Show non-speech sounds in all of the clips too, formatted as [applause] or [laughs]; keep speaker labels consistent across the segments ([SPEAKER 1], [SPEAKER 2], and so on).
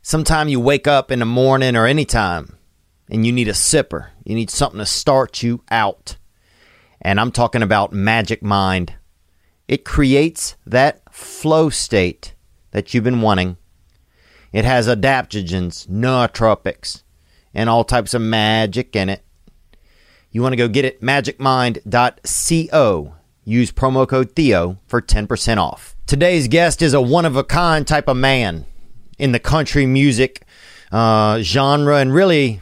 [SPEAKER 1] sometime you wake up in the morning or anytime and you need a sipper. You need something to start you out. And I'm talking about Magic Mind. It creates that flow state that you've been wanting. It has adaptogens, nootropics, and all types of magic in it. You want to go get it, magicmind.co. Use promo code Theo for 10% off. Today's guest is a one of a kind type of man in the country music uh, genre and really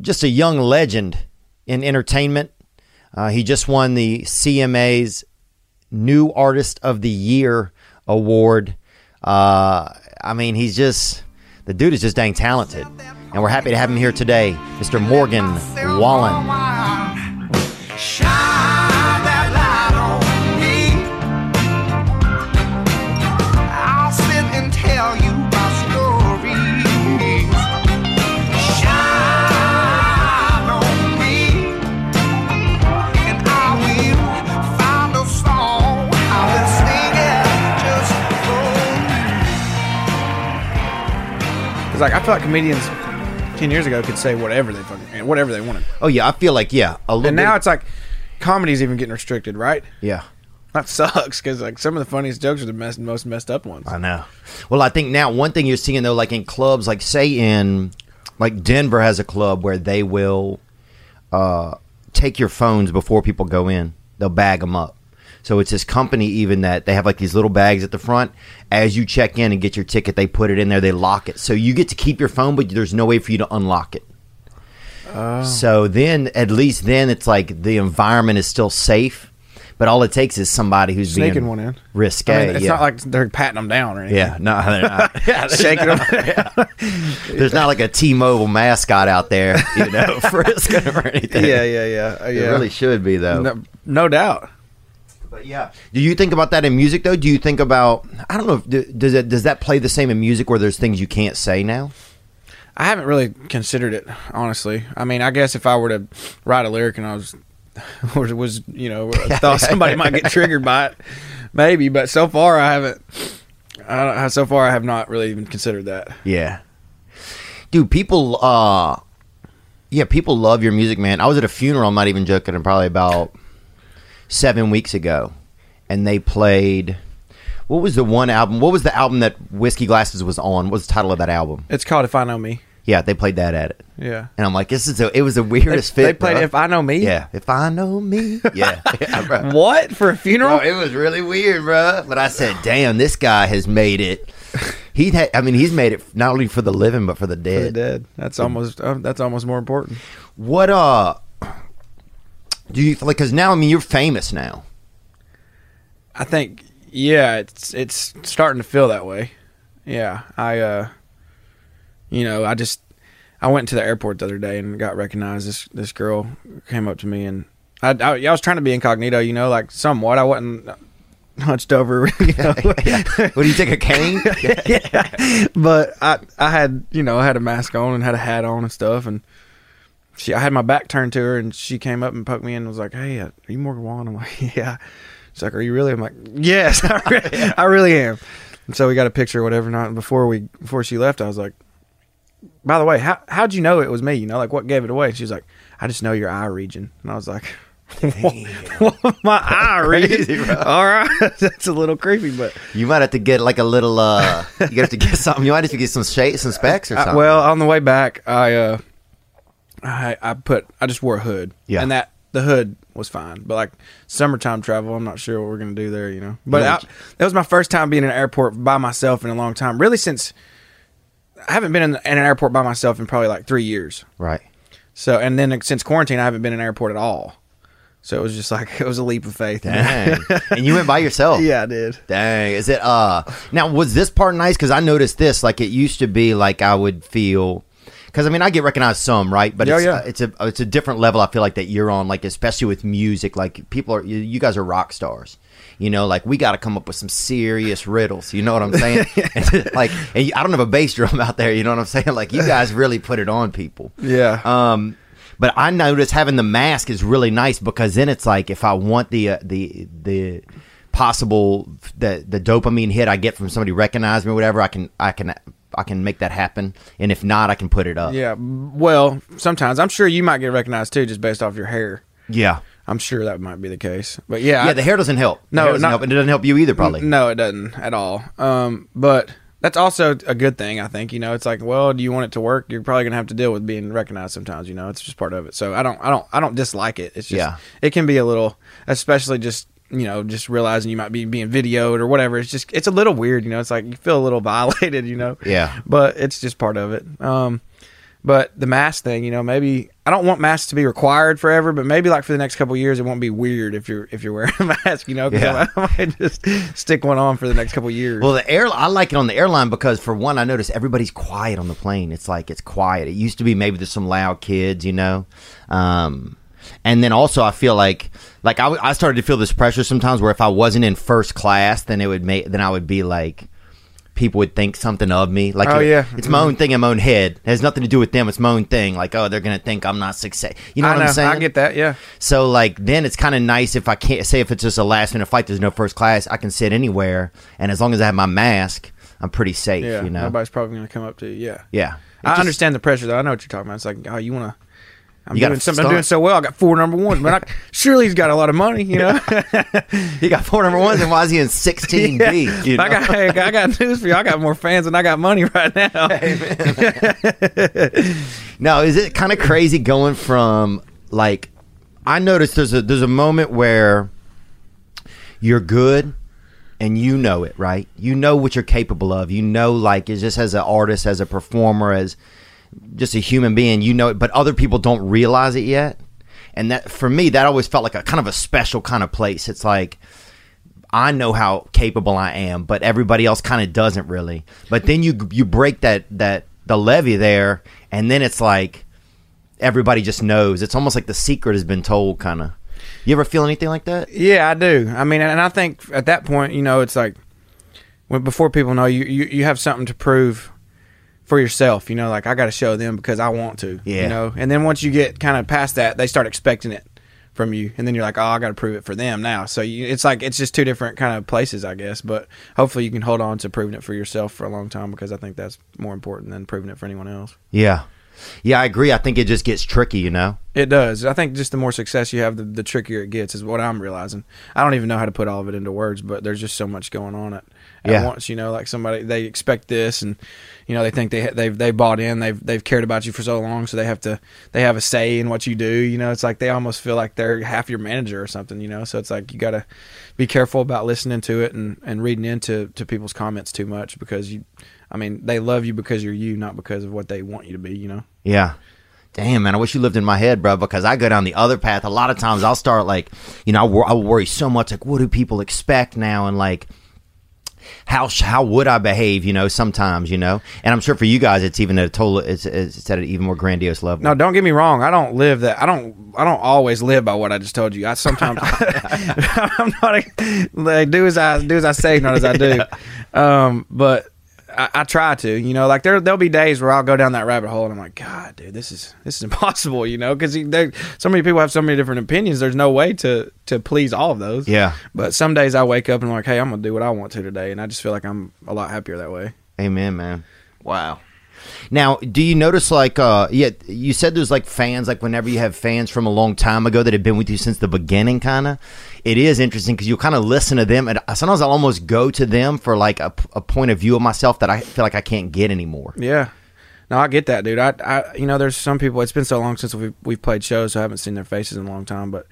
[SPEAKER 1] just a young legend in entertainment. Uh, he just won the CMA's New Artist of the Year award. Uh, I mean, he's just the dude is just dang talented, and we're happy to have him here today, Mr. Morgan Wallen.
[SPEAKER 2] Shine that light on me. I'll sit and tell you my stories. Shine on me, and I will find a song. I will sing it just for you.
[SPEAKER 3] It's like I feel like comedians ten years ago could say whatever they fucking eh, whatever they wanted,
[SPEAKER 1] Oh yeah, I feel like yeah, a little.
[SPEAKER 3] and now
[SPEAKER 1] bit-
[SPEAKER 3] it's like comedy's even getting restricted, right? [laughs]
[SPEAKER 1] yeah,
[SPEAKER 3] That sucks because like some of the funniest jokes are the mess, most messed up ones.
[SPEAKER 1] I know. Well, I think now one thing you're seeing though, like in clubs, like say in like Denver has a club where they will uh, take your phones before people go in. They'll bag them up. So it's this company even that they have like these little bags at the front. As you check in and get your ticket, they put it in there. They lock it, so you get to keep your phone, but there's no way for you to unlock it.
[SPEAKER 3] Oh.
[SPEAKER 1] So then, at least then, it's like the environment is still safe, but all it takes is somebody who's
[SPEAKER 3] Sneaking
[SPEAKER 1] being
[SPEAKER 3] one in,
[SPEAKER 1] risque.
[SPEAKER 3] I mean, it's
[SPEAKER 1] yeah.
[SPEAKER 3] not like they're patting them down or anything. [laughs]
[SPEAKER 1] Yeah, no, they're not.
[SPEAKER 3] shaking
[SPEAKER 1] [laughs]
[SPEAKER 3] them.
[SPEAKER 1] there's not like a T-Mobile mascot out there, you know, [laughs] frisking or
[SPEAKER 3] [laughs]
[SPEAKER 1] anything.
[SPEAKER 3] yeah, yeah, yeah, uh,
[SPEAKER 1] It
[SPEAKER 3] yeah.
[SPEAKER 1] really should be though.
[SPEAKER 3] no, no doubt.
[SPEAKER 1] But yeah, do you think about that in music though? Do you think about I don't know if do- does that does that play the same in music where there's things you can't say now?
[SPEAKER 3] I haven't really considered it honestly. I mean, I guess if I were to write a lyric and I was [laughs] or was you know thought somebody might get triggered by it, maybe. But so far, I haven't. I don't, so far, I have not really even considered that.
[SPEAKER 1] Yeah. Dude, people uh yeah, people love your music, man. I was at a funeral, I'm not even joking, and probably about seven weeks ago, and they played what was the one album? What was the album that Whiskey Glasses was on? What was the title of that album?
[SPEAKER 3] It's called "If I Know Me."
[SPEAKER 1] Yeah, they played that at it.
[SPEAKER 3] Yeah.
[SPEAKER 1] And I'm like, this is a, it was the
[SPEAKER 3] They,
[SPEAKER 1] weirdest
[SPEAKER 3] they
[SPEAKER 1] fit.
[SPEAKER 3] played
[SPEAKER 1] bro.
[SPEAKER 3] "If I Know Me."
[SPEAKER 1] Yeah, if I
[SPEAKER 3] [laughs]
[SPEAKER 1] know me. Yeah. [laughs] yeah bro.
[SPEAKER 3] What for a funeral?
[SPEAKER 1] Bro, it was really weird, bro. But I said, damn, this guy has made it. He had, I mean, he's made it not only for the living but for the dead.
[SPEAKER 3] They did. That's almost. Uh, that's almost more important.
[SPEAKER 1] What uh do you feel like cuz now I mean you're famous now. [laughs]
[SPEAKER 3] I think. Yeah, it's it's starting to feel that way. Yeah, I. uh You know, I just I went to the airport the other day and got recognized. This this girl came up to me and I I, I was trying to be incognito. You know, like somewhat. I wasn't [laughs] hunched over. [laughs] You know?
[SPEAKER 1] What do you take a cane?
[SPEAKER 3] but I I had you know I had a mask on and had a hat on and stuff and she I had my back turned to her and she came up and poked me in and was like hey uh, are you Morgan Wallen I'm like [laughs] yeah she's like are you really I'm like yes [laughs] I, re- I really am and so we got a picture or whatever not and before we before she left I was like by the way how how'd you know it was me you know like what gave it away she's like I just know your eye region and I was like. [laughs] my eye region. All right, [laughs] that's a little creepy, but
[SPEAKER 1] you might have to get like a little uh you have to get something. You might have to get some shades, some specs or
[SPEAKER 3] I-
[SPEAKER 1] something.
[SPEAKER 3] Uh, well, on the way back, I uh, I I put I just wore a hood.
[SPEAKER 1] Yeah.
[SPEAKER 3] And that the hood was fine, but like summertime travel, I'm not sure what we're gonna do there. You know. But
[SPEAKER 1] Yeah.
[SPEAKER 3] I, that was my first time being in an airport by myself in a long time. Really, since I haven't been in, in an airport by myself in probably like three years.
[SPEAKER 1] right.
[SPEAKER 3] So and then like, since quarantine, I haven't been in an airport at all. So it was just like [laughs] it was a leap of faith.
[SPEAKER 1] Dang. and you went by
[SPEAKER 3] [laughs]
[SPEAKER 1] yourself.
[SPEAKER 3] yeah, I did.
[SPEAKER 1] Dang, is it uh now was this part nice cuz I noticed this like it used to be like I would feel Because I mean, I get recognized some, right? But
[SPEAKER 3] Yeah,
[SPEAKER 1] it's,
[SPEAKER 3] yeah.
[SPEAKER 1] uh, it's a it's a different level. I feel like that you're on, like especially with music. Like people are, you, you guys are rock stars. You know, like we got to come up with some serious riddles. You know what I'm
[SPEAKER 3] [laughs]
[SPEAKER 1] saying? [laughs] like, and you, I don't have a bass drum out there. You know what I'm saying? Like you guys really put it on people.
[SPEAKER 3] Yeah.
[SPEAKER 1] Um, but I notice having the mask is really nice because then it's like if I want the uh, the the possible the the dopamine hit I get from somebody recognizing me, or whatever, I can I can I can make that happen, and if not, I can put it up.
[SPEAKER 3] yeah. Well, sometimes I'm sure you might get recognized too, just based off your hair.
[SPEAKER 1] yeah,
[SPEAKER 3] I'm sure that might be the case. But yeah,
[SPEAKER 1] yeah.
[SPEAKER 3] I-
[SPEAKER 1] The hair doesn't help. The
[SPEAKER 3] No,
[SPEAKER 1] hair doesn't
[SPEAKER 3] not-
[SPEAKER 1] help, and it doesn't help you either, probably.
[SPEAKER 3] No, it doesn't at all. Um, but that's also a good thing, I think. You know, it's like, well, do you want it to work? You're probably gonna have to deal with being recognized sometimes. You know, it's just part of it. So I don't, I don't, I don't dislike it. It's just,
[SPEAKER 1] Yeah.
[SPEAKER 3] it can be a little, especially just you know, just realizing you might be being videoed or whatever. It's just, it's a little weird. You know, it's like you feel a little [laughs] violated. You know,
[SPEAKER 1] Yeah.
[SPEAKER 3] But it's just part of it. Um. But the mask thing, you know, maybe I don't want masks to be required forever, but maybe like for the next couple of years, it won't be weird if you're if you're wearing [laughs] a mask, you know. 'cause
[SPEAKER 1] Yeah.
[SPEAKER 3] [laughs] I might just stick one on for the next couple of years.
[SPEAKER 1] Well, the air I like it on the airline because for one, I notice everybody's quiet on the plane. It's like it's quiet. It used to be maybe there's some loud kids, you know. Um, and then also, I feel like like I, w- I started to feel this pressure sometimes where if I wasn't in first class, then it would make then I would be like people would think something of me. Like
[SPEAKER 3] Oh,
[SPEAKER 1] it-
[SPEAKER 3] yeah.
[SPEAKER 1] it's my own thing in my own head. It has nothing to do with them. It's my own thing. Like oh, they're gonna think I'm not success. You know
[SPEAKER 3] I
[SPEAKER 1] what I'm saying?
[SPEAKER 3] I get that. Yeah,
[SPEAKER 1] So like then it's kind of nice if I can't say if it's just a last minute fight. There's no first class. I can sit anywhere, and as long as I have my mask, I'm pretty safe.
[SPEAKER 3] yeah.
[SPEAKER 1] you know.
[SPEAKER 3] Nobody's probably going to come up to you. Yeah,
[SPEAKER 1] yeah. It
[SPEAKER 3] I
[SPEAKER 1] just-
[SPEAKER 3] understand the pressure though. I know what you're talking about. It's like, oh, you want to. I'm
[SPEAKER 1] You gotta
[SPEAKER 3] doing something. I'm
[SPEAKER 1] stunt.
[SPEAKER 3] doing so well. I got four number ones, but I, surely he's got a lot of money.
[SPEAKER 1] [laughs]
[SPEAKER 3] You know,
[SPEAKER 1] He got four number ones, and why is he
[SPEAKER 3] [laughs]
[SPEAKER 1] in 16B? you know?
[SPEAKER 3] I got I got news for you. I got more fans than I got money right now.
[SPEAKER 1] Now, is it kind of crazy going from like I noticed there's a there's a moment where you're good and you know it, right? You know what you're capable of. You know like it's just as an artist, as a performer, as just a human being, you know it, but other people don't realize it yet. And that for me, that always felt like a kind of a special kind of place. It's like I know how capable I am, but everybody else kind of doesn't really. But then you you break that that the levy there, and then it's like everybody just knows. It's almost like the secret has been told, kind of. You ever feel anything like that?
[SPEAKER 3] Yeah, I do. I mean, and I think at that point, you know, it's like when before people know you, you, you have something to prove for yourself. You know, like I got to show them because I want to.
[SPEAKER 1] Yeah.
[SPEAKER 3] You know, and then once you get kind of past that, they start expecting it from you, and then you're like, oh, I got to prove it for them now. So you, it's like it's just two different kind of places, I guess. But hopefully, you can hold on to proving it for yourself for a long time because I think that's more important than proving it for anyone else.
[SPEAKER 1] Yeah, yeah, I agree. I think it just gets tricky, you know.
[SPEAKER 3] It does. I think just the more success you have, the, the trickier it gets, is what I'm realizing. I don't even know how to put all of it into words, but there's just so much going on at, at
[SPEAKER 1] Yeah.
[SPEAKER 3] once. You know, like somebody they expect this, and you know they think they ha- they've they bought in, they've they've cared about you for so long, so they have to they have a say in what you do. You know, it's like they almost feel like they're half your manager or something. You know, so it's like you got to be careful about listening to it and and reading into to people's comments too much because you, I mean, they love you because you're you, not because of what they want you to be. You know.
[SPEAKER 1] Yeah. Damn, man, I wish you lived in my head, bro, because I go down the other path. A lot of times I'll start like, you know, I, wor- I worry so much, like, what do people expect now? And like, how sh- how would I behave, you know, sometimes, you know? And I'm sure for you guys, it's even at a total, it's, it's at an even more grandiose level.
[SPEAKER 3] No, don't get me wrong. I don't live that. I don't. I don't always live by what I just told you. I sometimes [laughs] I'm not a, like do as I do as I say, not as I do. Um, but I, I try to. You know, like there there'll be days where I'll go down that rabbit hole and I'm like, God, dude, this is this is [laughs] impossible. You know, because so many people have so many different opinions. There's no way to to please all of those.
[SPEAKER 1] Yeah.
[SPEAKER 3] But some days I wake up and I'm like, Hey, I'm gonna do what I want to today, and I just feel like I'm a lot happier that way.
[SPEAKER 1] Amen, man. Wow. Now, do you notice like uh yeah, you said there's like fans like whenever you have fans from a long time ago that have been with you since the beginning kind of. It is interesting cuz you kind of listen to them and sometimes I'll almost go to them for like a, a point of view of myself that I feel like I can't get anymore.
[SPEAKER 3] Yeah. No, I get that, dude. I, I, you know, there's some people. It's been so long since we've we've played shows, so I haven't seen their faces in a long time. But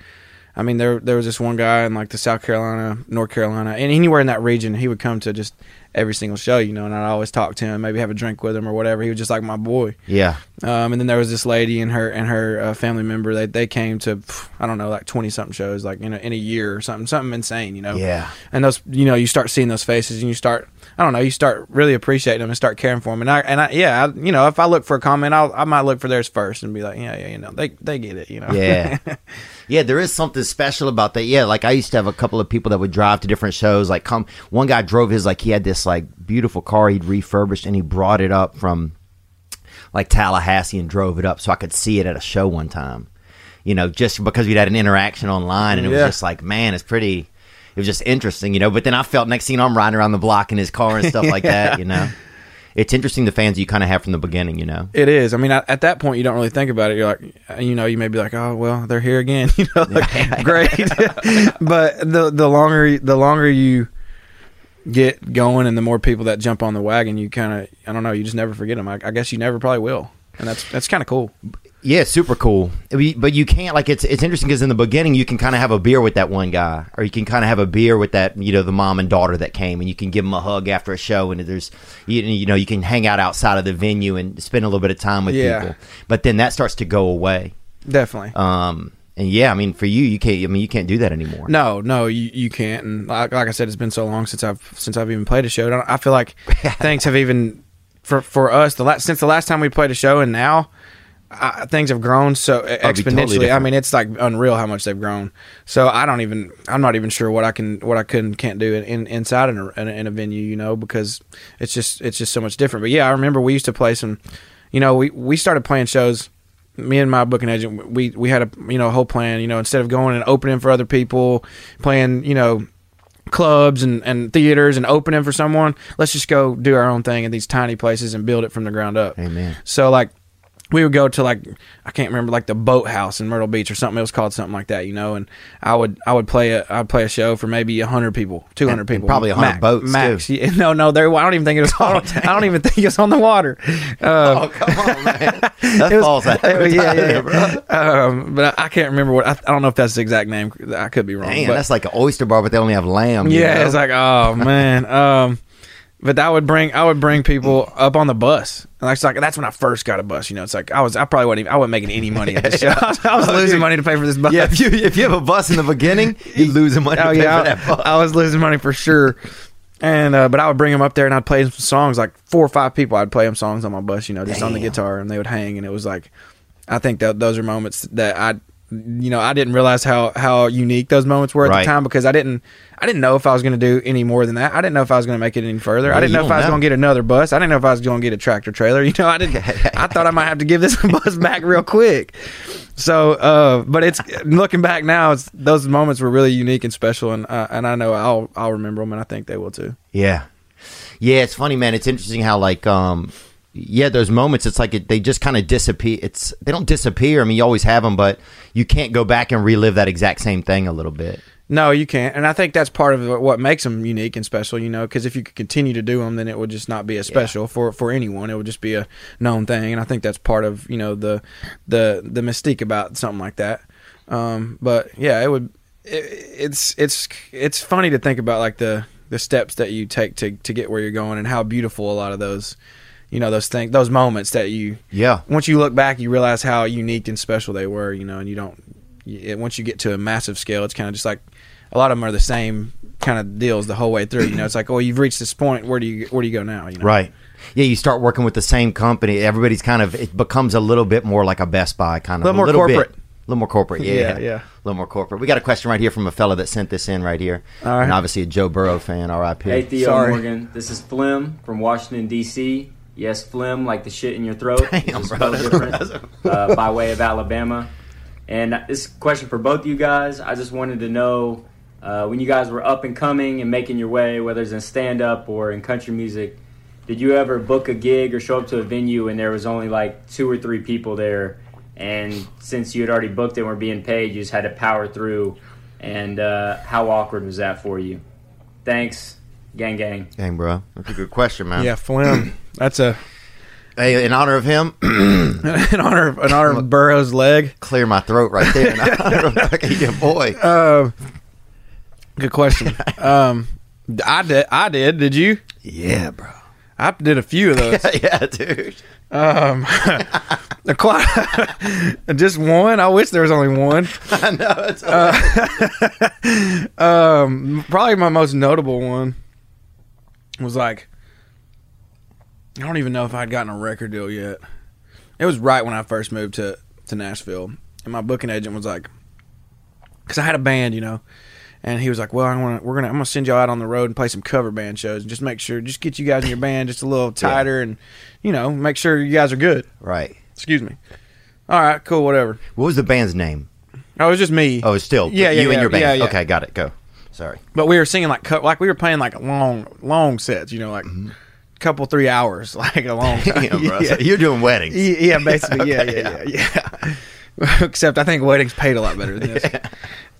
[SPEAKER 3] I mean, there there was this one guy in like the South Carolina, North Carolina, and anywhere in that region, he would come to just every single show, you know, and I'd always talk to him, maybe have a drink with him or whatever. He was just like my boy.
[SPEAKER 1] Yeah.
[SPEAKER 3] Um, and then there was this lady and her and her uh, family member. They they came to pff, I don't know like twenty something shows like in a, in a year or something something insane you know
[SPEAKER 1] Yeah.
[SPEAKER 3] and those you know you start seeing those faces and you start I don't know you start really appreciating them and start caring for them and I and I yeah I, you know if I look for a comment I'll, I might look for theirs first and be like yeah yeah you know they they get it you know
[SPEAKER 1] [laughs] Yeah. yeah, there is something special about that. Yeah, like I used to have a couple of people that would drive to different shows. Like come one guy drove his like he had this like beautiful car he'd refurbished and he brought it up from like Tallahassee and drove it up so I could see it at a show one time. You know, just because we'd had an interaction online and it
[SPEAKER 3] Yeah.
[SPEAKER 1] was just like, man, it's pretty it was just interesting, you know. But then I felt next thing I'm riding around the block in his car and stuff like that, you know. It's interesting the fans you kind of have from the beginning, you know.
[SPEAKER 3] It is. I mean, at at that point, you don't really think about it. You're like, uh, you know, you may be like, oh well, they're here again. [laughs] You know, like, great. but the the longer the longer you get going, and the more people that jump on the wagon, you kind of, I don't know, you just never forget them. I, I guess you never probably will, and that's that's kind of cool.
[SPEAKER 1] Yeah, it's super cool. I mean, But you can't like it's it's interesting because in the beginning you can kind of have a beer with that one guy, or you can kind of have a beer with that you know the mom and daughter that came, and you can give them a hug after a show, and there's you, you know you can hang out outside of the venue and spend a little bit of time with
[SPEAKER 3] Yeah.
[SPEAKER 1] people. But then that starts to go away.
[SPEAKER 3] Definitely.
[SPEAKER 1] Um, and yeah, I mean for you, you can't. I mean you can't do that anymore.
[SPEAKER 3] No, no, you, you can't. And like, like I said, it's been so long since I've since I've even played a show. I, don't, I feel like things have even for for us the last since the last time we played a show and now I, things have grown so e,
[SPEAKER 1] be totally
[SPEAKER 3] exponentially. I
[SPEAKER 1] different.
[SPEAKER 3] mean, it's like unreal how much they've grown. So I don't even I'm not even sure what I can what I could and can't do in, in inside in a, in, a, in a venue, you know, because it's just it's just so much different. But yeah, I remember we used to play some. You know, we we started playing shows me and my booking agent we we had a you know whole plan you know instead of going and opening for other people playing you know clubs and, and theaters and opening for someone let's just go do our own thing in these tiny places and build it from the ground up
[SPEAKER 1] Amen.
[SPEAKER 3] so like we would go to like I can't remember like the boathouse in Myrtle Beach or something. It was called something like that, you know. And I would I would play a I'd play a show for maybe hundred people, two hundred
[SPEAKER 1] And- and
[SPEAKER 3] people,
[SPEAKER 1] probably 100
[SPEAKER 3] max-
[SPEAKER 1] boats,
[SPEAKER 3] max.
[SPEAKER 1] too.
[SPEAKER 3] Yeah, no, no, there. I don't even think it
[SPEAKER 1] [laughs]
[SPEAKER 3] was. On, I don't even think it was on the water. Uh,
[SPEAKER 1] [laughs] Oh come
[SPEAKER 3] [laughs]
[SPEAKER 1] on, man. That
[SPEAKER 3] it was- [laughs]
[SPEAKER 1] falls out.
[SPEAKER 3] yeah,
[SPEAKER 1] every
[SPEAKER 3] yeah,
[SPEAKER 1] time,
[SPEAKER 3] yeah.
[SPEAKER 1] bro.
[SPEAKER 3] Um, but I, I can't remember what I, I don't know if that's the exact name. I could be wrong.
[SPEAKER 1] Damn,
[SPEAKER 3] but
[SPEAKER 1] that's like an oyster bar, but they only have lamb. you
[SPEAKER 3] yeah,
[SPEAKER 1] know? [laughs]
[SPEAKER 3] it's like oh man. Um, but that would bring I would bring people up on the bus. And that's like that's when I first got a bus. You know, it's like I was I probably wasn't even, I wasn't making any money at the show. [laughs] I was losing money to pay for this bus.
[SPEAKER 1] yeah. If you if you have a bus in the beginning, you're losing money.
[SPEAKER 3] Oh
[SPEAKER 1] to pay
[SPEAKER 3] yeah,
[SPEAKER 1] for that bus.
[SPEAKER 3] I, I was losing money for sure. And uh, but I would bring them up there and I'd play them some songs like four or five people. I'd play them songs on my bus, you know, just on the
[SPEAKER 1] Damn.
[SPEAKER 3] guitar, and they would hang. And it was like, I think that those are moments that I, you know, I didn't realize how how unique those moments were at
[SPEAKER 1] Right.
[SPEAKER 3] the time because I didn't I didn't know if I was going to do any more than that. I didn't know if I was going to make it any further. I
[SPEAKER 1] Yeah,
[SPEAKER 3] didn't
[SPEAKER 1] you
[SPEAKER 3] know if
[SPEAKER 1] don't
[SPEAKER 3] I was
[SPEAKER 1] know.
[SPEAKER 3] going to get another bus. I didn't know if I was going to get a tractor trailer. You know, I didn't. I thought I might have to give this [laughs] bus back real quick. So, uh, but it's looking back now. It's, those moments were really unique and special, and uh, and I know I'll I'll remember them, and I think they will too.
[SPEAKER 1] Yeah. Yeah, it's funny, man. It's interesting how like um yeah, those moments it's like it, they just kind of disappear. It's they don't disappear. I mean, you always have them, but you can't go back and relive that exact same thing a little bit.
[SPEAKER 3] No, you can't, and I think that's part of what makes them unique and special. You know, because if you could continue to do them, then it would just not be as special for for anyone. It would just be a known thing, and I think that's part of you know the the the mystique about something like that. Um, but yeah, it would. It, it's it's it's funny to think about like the the steps that you take to to get where you're going, and how beautiful a lot of those. You know those things, those moments that you
[SPEAKER 1] Yeah.
[SPEAKER 3] once you look back, you realize how unique and special they were, you know, and you don't, y- it, once you get to a massive scale, it's kind of just like a lot of them are the same kind of deals the whole way through, you know, it's like, oh, you've reached this point. Where do you, where do you go now? You know?
[SPEAKER 1] Right. Yeah, you start working with the same company. Everybody's kind of it becomes a little bit more like a Best Buy kind of
[SPEAKER 3] Little more
[SPEAKER 1] bit.
[SPEAKER 3] corporate.
[SPEAKER 1] A little more corporate,
[SPEAKER 3] [laughs]
[SPEAKER 1] yeah,
[SPEAKER 3] Yeah, yeah.
[SPEAKER 1] A little more corporate. We got a question right here from a fella that sent this in right here, All
[SPEAKER 3] right.
[SPEAKER 1] and obviously a Joe Burrow fan. R.I.P.
[SPEAKER 4] Hey Theo
[SPEAKER 3] Sorry.
[SPEAKER 4] Morgan, this is Flim from Washington D.C. Yes, Flim, like the shit in your throat.
[SPEAKER 1] Damn,
[SPEAKER 4] This is
[SPEAKER 1] bro,
[SPEAKER 4] no
[SPEAKER 1] that's-
[SPEAKER 4] different,
[SPEAKER 1] [laughs] that's-
[SPEAKER 4] uh, by way of Alabama, and this question for both you guys. I just wanted to know uh, when you guys were up and coming and making your way, whether it's in stand up or in country music, did you ever book a gig or show up to a venue and there was only like two or three people there? And since you had already booked and were being paid, you just had to power through. And uh, how awkward was that for you? Thanks, gang, gang.
[SPEAKER 1] Dang, bro, that's a good question, man.
[SPEAKER 3] Yeah. Flim. That's a,
[SPEAKER 1] Hey, in honor of him,
[SPEAKER 3] [laughs] in honor of, in honor of Burrow's leg.
[SPEAKER 1] clear my throat right there. In
[SPEAKER 3] [laughs]
[SPEAKER 1] honor of fucking your boy.
[SPEAKER 3] Uh, [laughs] Um, good question. Um, I did, I did. Did you?
[SPEAKER 1] Yeah, bro. [laughs]
[SPEAKER 3] I did a few of [laughs] those.
[SPEAKER 1] yeah, dude. [laughs]
[SPEAKER 3] Um, quite, [laughs] just one. I wish there was only one.
[SPEAKER 1] I know. It's
[SPEAKER 3] Uh, Um, probably my most notable one was like I don't even know if I'd gotten a record deal yet. It was right when I first moved to to Nashville, and my booking agent was like, because I had a band, you know, and he was like, "Well, I want to. we're gonna I'm gonna send y'all out on the road and play some cover band shows, and just make sure, just get you guys in your band just a little tighter, and you know, make sure you guys are good."
[SPEAKER 1] right.
[SPEAKER 3] Excuse me. All right, cool, whatever.
[SPEAKER 1] What was the band's name?
[SPEAKER 3] Oh, it was just me.
[SPEAKER 1] Oh, it's still
[SPEAKER 3] Yeah, yeah,
[SPEAKER 1] you
[SPEAKER 3] yeah,
[SPEAKER 1] and your band.
[SPEAKER 3] yeah, yeah.
[SPEAKER 1] Okay, got it. Go.
[SPEAKER 3] [laughs]
[SPEAKER 1] Sorry.
[SPEAKER 3] but we were singing like co- like we were playing like long long sets, you know, like couple three hours, [laughs] like a long time.
[SPEAKER 1] Damn, bro.
[SPEAKER 3] yeah.
[SPEAKER 1] So [laughs] you're doing
[SPEAKER 3] [laughs]
[SPEAKER 1] weddings.
[SPEAKER 3] Yeah, yeah, basically, yeah, yeah, yeah, yeah. [laughs] Except I think weddings paid a lot better than this.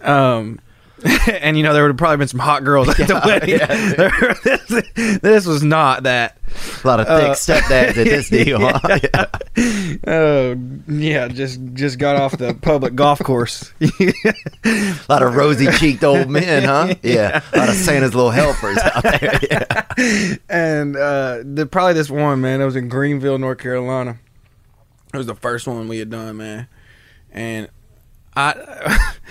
[SPEAKER 3] Um, [laughs] and you know there would have probably been some hot girls at the wedding. [laughs] There- this, this was not that.
[SPEAKER 1] A lot of
[SPEAKER 3] Uh,
[SPEAKER 1] thick stepdads
[SPEAKER 3] [laughs]
[SPEAKER 1] at this deal. huh? Yeah.
[SPEAKER 3] Oh yeah, just just got off the public golf course.
[SPEAKER 1] [laughs] A lot of rosy cheeked old
[SPEAKER 3] [laughs]
[SPEAKER 1] men, huh? Yeah. A lot of Santa's little helpers out there. Yeah.
[SPEAKER 3] and uh, the, probably this one man. It was in Greenville, North Carolina. It was the first one we had done, man. And I,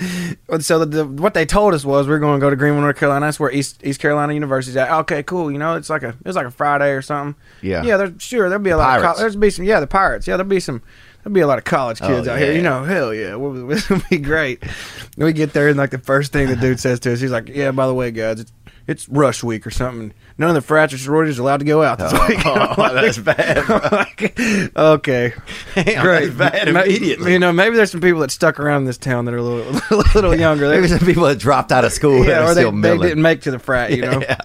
[SPEAKER 3] [laughs] so the, the, what they told us was we are going to go to Greenville, North Carolina. That's where East East Carolina University's at. Okay, cool. You know, it's like a it was like a Friday or something.
[SPEAKER 1] Yeah.
[SPEAKER 3] yeah. There, sure, there'll be a lot. Of
[SPEAKER 1] Pirates.
[SPEAKER 3] co- there'll be some. Yeah, the Pirates. Yeah, there'll be some. There'll be a lot of college kids
[SPEAKER 1] Oh,
[SPEAKER 3] out here. You
[SPEAKER 1] yeah.
[SPEAKER 3] know, hell yeah, we'll- [laughs] this will be great. And we get there and like the first thing the dude says to us, he's like, "Yeah, by the way, guys, it's, it's rush week or something. None of the frats or sororities are allowed to go out this week." [laughs]
[SPEAKER 1] Oh, [laughs] that's bad, bro.
[SPEAKER 3] Like, okay,
[SPEAKER 1] Damn,
[SPEAKER 3] great.
[SPEAKER 1] [laughs] that's bad
[SPEAKER 3] Ma-
[SPEAKER 1] immediately.
[SPEAKER 3] You know, maybe there's some people that stuck around in this town that are a little, [laughs] a little younger.
[SPEAKER 1] [laughs] Maybe some people that dropped out of school and
[SPEAKER 3] yeah,
[SPEAKER 1] are
[SPEAKER 3] or they,
[SPEAKER 1] still
[SPEAKER 3] they
[SPEAKER 1] middling.
[SPEAKER 3] didn't make to the frat. You know, [laughs]
[SPEAKER 1] Yeah.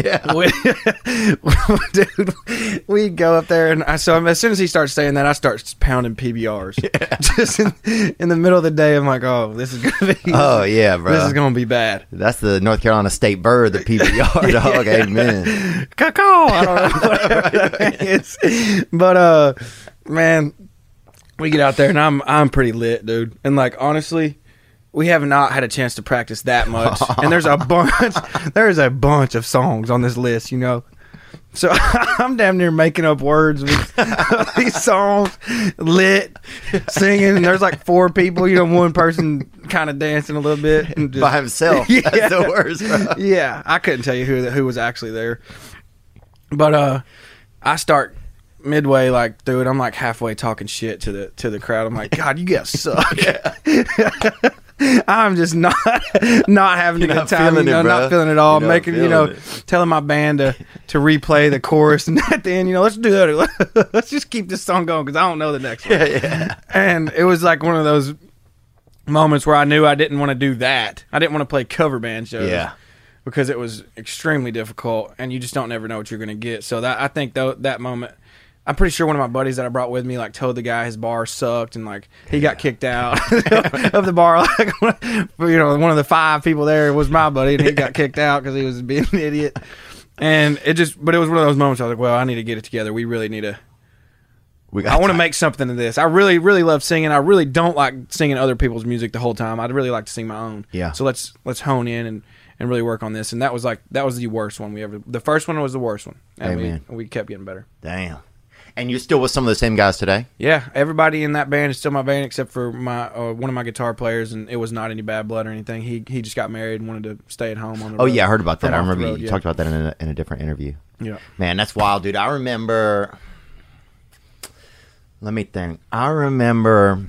[SPEAKER 1] Yeah.
[SPEAKER 3] we, [laughs] dude, we go up there, and I so as soon as he starts saying that, I start pounding
[SPEAKER 1] [laughs]
[SPEAKER 3] PBRs. [laughs] Just in, in the middle of the day, I'm like, oh, this is gonna be.
[SPEAKER 1] Oh, yeah, bro.
[SPEAKER 3] This is gonna be bad.
[SPEAKER 1] That's the North Carolina State Bird,
[SPEAKER 3] [laughs]
[SPEAKER 1] the PBR dog. Amen.
[SPEAKER 3] Caw-caw. I don't know. [laughs] whatever that is. But uh, man, we get out there and I'm I'm pretty lit, dude. And like honestly, we have not had a chance to practice that much. and there's a [laughs] bunch, there's a bunch of songs on this list, you know. So [laughs] I'm damn near making up words with [laughs] these songs, lit, singing. And there's like four people, you know, one person kind of dancing a little bit and just [laughs]
[SPEAKER 1] By himself. That's the worst, bro.
[SPEAKER 3] yeah, I couldn't tell you who who was actually there, but uh, I start midway like through it. I'm like halfway talking shit to the to the crowd. I'm like, God, you guys
[SPEAKER 1] [laughs]
[SPEAKER 3] suck. [laughs] I'm just not [laughs] not having a
[SPEAKER 1] You're
[SPEAKER 3] good
[SPEAKER 1] not
[SPEAKER 3] time. You
[SPEAKER 1] feeling it,
[SPEAKER 3] know,
[SPEAKER 1] bruh.
[SPEAKER 3] not feeling it all.
[SPEAKER 1] You're not
[SPEAKER 3] making you
[SPEAKER 1] feeling
[SPEAKER 3] know,
[SPEAKER 1] it.
[SPEAKER 3] telling my band to to replay the chorus [laughs] and at the end, you know, let's do that. [laughs] let's just keep this song going because I don't know the next one and it was like one of those moments where I knew I didn't want to do that. I didn't want to play cover band shows.
[SPEAKER 1] Yeah.
[SPEAKER 3] Because it was extremely difficult and you just don't ever know what you're going to get. So that I think though that moment I'm pretty sure one of my buddies that I brought with me like told the guy his bar sucked and like he got kicked out [laughs] of the bar like one- you know one of the five people there was my buddy and he got kicked out cuz he was being an idiot. And it just but it was one of those moments I was like, well, I need to get it together. We really need to
[SPEAKER 1] We
[SPEAKER 3] I want to make something of this. I really, really love singing. I really don't like singing other people's music the whole time. I'd really like to sing my own.
[SPEAKER 1] Yeah.
[SPEAKER 3] So let's let's hone in and and really work on this. And that was like that was the worst one we ever. The first one was the worst one. And
[SPEAKER 1] Amen.
[SPEAKER 3] We, we kept getting better.
[SPEAKER 1] Damn. And you're still with some of the same guys today?
[SPEAKER 3] Yeah. Everybody in that band is still my band except for my uh, one of my guitar players, and it was not any bad blood or anything. He he just got married and wanted to stay at home on the.
[SPEAKER 1] Oh
[SPEAKER 3] road.
[SPEAKER 1] yeah, I heard about that.
[SPEAKER 3] From
[SPEAKER 1] I
[SPEAKER 3] off the
[SPEAKER 1] remember
[SPEAKER 3] road,
[SPEAKER 1] you
[SPEAKER 3] yeah.
[SPEAKER 1] talked about that in a, in a different interview.
[SPEAKER 3] Yeah.
[SPEAKER 1] Man, that's wild, dude. I remember. Let me think. I remember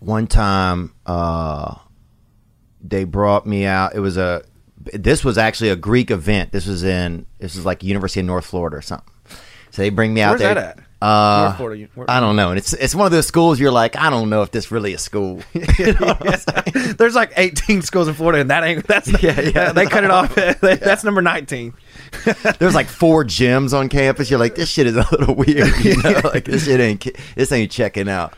[SPEAKER 1] one time uh, they brought me out. It was a. This was actually a Greek event. This was in. This was like University of North Florida or something. So they bring me out
[SPEAKER 3] Where's
[SPEAKER 1] there.
[SPEAKER 3] that at?
[SPEAKER 1] Uh,
[SPEAKER 3] North Florida. Where-
[SPEAKER 1] I don't know, and it's it's one of those schools you're like, I don't know if this really
[SPEAKER 3] [laughs]
[SPEAKER 1] is school. You know what I'm saying?
[SPEAKER 3] [laughs] There's like 18 schools in Florida, and that ain't that's
[SPEAKER 1] [laughs] Yeah, [laughs] yeah.
[SPEAKER 3] They cut it off. [laughs] That's number 19.
[SPEAKER 1] There's like four gyms on campus. You're like, this shit is a little [laughs] weird. You know, like this shit ain't this ain't checking out.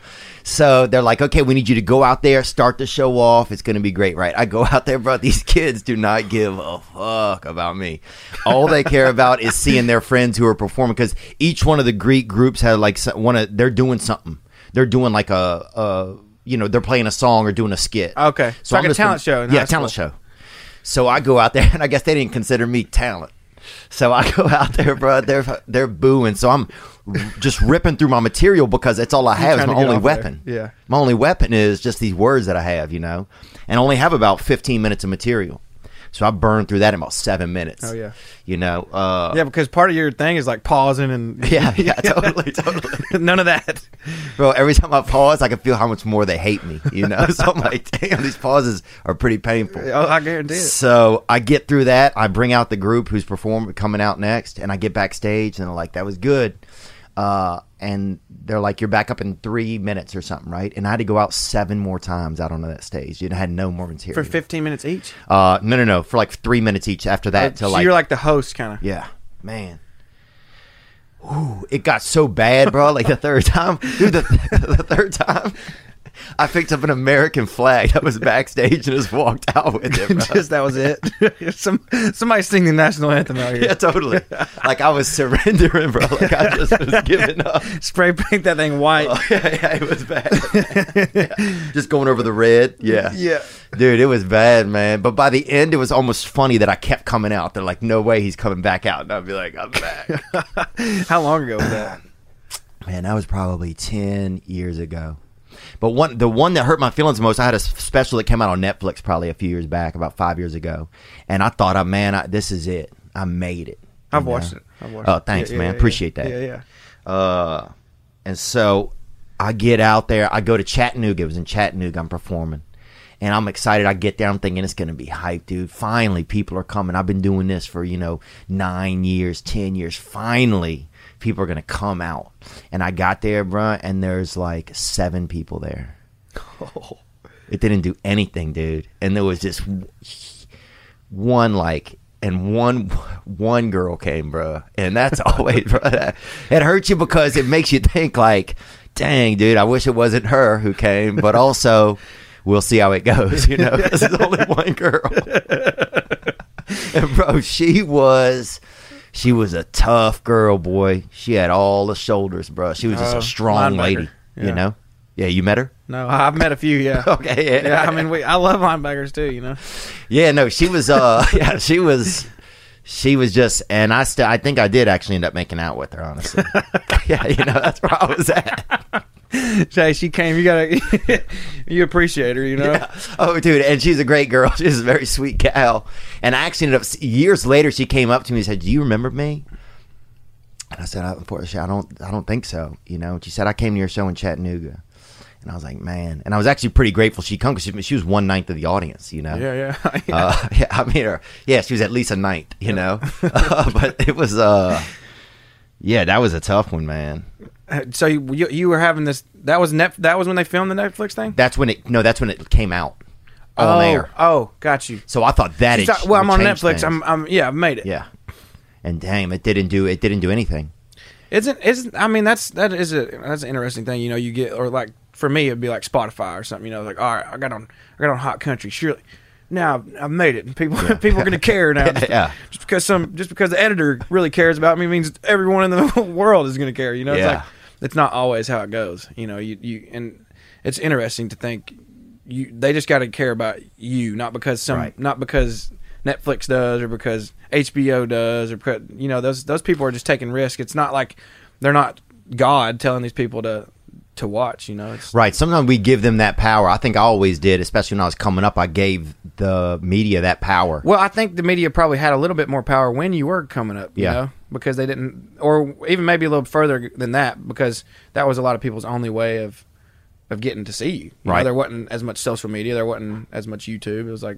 [SPEAKER 1] So they're like, okay, we need you to go out there, start the show off. It's gonna be great, right? I go [laughs] out there, bro. These kids do not give a fuck about me. All they care about is seeing their friends who are performing because each one of the Greek groups had like so- one of they're doing something. They're doing like a, a you know they're playing a song or doing a skit.
[SPEAKER 3] Okay. It's like
[SPEAKER 1] I'm
[SPEAKER 3] a
[SPEAKER 1] just
[SPEAKER 3] talent
[SPEAKER 1] gonna-
[SPEAKER 3] show in
[SPEAKER 1] Yeah,
[SPEAKER 3] high
[SPEAKER 1] [laughs] talent show. So I go out there, and I guess they didn't consider me talent. So I [laughs] go out there, bro. They're they're booing. So I'm just ripping through my material because that's all I have is
[SPEAKER 3] trying
[SPEAKER 1] my
[SPEAKER 3] to get
[SPEAKER 1] only
[SPEAKER 3] off there.
[SPEAKER 1] weapon.
[SPEAKER 3] Yeah.
[SPEAKER 1] my only weapon is just these words that I have, you know, and I only have about 15 minutes of material. So I burned through that in about seven minutes.
[SPEAKER 3] Oh, yeah.
[SPEAKER 1] you know. Uh,
[SPEAKER 3] Yeah, because part of your thing is like pausing
[SPEAKER 1] [laughs]
[SPEAKER 3] and
[SPEAKER 1] yeah,
[SPEAKER 3] [laughs]
[SPEAKER 1] yeah, totally, totally.
[SPEAKER 3] none of that.
[SPEAKER 1] Bro, every time I pause, I can feel how much more they hate me. You know, [laughs] so I'm like, damn, these pauses are pretty painful.
[SPEAKER 3] Oh, I guarantee it.
[SPEAKER 1] So I get through that. I bring out the group who's performing coming out next, and I get backstage, and they're like, "That was good," uh, and they're like, "You're back up in three minutes or something, right?" And I had to go out seven more times out onto that stage. You know, I had no more
[SPEAKER 3] [laughs]
[SPEAKER 1] material
[SPEAKER 3] For 15 minutes each.
[SPEAKER 1] Uh, no, no, no, for like three minutes each. After that, to
[SPEAKER 3] Uh, so
[SPEAKER 1] like,
[SPEAKER 3] you're like the host, kind of. [laughs]
[SPEAKER 1] yeah, man. Ooh, it got so bad, bro. Like the third time, dude. The, [laughs] the third time, I picked up an American flag that was backstage and just walked out with it. Bro.
[SPEAKER 3] Just that was
[SPEAKER 1] [laughs]
[SPEAKER 3] it. [laughs] Some somebody sing the national anthem out here.
[SPEAKER 1] Yeah, totally. [laughs] like I was surrendering, bro. Like I just was giving up.
[SPEAKER 3] Spray paint that thing white. [laughs]
[SPEAKER 1] [laughs] Oh, yeah, yeah, it was bad. Yeah. Just going over the red. Yeah.
[SPEAKER 3] Yeah.
[SPEAKER 1] Dude, it was bad, man. But by the end, it was almost funny that I kept coming out. They're like, no way he's coming back out. And I'd be like, I'm back.
[SPEAKER 3] [laughs] How long ago was that?
[SPEAKER 1] [clears throat] man, that was probably 10 years ago. But one, the one that hurt my feelings the most, I had a s- special that came out on Netflix probably a few years back, about five years ago. And I thought, oh, man, I, this is it. I made it.
[SPEAKER 3] I've
[SPEAKER 1] You
[SPEAKER 3] watched
[SPEAKER 1] know?
[SPEAKER 3] it. I've watched
[SPEAKER 1] Oh,
[SPEAKER 3] it.
[SPEAKER 1] thanks,
[SPEAKER 3] Yeah, yeah,
[SPEAKER 1] man.
[SPEAKER 3] yeah.
[SPEAKER 1] Appreciate that.
[SPEAKER 3] Yeah, yeah.
[SPEAKER 1] Uh, and so I get out there. I go to Chattanooga. It was in Chattanooga. I'm performing. And I'm excited. I get there. I'm thinking it's going to be hype, dude. Finally, people are coming. I've been doing this for, you know, nine years, 10 years. Finally, people are going to come out. And I got there, bruh, and there's like seven people there. It didn't do anything, dude. And there was just one like and one one girl came bruh and that's [laughs] always bruh that- it hurts you because it makes you think like dang dude i wish it wasn't her who came but also we'll see how it goes you know [laughs] this is only one girl [laughs] and bro she was she was a tough girl boy she had all the shoulders bruh she was just
[SPEAKER 3] Oh,
[SPEAKER 1] a strong
[SPEAKER 3] linebacker.
[SPEAKER 1] lady
[SPEAKER 3] Yeah.
[SPEAKER 1] you know yeah you met her [laughs]
[SPEAKER 3] No, I've met a few. Yeah.
[SPEAKER 1] okay
[SPEAKER 3] Yeah, I mean, we, I love linebackers too. You know, [laughs]
[SPEAKER 1] Yeah, no, she was. uh [laughs] Yeah, she was. She was just, and I still, I think I did actually end up making out with
[SPEAKER 3] [laughs]
[SPEAKER 1] her. Honestly, yeah, you know, that's where I was at.
[SPEAKER 3] Shay, she came. You gotta, [laughs] you appreciate her. You know,
[SPEAKER 1] Oh, dude, and she's a great girl. [laughs] She's a very sweet gal. And I actually ended up years later. She came up to me and said, "Do you remember me?" And I said, "I- "Unfortunately, I don't. I don't think so." You know, and she said, "I came to your show in Chattanooga." And I was like, man. And I was actually pretty grateful she come because she, she was one ninth of the audience, you know?
[SPEAKER 3] yeah, yeah. [laughs]
[SPEAKER 1] [laughs] Uh, yeah, I mean, or, yeah, she was at least a ninth, you know. [laughs] Uh, but it was, uh, yeah, that was a tough one, man.
[SPEAKER 3] so you, you you were having this. That was net. That was when they filmed the Netflix thing.
[SPEAKER 1] That's when it. No, that's when it came out on
[SPEAKER 3] oh,
[SPEAKER 1] air.
[SPEAKER 3] Oh, got you.
[SPEAKER 1] So I thought that
[SPEAKER 3] You
[SPEAKER 1] it.
[SPEAKER 3] thought- well, I'm on
[SPEAKER 1] would change
[SPEAKER 3] Netflix.
[SPEAKER 1] things.
[SPEAKER 3] I'm, I'm, yeah, I've made it.
[SPEAKER 1] yeah. And damn, it didn't do. It didn't do anything.
[SPEAKER 3] Isn't isn't I mean that's that is a that's an interesting thing you know you get or like for me it'd be like Spotify or something you know like all right I got on I got on Hot Country surely now I've, I've made it and people [laughs] people are gonna care now just,
[SPEAKER 1] [laughs] Yeah.
[SPEAKER 3] just because some just because the editor really cares about me means everyone in the [laughs] world is gonna care you know
[SPEAKER 1] Yeah.
[SPEAKER 3] it's like it's not always how it goes you know you you and it's interesting to think you they just gotta care about you not because some
[SPEAKER 1] Right.
[SPEAKER 3] not because Netflix does or because HBO does or because, you know those those people are just taking risk. It's not like they're not God telling these people to to watch. You know, it's
[SPEAKER 1] Right. Sometimes we give them that power. I think I always did, especially when I was coming up. I gave the media that power.
[SPEAKER 3] well, I think the media probably had a little bit more power when you were coming up. You
[SPEAKER 1] Yeah.
[SPEAKER 3] know, because they didn't, or even maybe a little further than that, because that was a lot of people's only way of of getting to see you. you know,
[SPEAKER 1] Right.
[SPEAKER 3] there wasn't as much social media. There wasn't as much YouTube. It was like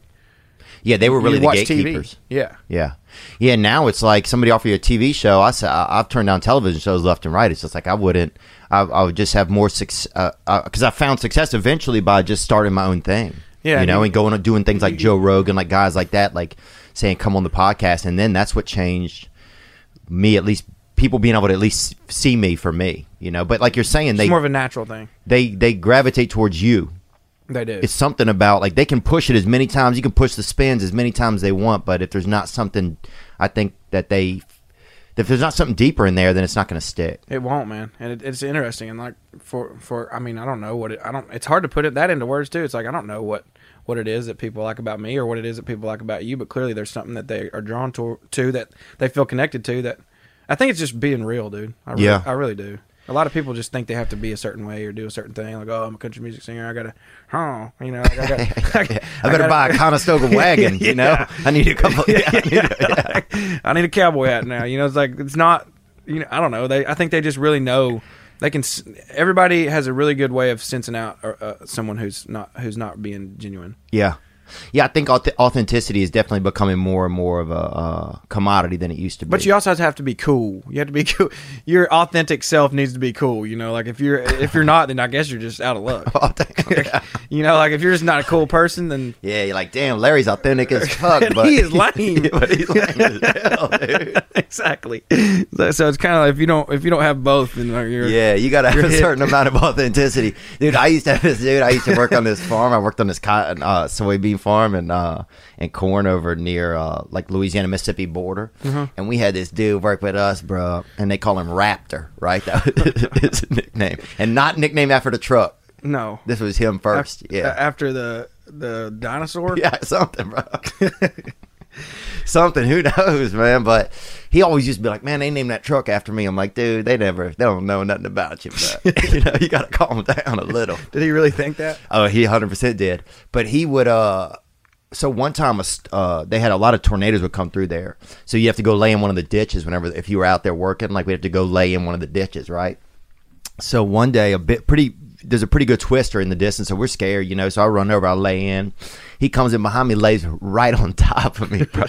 [SPEAKER 1] Yeah, they were really
[SPEAKER 3] you
[SPEAKER 1] the
[SPEAKER 3] watch
[SPEAKER 1] gatekeepers.
[SPEAKER 3] TV. Yeah.
[SPEAKER 1] Yeah, yeah. Now it's like somebody offer you a TV show. I said I've turned down television shows left and right. It's just like I wouldn't. I, I would just have more success because uh 'cause I found success eventually by just starting my own thing.
[SPEAKER 3] Yeah,
[SPEAKER 1] you know,
[SPEAKER 3] you-
[SPEAKER 1] and going and doing things like Joe Rogan, like guys like that, like saying come on the podcast, and then that's what changed me. At least people being able to at least see me for me. You know, but like you're saying,
[SPEAKER 3] It's
[SPEAKER 1] they
[SPEAKER 3] more of a natural thing.
[SPEAKER 1] they they gravitate towards you
[SPEAKER 3] They do.
[SPEAKER 1] it's something about like they can push it as many times you can push the spins as many times they want but if there's not something i think that they if there's not something deeper in there then it's not going to stick
[SPEAKER 3] It won't, man, and it, it's interesting. And like for for, I mean, I don't know what it, I don't. It's hard to put it that into words too. It's like I don't know what what it is that people like about me or what it is that people like about you, but clearly there's something that they are drawn to, to that they feel connected to. That I think it's just being real, dude. I really,
[SPEAKER 1] Yeah.
[SPEAKER 3] I really do. A lot of people just think they have to be a certain way or do a certain thing. Like, oh, I'm a country music singer. I gotta, huh? You know, like, I
[SPEAKER 1] [laughs]
[SPEAKER 3] gotta, I,
[SPEAKER 1] I better
[SPEAKER 3] gotta-
[SPEAKER 1] buy
[SPEAKER 3] [laughs]
[SPEAKER 1] a Conestoga wagon. You know, I need a couple. Yeah, I need a-
[SPEAKER 3] I need a cowboy hat now. You know, it's like it's not. You know, I don't know. They, I think they just really know. They can. s- Everybody has a really good way of sensing out uh, uh, someone who's not who's not being genuine.
[SPEAKER 1] [laughs] yeah, yeah. I think auth- authenticity is definitely becoming more and more of a uh, commodity than it used to be.
[SPEAKER 3] But you also have to be cool. You have to be [laughs] cool. Your authentic self needs to be cool. You know, like if you're if you're not, then I guess you're just out of
[SPEAKER 1] [laughs]
[SPEAKER 3] luck. [laughs] you know, like if you're just not a cool person,
[SPEAKER 1] [laughs]
[SPEAKER 3] then
[SPEAKER 1] yeah, you're like, damn, Larry's
[SPEAKER 3] [laughs]
[SPEAKER 1] authentic as fuck,
[SPEAKER 3] And
[SPEAKER 1] but
[SPEAKER 3] he
[SPEAKER 1] [laughs]
[SPEAKER 3] is lame.
[SPEAKER 1] Yeah, but he's lame as hell, dude.
[SPEAKER 3] [laughs] exactly. So, so it's kind of like if you don't if you don't have both, then like you're
[SPEAKER 1] Yeah, you got to have a
[SPEAKER 3] hip.
[SPEAKER 1] certain amount
[SPEAKER 3] [laughs]
[SPEAKER 1] of authenticity, dude. I used to have this dude. I used to work on this farm. I worked on this cotton, uh, soybean farm and uh, and corn over near uh, like Louisiana Mississippi border.
[SPEAKER 3] Mm-hmm.
[SPEAKER 1] And we had this dude work with us, bro, and they call him Raptor, right? That was [laughs] his nickname, and not nicknamed after the truck.
[SPEAKER 3] no.
[SPEAKER 1] This was him first.
[SPEAKER 3] Af-
[SPEAKER 1] yeah,
[SPEAKER 3] After the the dinosaur.
[SPEAKER 1] [laughs] yeah, something, bro. something. Who knows, man? But he always used to be like, "Man, they named that truck after me." I'm like, "Dude, they never. They don't know nothing about you, but [laughs] you know, you gotta calm down a little."
[SPEAKER 3] Did he really think
[SPEAKER 1] [laughs]
[SPEAKER 3] that?
[SPEAKER 1] Oh, he 100 percent did. But he would. uh So one time, a st- uh, they had a lot of tornadoes would come through there. So you have to go lay in one of the ditches whenever if you were out there working. Like we have to go lay in one of the ditches, right? So one day, a bit pretty. There's a pretty good twister in the distance, so we're scared, you know. So I run over, I lay in. He comes in behind me, lays right on [laughs] top of me, bro.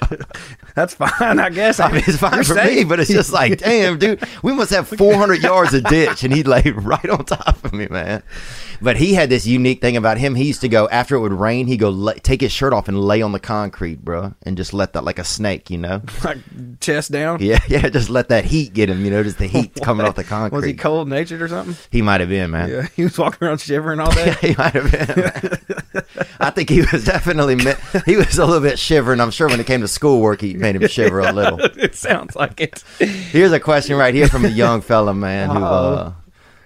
[SPEAKER 3] That's fine, I guess.
[SPEAKER 1] I mean, it's fine
[SPEAKER 3] You're
[SPEAKER 1] for me,
[SPEAKER 3] safe.
[SPEAKER 1] but it's just like, damn, dude, we must have 400 yards of ditch, and he laid [laughs] right on top of me, man. But he had this unique thing about him. He used to go after it would rain. He'd go lay, take his shirt off and lay on the concrete, bro, and just let that like a snake, you know.
[SPEAKER 3] [laughs]
[SPEAKER 1] [laughs]
[SPEAKER 3] like chest down.
[SPEAKER 1] Yeah, yeah, just let that heat get him, you know, just
[SPEAKER 3] [laughs]
[SPEAKER 1] the heat coming off the concrete.
[SPEAKER 3] Was he cold natured or something?
[SPEAKER 1] He might have been, man.
[SPEAKER 3] Yeah, [laughs] he was walking around shivering all
[SPEAKER 1] [laughs] Yeah,
[SPEAKER 3] day.
[SPEAKER 1] [laughs] he might
[SPEAKER 3] [laughs]
[SPEAKER 1] have been. man. I think he was definitely me- he was a little bit shivering. I'm sure when it came to schoolwork, he made him shiver a little.
[SPEAKER 3] it sounds like it.
[SPEAKER 1] Here's a question right here from a young fella, man, who uh,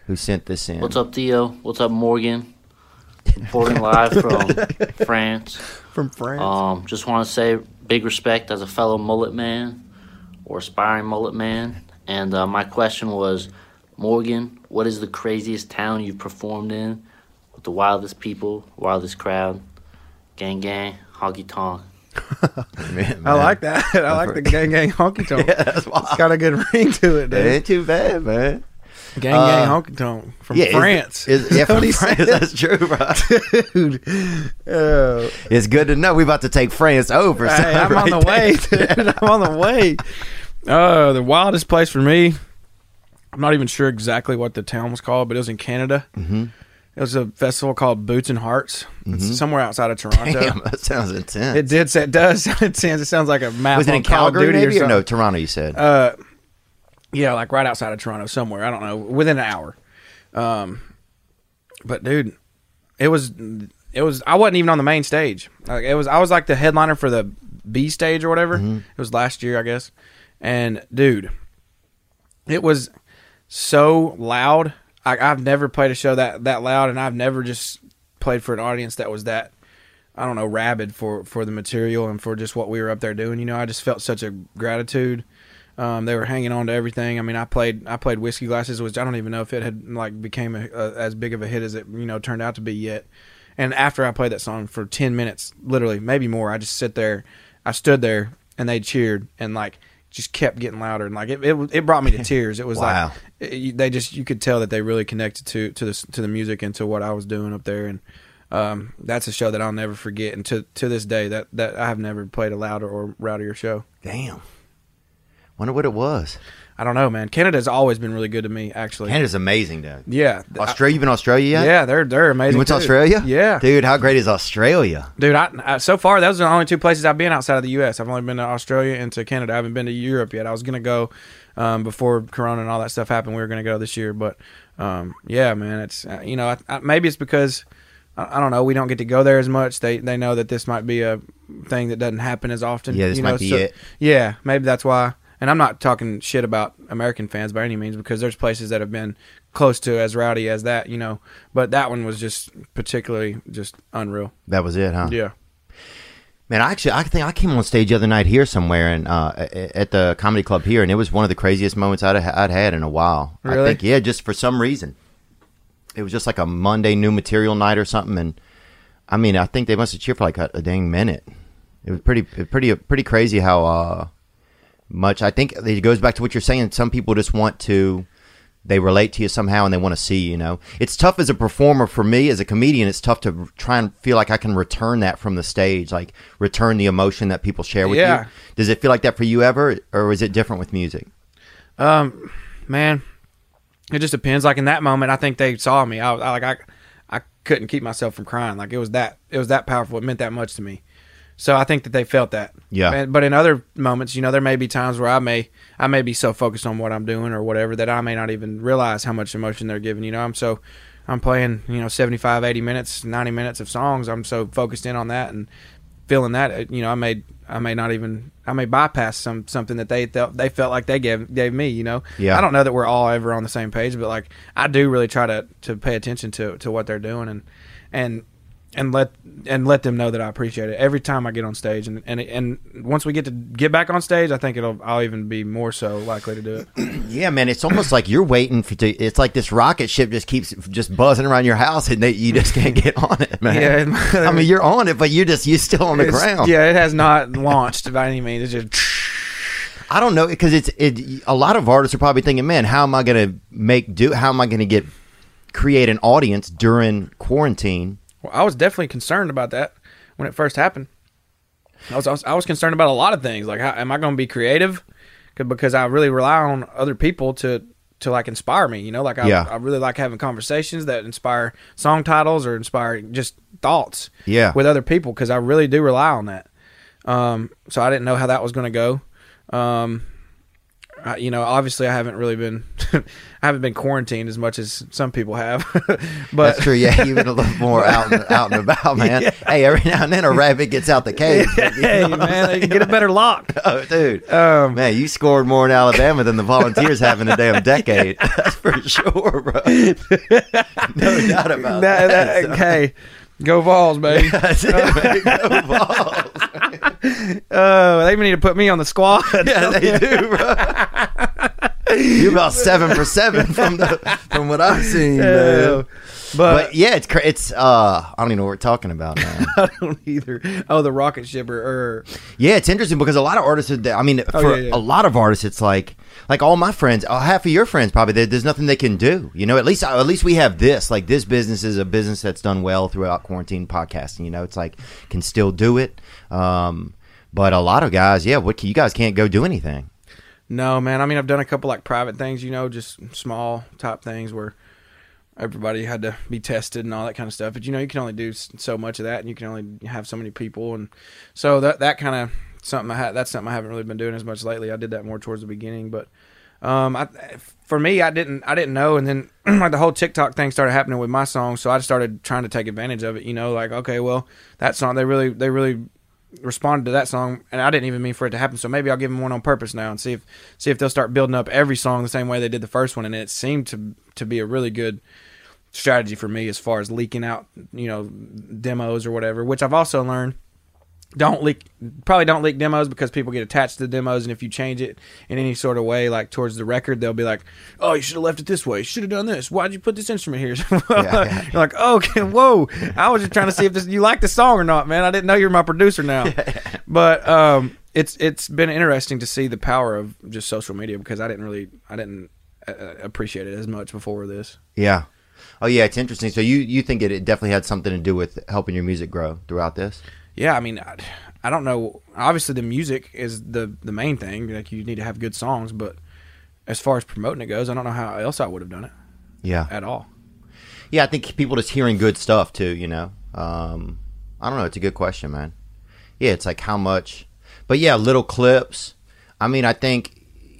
[SPEAKER 1] who sent this in.
[SPEAKER 5] What's up, Theo? What's up, Morgan? Reporting live from France.
[SPEAKER 3] [laughs] From France.
[SPEAKER 1] Oh,
[SPEAKER 5] Um, just want to say big respect as a fellow mullet man or aspiring mullet man. And uh, my question was, Morgan, what is the craziest town you've performed in with the wildest people, wildest crowd? Gang gang, honky tonk.
[SPEAKER 1] [laughs]
[SPEAKER 3] I
[SPEAKER 1] Man, man.
[SPEAKER 3] like that. [laughs] I like the gang gang
[SPEAKER 1] [laughs]
[SPEAKER 3] honky tonk.
[SPEAKER 1] Yeah, that's wild.
[SPEAKER 3] It's got a good ring to it, dude.
[SPEAKER 1] That ain't too bad, man.
[SPEAKER 3] Gang gang honky tonk from
[SPEAKER 1] Yeah, it's-
[SPEAKER 3] France. [laughs]
[SPEAKER 1] it's- yeah, from
[SPEAKER 3] Somebody
[SPEAKER 1] France.
[SPEAKER 3] said-
[SPEAKER 1] That's true, bro.
[SPEAKER 3] dude. Oh,
[SPEAKER 1] It's good to know we about to take France over. son,
[SPEAKER 3] hey, I'm
[SPEAKER 1] right
[SPEAKER 3] on the
[SPEAKER 1] there.
[SPEAKER 3] way, dude. I'm on the way. Oh, the wildest place for me. I'm not even sure exactly what the town was called, but it was in Canada. Mm-hmm. It was a festival called Boots and Hearts. It's somewhere outside of Toronto. [laughs]
[SPEAKER 1] Damn, [laughs] that sounds intense.
[SPEAKER 3] It did. It does. [laughs] It sounds. It sounds like a map.
[SPEAKER 1] was it
[SPEAKER 3] on
[SPEAKER 1] in
[SPEAKER 3] Call of
[SPEAKER 1] Calgary
[SPEAKER 3] Duty
[SPEAKER 1] maybe? Or
[SPEAKER 3] something. Uh,
[SPEAKER 1] no, Toronto, you said.
[SPEAKER 3] Yeah, like right outside of Toronto, somewhere. I don't know, within an hour. Um, but dude, it was it was. I wasn't even on the main stage. Like it was. I was like the headliner for the B stage or whatever. It was last year, I guess. And dude, it was so loud. I, I've never played a show that that loud, and I've never just played for an audience that was that. I don't know, rabid for for the material and for just what we were up there doing. You know, I just felt such a gratitude. Um, they were hanging on to everything. I mean, I played I played whiskey glasses, which I don't even know if it had like became a, a, as big of a hit as it you know turned out to be yet. And after I played that song for ten minutes, literally maybe more, I just sit there, I stood there, and they cheered and like just kept getting louder and like it it, it brought me to tears. It was
[SPEAKER 1] Wow.
[SPEAKER 3] like it- you- they just you could tell that they really connected to to the to the music and to what I was doing up there, and um, that's a show that I'll never forget. And to to this day, that that I have never played a louder or rowdier show.
[SPEAKER 1] Damn. Wonder what it was.
[SPEAKER 3] I don't know, man. Canada's always been really good to me, actually.
[SPEAKER 1] Canada's amazing, though.
[SPEAKER 3] yeah,
[SPEAKER 1] Australia, you been to Australia
[SPEAKER 3] I-
[SPEAKER 1] yet?
[SPEAKER 3] yeah, they're they're amazing.
[SPEAKER 1] You went to
[SPEAKER 3] too.
[SPEAKER 1] Australia?
[SPEAKER 3] Yeah, dude.
[SPEAKER 1] Dude, how great is Australia?
[SPEAKER 3] I, I- so far those are the only two places I've been outside of the U.S. I've only been to Australia and to Canada. I haven't been to Europe yet. I was gonna go um, before Corona and all that stuff happened. We were gonna go this year, but um, yeah, man, it's uh, you know I, I, maybe it's because. I I don't know. We don't get to go there as much. They they know that this might be a thing that doesn't happen as often.
[SPEAKER 1] Yeah, this
[SPEAKER 3] you know,
[SPEAKER 1] might be
[SPEAKER 3] so-
[SPEAKER 1] it.
[SPEAKER 3] Yeah, maybe that's why. and I'm not talking shit about American fans by any means because there's places that have been close to as rowdy as that, you know. But that one was just particularly just unreal.
[SPEAKER 1] That was it, huh?
[SPEAKER 3] Yeah.
[SPEAKER 1] Man, I actually, I think I came on stage the other night here somewhere, and uh, a- a- at the comedy club here, and it was one of the craziest moments I'd, I'd had in a while. I
[SPEAKER 3] Really?
[SPEAKER 1] think, yeah, just for some reason, it was just like a Monday new material night or something, and I mean, I think they must have cheered for like a, a dang minute. It was pretty, pretty, pretty crazy how uh, much. I think it goes back to what you're saying. Some people just want to, they relate to you somehow, and they want to see. You know, it's tough as a performer for me as a comedian. It's tough to try and feel like I can return that from the stage, like return the emotion that people share with
[SPEAKER 3] Yeah.
[SPEAKER 1] you. Does it feel like that for you ever, or is it different with music?
[SPEAKER 3] man, it just depends. Like in that moment, I think they saw me. I, was- I like I, I couldn't keep myself from crying. Like it was that it was that powerful. It meant that much to me. So I think that they felt that.
[SPEAKER 1] Yeah.
[SPEAKER 3] And, but in other moments, you know, there may be times where I may I may be so focused on what I'm doing or whatever that I may not even realize how much emotion they're giving. You know, I'm so I'm playing you know 75, 80 minutes, 90 minutes of songs. I'm so focused in on that and feeling that uh, you know I may I may not even I may bypass some something that they felt they felt like they gave gave me. You know.
[SPEAKER 1] Yeah.
[SPEAKER 3] I don't know that we're all ever on the same page, but like I do really try to to pay attention to to what they're doing and and and let and let them know that I appreciate it every time I get on stage and and and once we get to get back on stage, I think it'll I'll even be more so likely to do it.
[SPEAKER 1] Yeah, man, it's almost like you're waiting for. To, it's like this rocket ship just keeps just buzzing around your house, and they, you just can't get on it, man.
[SPEAKER 3] Yeah, it-
[SPEAKER 1] I mean, you're on it, but you're just you're still on the
[SPEAKER 3] It's-
[SPEAKER 1] ground.
[SPEAKER 3] Yeah, it has not launched by any means. It's just
[SPEAKER 1] I don't know because it's it. A lot of artists are probably thinking, man, how am I going to make do? How am I going to get create an audience during quarantine?
[SPEAKER 3] Well, I was definitely concerned about that when it first happened. I was I was, I was concerned about a lot of things. Like, how, am I going to be creative? 'Cause- Because I really rely on other people to to like inspire me. You know, like I,
[SPEAKER 1] Yeah.
[SPEAKER 3] I really like having conversations that inspire song titles or inspire just thoughts.
[SPEAKER 1] Yeah.
[SPEAKER 3] with other people because I really do rely on that. Um, so I didn't know how that was going to go. Um, I, you know, obviously I haven't really been [laughs] I haven't been quarantined as much as some people have, [laughs] but
[SPEAKER 1] That's true. Yeah, you've been a little more out and, out and about, man. Hey, every now and then a rabbit gets out the cage. you know
[SPEAKER 3] hey
[SPEAKER 1] what I'm
[SPEAKER 3] man, they
[SPEAKER 1] saying?
[SPEAKER 3] can get a better lock.
[SPEAKER 1] Oh, dude. man, you scored more in Alabama than the Volunteers have in a damn decade. [laughs] That's for sure, bro. No doubt
[SPEAKER 3] [laughs]
[SPEAKER 1] about
[SPEAKER 3] That-
[SPEAKER 1] that.
[SPEAKER 3] [laughs] that- hey, go Vols, baby.
[SPEAKER 1] That's it, [laughs] man. Go Vols.
[SPEAKER 3] [laughs] Oh, they even need to put me on the [laughs] squad.
[SPEAKER 1] Yeah, they do, bro. [laughs] You're about seven for seven from the from what I've seen, man.
[SPEAKER 3] [laughs] but,
[SPEAKER 1] But yeah, it's cra- it's uh, I don't even know what we're talking about [laughs] now.
[SPEAKER 3] I don't either. Oh, the rocket ship or, or
[SPEAKER 1] Yeah, it's interesting because a lot of artists. Are, th- I mean, for
[SPEAKER 3] yeah, yeah.
[SPEAKER 1] a lot of artists, it's like like all my friends, uh, half of your friends probably. There, there's nothing they can do. You know, at least at least we have this. Like this business is a business that's done well throughout quarantine podcasting. You know, it's like can still do it. Um, but a lot of guys, yeah, what can- you guys can't go do anything.
[SPEAKER 3] no, man. I mean, I've done a couple like private things, you know, just small type things where everybody had to be tested and all that kind of stuff. But you know, you can only do s- so much of that, and you can only have so many people, and so that that kind of something I ha- that's something I haven't really been doing as much lately. I did that more towards the beginning, but um, I, for me, I didn't I didn't know, and then [clears throat] like the whole TikTok thing started happening with my song, so I just started trying to take advantage of it. You know, like okay, well that song they really they really responded to that song and I didn't even mean for it to happen so maybe I'll give them one on purpose now and see if see if they'll start building up every song the same way they did the first one and it seemed to to be a really good strategy for me as far as leaking out, you know, demos or whatever, which I've also learned don't leak probably don't leak demos because people get attached to the demos and if you change it in any sort of way like towards the record they'll be like oh you should have left it this way you should have done this why'd you put this instrument here [laughs]
[SPEAKER 1] yeah.
[SPEAKER 3] you're like okay whoa i was just trying to see if this, you like the song or not man i didn't know you were my producer now but um it's it's been interesting to see the power of just social media because i didn't really i didn't uh, uh, appreciate it as much before this
[SPEAKER 1] Yeah. Oh yeah, it's interesting. So you you think it, it definitely had something to do with helping your music grow throughout this?
[SPEAKER 3] yeah i mean I, I don't know obviously the music is the the main thing like you need to have good songs but as far as promoting it goes i don't know how else i would have done it
[SPEAKER 1] Yeah.
[SPEAKER 3] at all
[SPEAKER 1] Yeah, I think people just hearing good stuff too. You know, um, I don't know. It's a good question, man. Yeah, it's like how much, but yeah, little clips. I mean, I think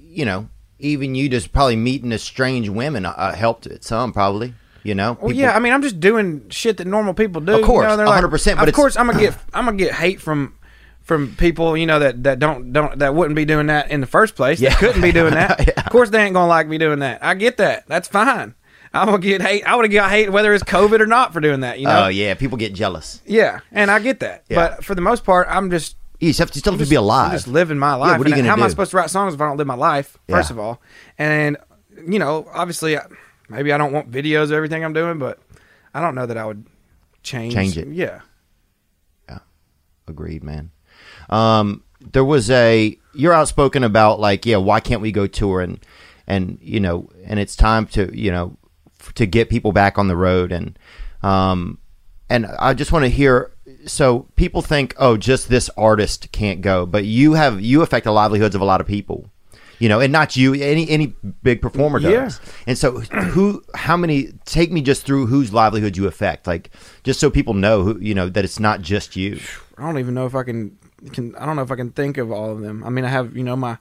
[SPEAKER 1] you know, even you just probably meeting the strange women uh, helped it some probably. You know,
[SPEAKER 3] well yeah i mean i'm just doing shit that normal people do
[SPEAKER 1] Of course,
[SPEAKER 3] you know, they're like,
[SPEAKER 1] 100%, but
[SPEAKER 3] of [clears throat]
[SPEAKER 1] it's-
[SPEAKER 3] course i'm gonna get i'm gonna get hate from from people you know that that don't don't that wouldn't be doing that in the first place.
[SPEAKER 1] Yeah.
[SPEAKER 3] That couldn't be doing [laughs] that.
[SPEAKER 1] Yeah.
[SPEAKER 3] Of course, they ain't gonna like me doing that. I get that. That's fine. I'm gonna get hate. I would have got hate whether it's COVID or not for doing that. You know.
[SPEAKER 1] Oh yeah, people get jealous.
[SPEAKER 3] Uh, Yeah, and I get that.
[SPEAKER 1] Yeah.
[SPEAKER 3] But for the most part, I'm just
[SPEAKER 1] You just have to tell them to be
[SPEAKER 3] I'm
[SPEAKER 1] alive.
[SPEAKER 3] just living my life.
[SPEAKER 1] what are you
[SPEAKER 3] And
[SPEAKER 1] gonna
[SPEAKER 3] how am I
[SPEAKER 1] do?
[SPEAKER 3] supposed to write songs if I don't live my life? First
[SPEAKER 1] Yeah.
[SPEAKER 3] of all, and you know, obviously, I- maybe I don't want videos of everything I'm doing, but I don't know that I would change.
[SPEAKER 1] Change it.
[SPEAKER 3] Yeah.
[SPEAKER 1] Agreed, man. Um, there was a you're outspoken about like, yeah, why can't we go tour and and you know, and it's time to you know f- to get people back on the road and um, and I just want to hear. So people think, oh, just this artist can't go, but you have you affect the livelihoods of a lot of people, you know, and not you any any big performer does.
[SPEAKER 3] Yeah.
[SPEAKER 1] And so, who, how many? Take me just through whose livelihood you affect, like just so people know who you know that it's not just you.
[SPEAKER 3] I don't even know if I can can I don't know if I can think of all of them. I mean, I have you know my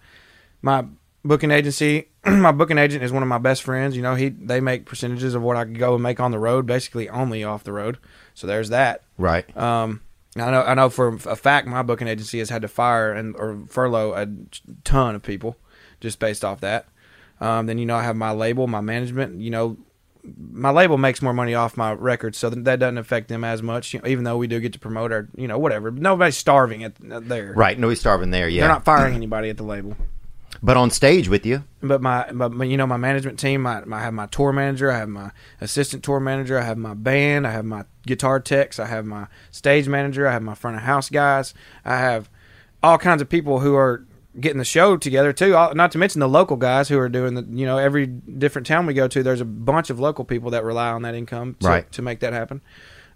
[SPEAKER 3] my booking agency. [clears throat] my booking agent is one of my best friends. You know, he they make percentages of what I could go and make on the road, basically only off the road. So there's that.
[SPEAKER 1] Right.
[SPEAKER 3] Um, I know I know for a fact my booking agency has had to fire and or furlough a ton of people just based off that. Um, then you know I have my label, my management. You know, my label makes more money off my records, so that doesn't affect them as much. You know, even though we do get to promote our, you know, whatever. Nobody's starving at there.
[SPEAKER 1] Right, nobody's starving there. Yeah,
[SPEAKER 3] They're not firing anybody at the label.
[SPEAKER 1] but on stage with you,
[SPEAKER 3] But my, but my- you know, my management team, my, my, I have my tour manager, I have my assistant tour manager, I have my band, I have my guitar techs, I have my stage manager, I have my front of house guys, I have all kinds of people who are getting the show together too. All, not to mention the local guys who are doing the, you know, every different town we go to, there's a bunch of local people that rely on that income to,
[SPEAKER 1] Right.
[SPEAKER 3] to make that happen.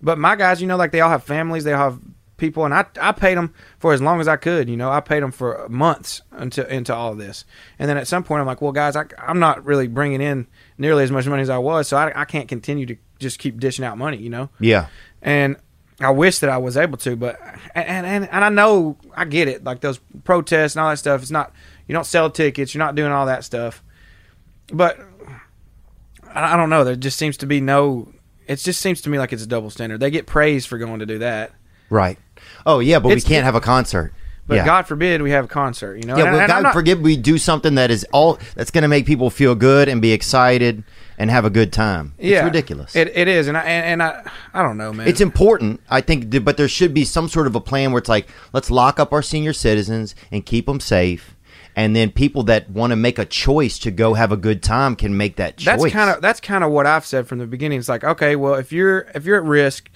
[SPEAKER 3] But my guys, you know, like they all have families, they all have people, and I I paid them for as long as I could. You know, I paid them for months into into all of this, and then at some point I'm like, well, guys, I, I'm not really bringing in nearly as much money as I was, so I, I can't continue to just keep dishing out money. You know,
[SPEAKER 1] yeah,
[SPEAKER 3] and I wish that I was able to, but and and, and I know I get it, like those protests and all that stuff. It's not you don't sell tickets, you're not doing all that stuff, but I, I don't know. There just seems to be no. It just seems to me like it's a double standard. They get praised for going to do that,
[SPEAKER 1] right. Oh yeah, but
[SPEAKER 3] It's-
[SPEAKER 1] we can't have a concert.
[SPEAKER 3] but
[SPEAKER 1] yeah.
[SPEAKER 3] God forbid we have a concert. You know,
[SPEAKER 1] yeah,
[SPEAKER 3] And-
[SPEAKER 1] well,
[SPEAKER 3] and I'm
[SPEAKER 1] God
[SPEAKER 3] not-
[SPEAKER 1] forgive we do something that is all that's going to make people feel good and be excited and have a good time.
[SPEAKER 3] yeah,
[SPEAKER 1] it's ridiculous.
[SPEAKER 3] It, it is, and I and, and I I don't know, man.
[SPEAKER 1] it's important, I think, th- but there should be some sort of a plan where it's like let's lock up our senior citizens and keep them safe, and then people that want to make a choice to go have a good time can make that choice.
[SPEAKER 3] that's kind of that's kind of what I've said from the beginning. It's like, okay, well, if you're if you're at risk,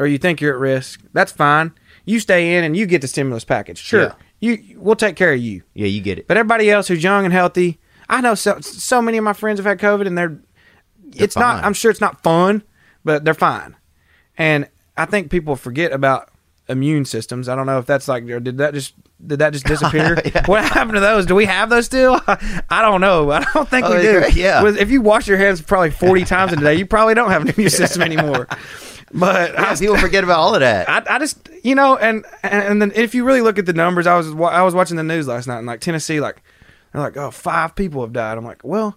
[SPEAKER 3] or you think you're at risk, that's fine. You stay in and you get the stimulus package. Sure, you we'll take care of you.
[SPEAKER 1] yeah, you get it.
[SPEAKER 3] But everybody else who's young and healthy, I know so so many of my friends have had COVID and they're. it's
[SPEAKER 1] fine.
[SPEAKER 3] not. I'm sure it's not fun, but they're fine. And I think people forget about immune systems. I don't know if that's like or did that just did
[SPEAKER 1] [laughs]
[SPEAKER 3] that just disappear? What happened to those? Do we have those still? [laughs] I don't know. I don't think
[SPEAKER 1] Oh,
[SPEAKER 3] we do.
[SPEAKER 1] yeah.
[SPEAKER 3] With- If you wash your hands probably 40 times a day, you probably don't have an
[SPEAKER 1] [laughs]
[SPEAKER 3] immune system anymore. But I
[SPEAKER 1] Yeah, people forget about all of that.
[SPEAKER 3] I, I just you know and, and and then if you really look at the numbers I was wa- I was watching the news last night and like Tennessee like they're like oh five people have died I'm like well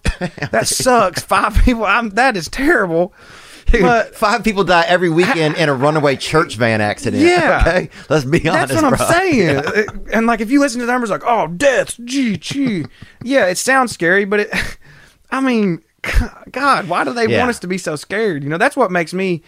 [SPEAKER 3] that sucks five people I'm that is terrible but
[SPEAKER 1] Five people die every weekend in a runaway church van accident.
[SPEAKER 3] Yeah.
[SPEAKER 1] Okay. Let's be honest.
[SPEAKER 3] that's what I'm
[SPEAKER 1] bro. [laughs]
[SPEAKER 3] saying and like if you listen to the numbers like oh deaths gee gee yeah it sounds scary but it [laughs] I mean [laughs] God why do they
[SPEAKER 1] Yeah.
[SPEAKER 3] want us to be so scared you know that's what makes me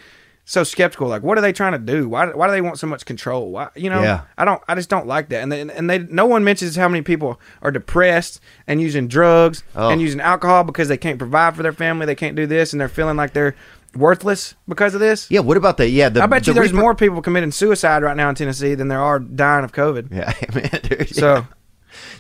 [SPEAKER 3] so skeptical like what are they trying to do why, why do they want so much control why you know
[SPEAKER 1] Yeah.
[SPEAKER 3] I don't. I just don't like that. And they, and they no one mentions how many people are depressed and using drugs
[SPEAKER 1] Oh.
[SPEAKER 3] and using alcohol because they can't provide for their family. They can't do this, and they're feeling like they're worthless because of this.
[SPEAKER 1] Yeah. What about the yeah? The,
[SPEAKER 3] I bet you
[SPEAKER 1] the
[SPEAKER 3] there's
[SPEAKER 1] reper-
[SPEAKER 3] more people committing suicide right now in Tennessee than there are dying of COVID.
[SPEAKER 1] [laughs] Yeah, man. There's,
[SPEAKER 3] So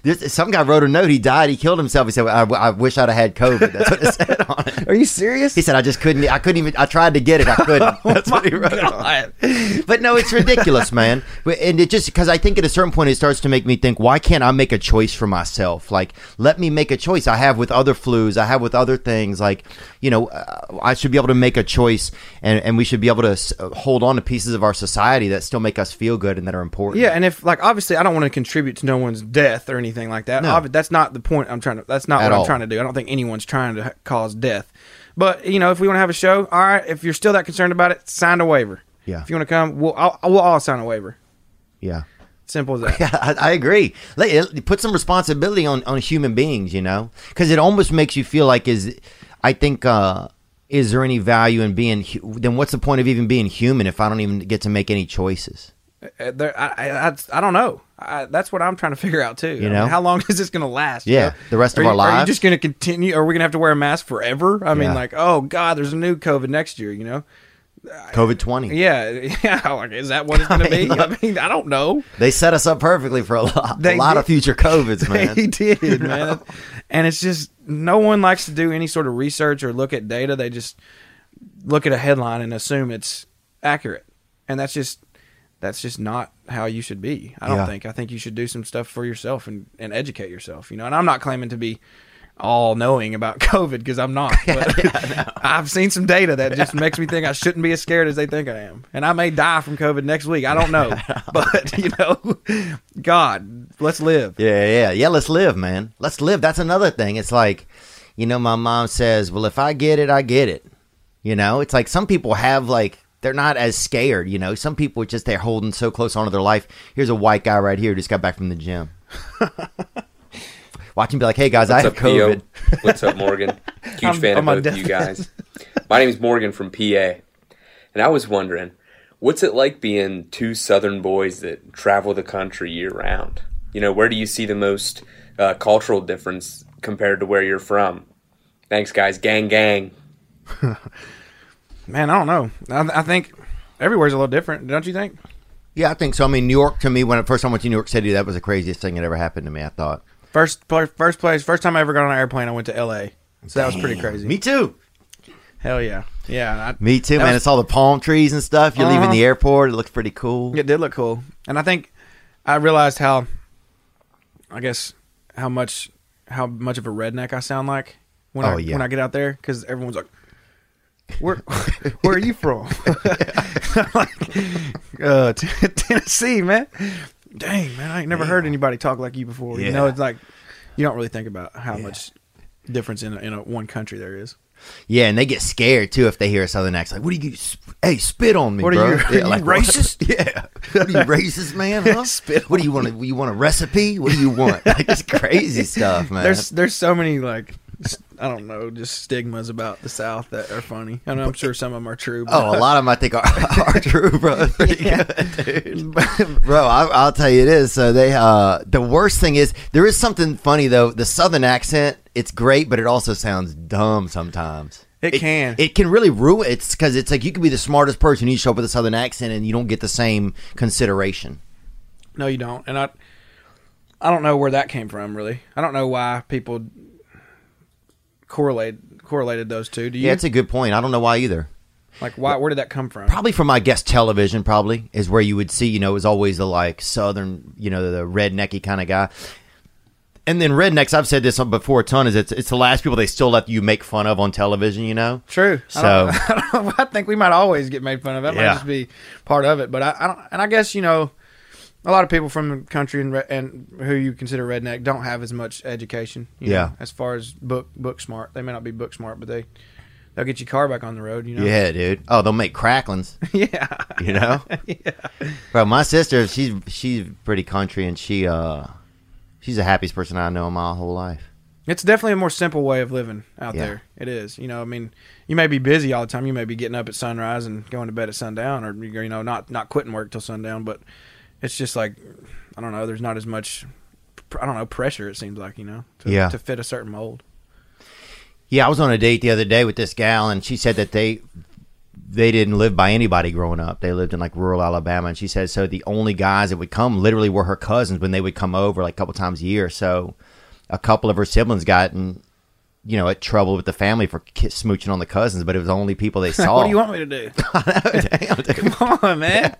[SPEAKER 1] This, some guy wrote a note. He died. He killed himself. He said, "I, I wish I'd have had COVID." That's what it said on it.
[SPEAKER 3] are you serious?
[SPEAKER 1] He said, "I just couldn't. I couldn't even. I tried to get it. I couldn't." That's what he wrote. on it. But no, it's ridiculous, man. But- And it just because I think at a certain point it starts to make me think, why can't I make a choice for myself? Like, let me make a choice. I have with other flus. I have with other things. Like, you know, uh, I should be able to make a choice, and and we should be able to s- uh, hold on to pieces of our society that still make us feel good and that are important.
[SPEAKER 3] Yeah, and if like obviously I don't want to contribute to no one's death or anything like that.
[SPEAKER 1] No.
[SPEAKER 3] Obvi- that's not the point I'm trying to. That's not
[SPEAKER 1] At
[SPEAKER 3] what
[SPEAKER 1] all.
[SPEAKER 3] I'm trying to do. I don't think anyone's trying to ha- cause death. But you know, if we want to have a show, all right. If you're still that concerned about it, sign a waiver.
[SPEAKER 1] Yeah.
[SPEAKER 3] If you want to come, we'll I'll, we'll all sign a waiver.
[SPEAKER 1] Yeah.
[SPEAKER 3] Simple as that.
[SPEAKER 1] Yeah, I, I agree. Like, it- Put some responsibility on, on human beings, you know, because it almost makes you feel like is, I think, uh, is there any value in being? hu- Then what's the point of even being human if I don't even get to make any choices?
[SPEAKER 3] Uh, there, I, I, I, I don't know. I, that's what I'm trying to figure out too. You
[SPEAKER 1] know?
[SPEAKER 3] how long [laughs] is this going to last? you
[SPEAKER 1] Yeah,
[SPEAKER 3] know?
[SPEAKER 1] the rest of
[SPEAKER 3] Are you-
[SPEAKER 1] our
[SPEAKER 3] Are you
[SPEAKER 1] lives?
[SPEAKER 3] just going to continue? Are we going to have to wear a mask forever? I mean,
[SPEAKER 1] Yeah.
[SPEAKER 3] like, oh god, there's a new COVID next year. You know?
[SPEAKER 1] COVID twenty.
[SPEAKER 3] Yeah, [laughs] yeah. Like, is that what it's going to
[SPEAKER 1] [laughs]
[SPEAKER 3] be? I mean, I don't know.
[SPEAKER 1] They set us up perfectly for a lot,
[SPEAKER 3] They
[SPEAKER 1] a lot
[SPEAKER 3] did.
[SPEAKER 1] of future COVIDs,
[SPEAKER 3] [laughs]
[SPEAKER 1] man.
[SPEAKER 3] They did, man. And it's just no one likes to do any sort of research or look at data. They just look at a headline and assume it's accurate. And that's just that's just not how you should be. I don't
[SPEAKER 1] Yeah.
[SPEAKER 3] think. I think you should do some stuff for yourself and, and educate yourself, you know. And I'm not claiming to be all knowing about [laughs] COVID because I'm not. But [laughs] I've seen some data that just makes me think I shouldn't be as scared as they think I am. And I may die from COVID next week. [laughs] I don't know. but, you know, God, let's live.
[SPEAKER 1] Yeah, yeah, yeah. Let's live, man. Let's live. That's another thing. It's like, you know, my mom says, "Well, if I get it, I get it." You know, it's like some people have like they're not as scared. You know, some people just they're holding so close onto their life. Here's a white guy right here who just got back from the gym.
[SPEAKER 3] [laughs]
[SPEAKER 1] Watch him be like, "Hey guys, I have COVID."
[SPEAKER 6] Theo? What's up,
[SPEAKER 3] [laughs]
[SPEAKER 6] Morgan? Huge
[SPEAKER 3] I'm-
[SPEAKER 6] fan
[SPEAKER 3] I'm on
[SPEAKER 6] of both
[SPEAKER 3] death
[SPEAKER 6] you guys. My name is Morgan from PA, and I was wondering, what's it like being two Southern boys that travel the country year round? You know, where do you see the most uh, cultural difference compared to where you're from? Thanks, guys. Gang, gang.
[SPEAKER 3] Man, I don't know. I, I think everywhere's a little different, don't you think?
[SPEAKER 1] Yeah, I think so. I mean, New York to me when I first time I went to New York City, that was the craziest thing that ever happened to me. I thought.
[SPEAKER 3] First, pla- first place, first time I ever got on an airplane, I went to L.A. So that was pretty
[SPEAKER 1] "Damn,
[SPEAKER 3] crazy.
[SPEAKER 1] Me too.
[SPEAKER 3] Hell yeah, yeah. I,
[SPEAKER 1] Me too,
[SPEAKER 3] That
[SPEAKER 1] man.
[SPEAKER 3] was-
[SPEAKER 1] it's all the palm trees and stuff. You're leaving
[SPEAKER 3] Uh-huh.
[SPEAKER 1] the airport. It looks pretty cool.
[SPEAKER 3] It did look cool, and I think I realized how, I guess, how much, how much of a redneck I sound like when I
[SPEAKER 1] Oh, yeah.
[SPEAKER 3] when I get out there because everyone's like,
[SPEAKER 1] [laughs]
[SPEAKER 3] "Where, where are you from?" [laughs] I'm like, uh, T- Tennessee, man. Dang, man, I ain't never heard anybody talk like you before. You know,
[SPEAKER 1] Yeah.
[SPEAKER 3] it's like you don't really think about how much difference in a, in a one country there is.
[SPEAKER 1] Yeah, and they get scared too if they hear a southern accent. Like, what do you? Hey, spit on me,
[SPEAKER 3] What are
[SPEAKER 1] bro.
[SPEAKER 3] you- are
[SPEAKER 1] [laughs] Yeah,
[SPEAKER 3] you
[SPEAKER 1] like,
[SPEAKER 3] racist?
[SPEAKER 1] [laughs] Yeah. What are you racist,
[SPEAKER 3] [laughs]
[SPEAKER 1] man? Huh?
[SPEAKER 3] Spit
[SPEAKER 1] What do you want? You want a recipe? What do
[SPEAKER 3] [laughs]
[SPEAKER 1] you want? Like, it's crazy stuff, man.
[SPEAKER 3] There's there's so many like s- I don't know just stigmas about the South that are funny, and I'm sure some of them are true. But
[SPEAKER 1] oh, a lot of them I think are, [laughs]
[SPEAKER 3] [laughs]
[SPEAKER 1] are true, bro. It's pretty good, dude. [laughs] bro, I, I'll tell you it is. So they, uh, the worst thing is there is something funny though. The southern accent, it's great, but it also sounds dumb sometimes.
[SPEAKER 3] It can.
[SPEAKER 1] It can really ruin. It's because it's like you can be the smartest person, you show up with a southern accent, and you don't get the same consideration.
[SPEAKER 3] No, you don't, and I I don't know where that came from. Really, I don't know why people correlate correlated those two. Do you?
[SPEAKER 1] Yeah, it's a good point. I don't know why either.
[SPEAKER 3] like why? Where did that come from?
[SPEAKER 1] Probably from I guess television. Probably is where you would see. You know, is always the like southern. You know, the rednecky kind of guy. And then rednecks, I've said this before a ton. Is it's it's the last people they still let you make fun of on television. You know,
[SPEAKER 3] True.
[SPEAKER 1] So-
[SPEAKER 3] I, don't, [laughs] I, don't- I think we might always get made fun of. That might
[SPEAKER 1] Yeah.
[SPEAKER 3] just be part of it. But I, I don't, and I guess you know, a lot of people from the country and re- and who you consider redneck don't have as much education. you know,
[SPEAKER 1] Yeah.
[SPEAKER 3] as far as book book smart, they may not be book smart, but they they'll get your car back on the road. You know.
[SPEAKER 1] [laughs] yeah, dude. Oh, they'll make cracklings.
[SPEAKER 3] [laughs] yeah. [laughs]
[SPEAKER 1] you know bro my sister she's she's pretty country and she uh she's the happiest person i know in my whole life
[SPEAKER 3] It's definitely a more simple way of living out
[SPEAKER 1] Yeah.
[SPEAKER 3] there. It is. You know, I mean, you may be busy all the time. You may be getting up at sunrise and going to bed at sundown, or you know, not not quitting work till sundown. But it's just like, I don't know. There's not as much, I don't know, pressure. It seems like you know, to,
[SPEAKER 1] Yeah.
[SPEAKER 3] to fit a certain mold.
[SPEAKER 1] yeah i was on a date the other day with this gal and she said that they they didn't live by anybody growing up they lived in like rural alabama and she said so the only guys that would come literally were her cousins when they would come over like a couple times a year so a couple of her siblings got in you know, at trouble with the family for ki- smooching on the cousins, but it was the only people they saw.
[SPEAKER 3] [laughs] What do you want me to do? [laughs] Come on, man.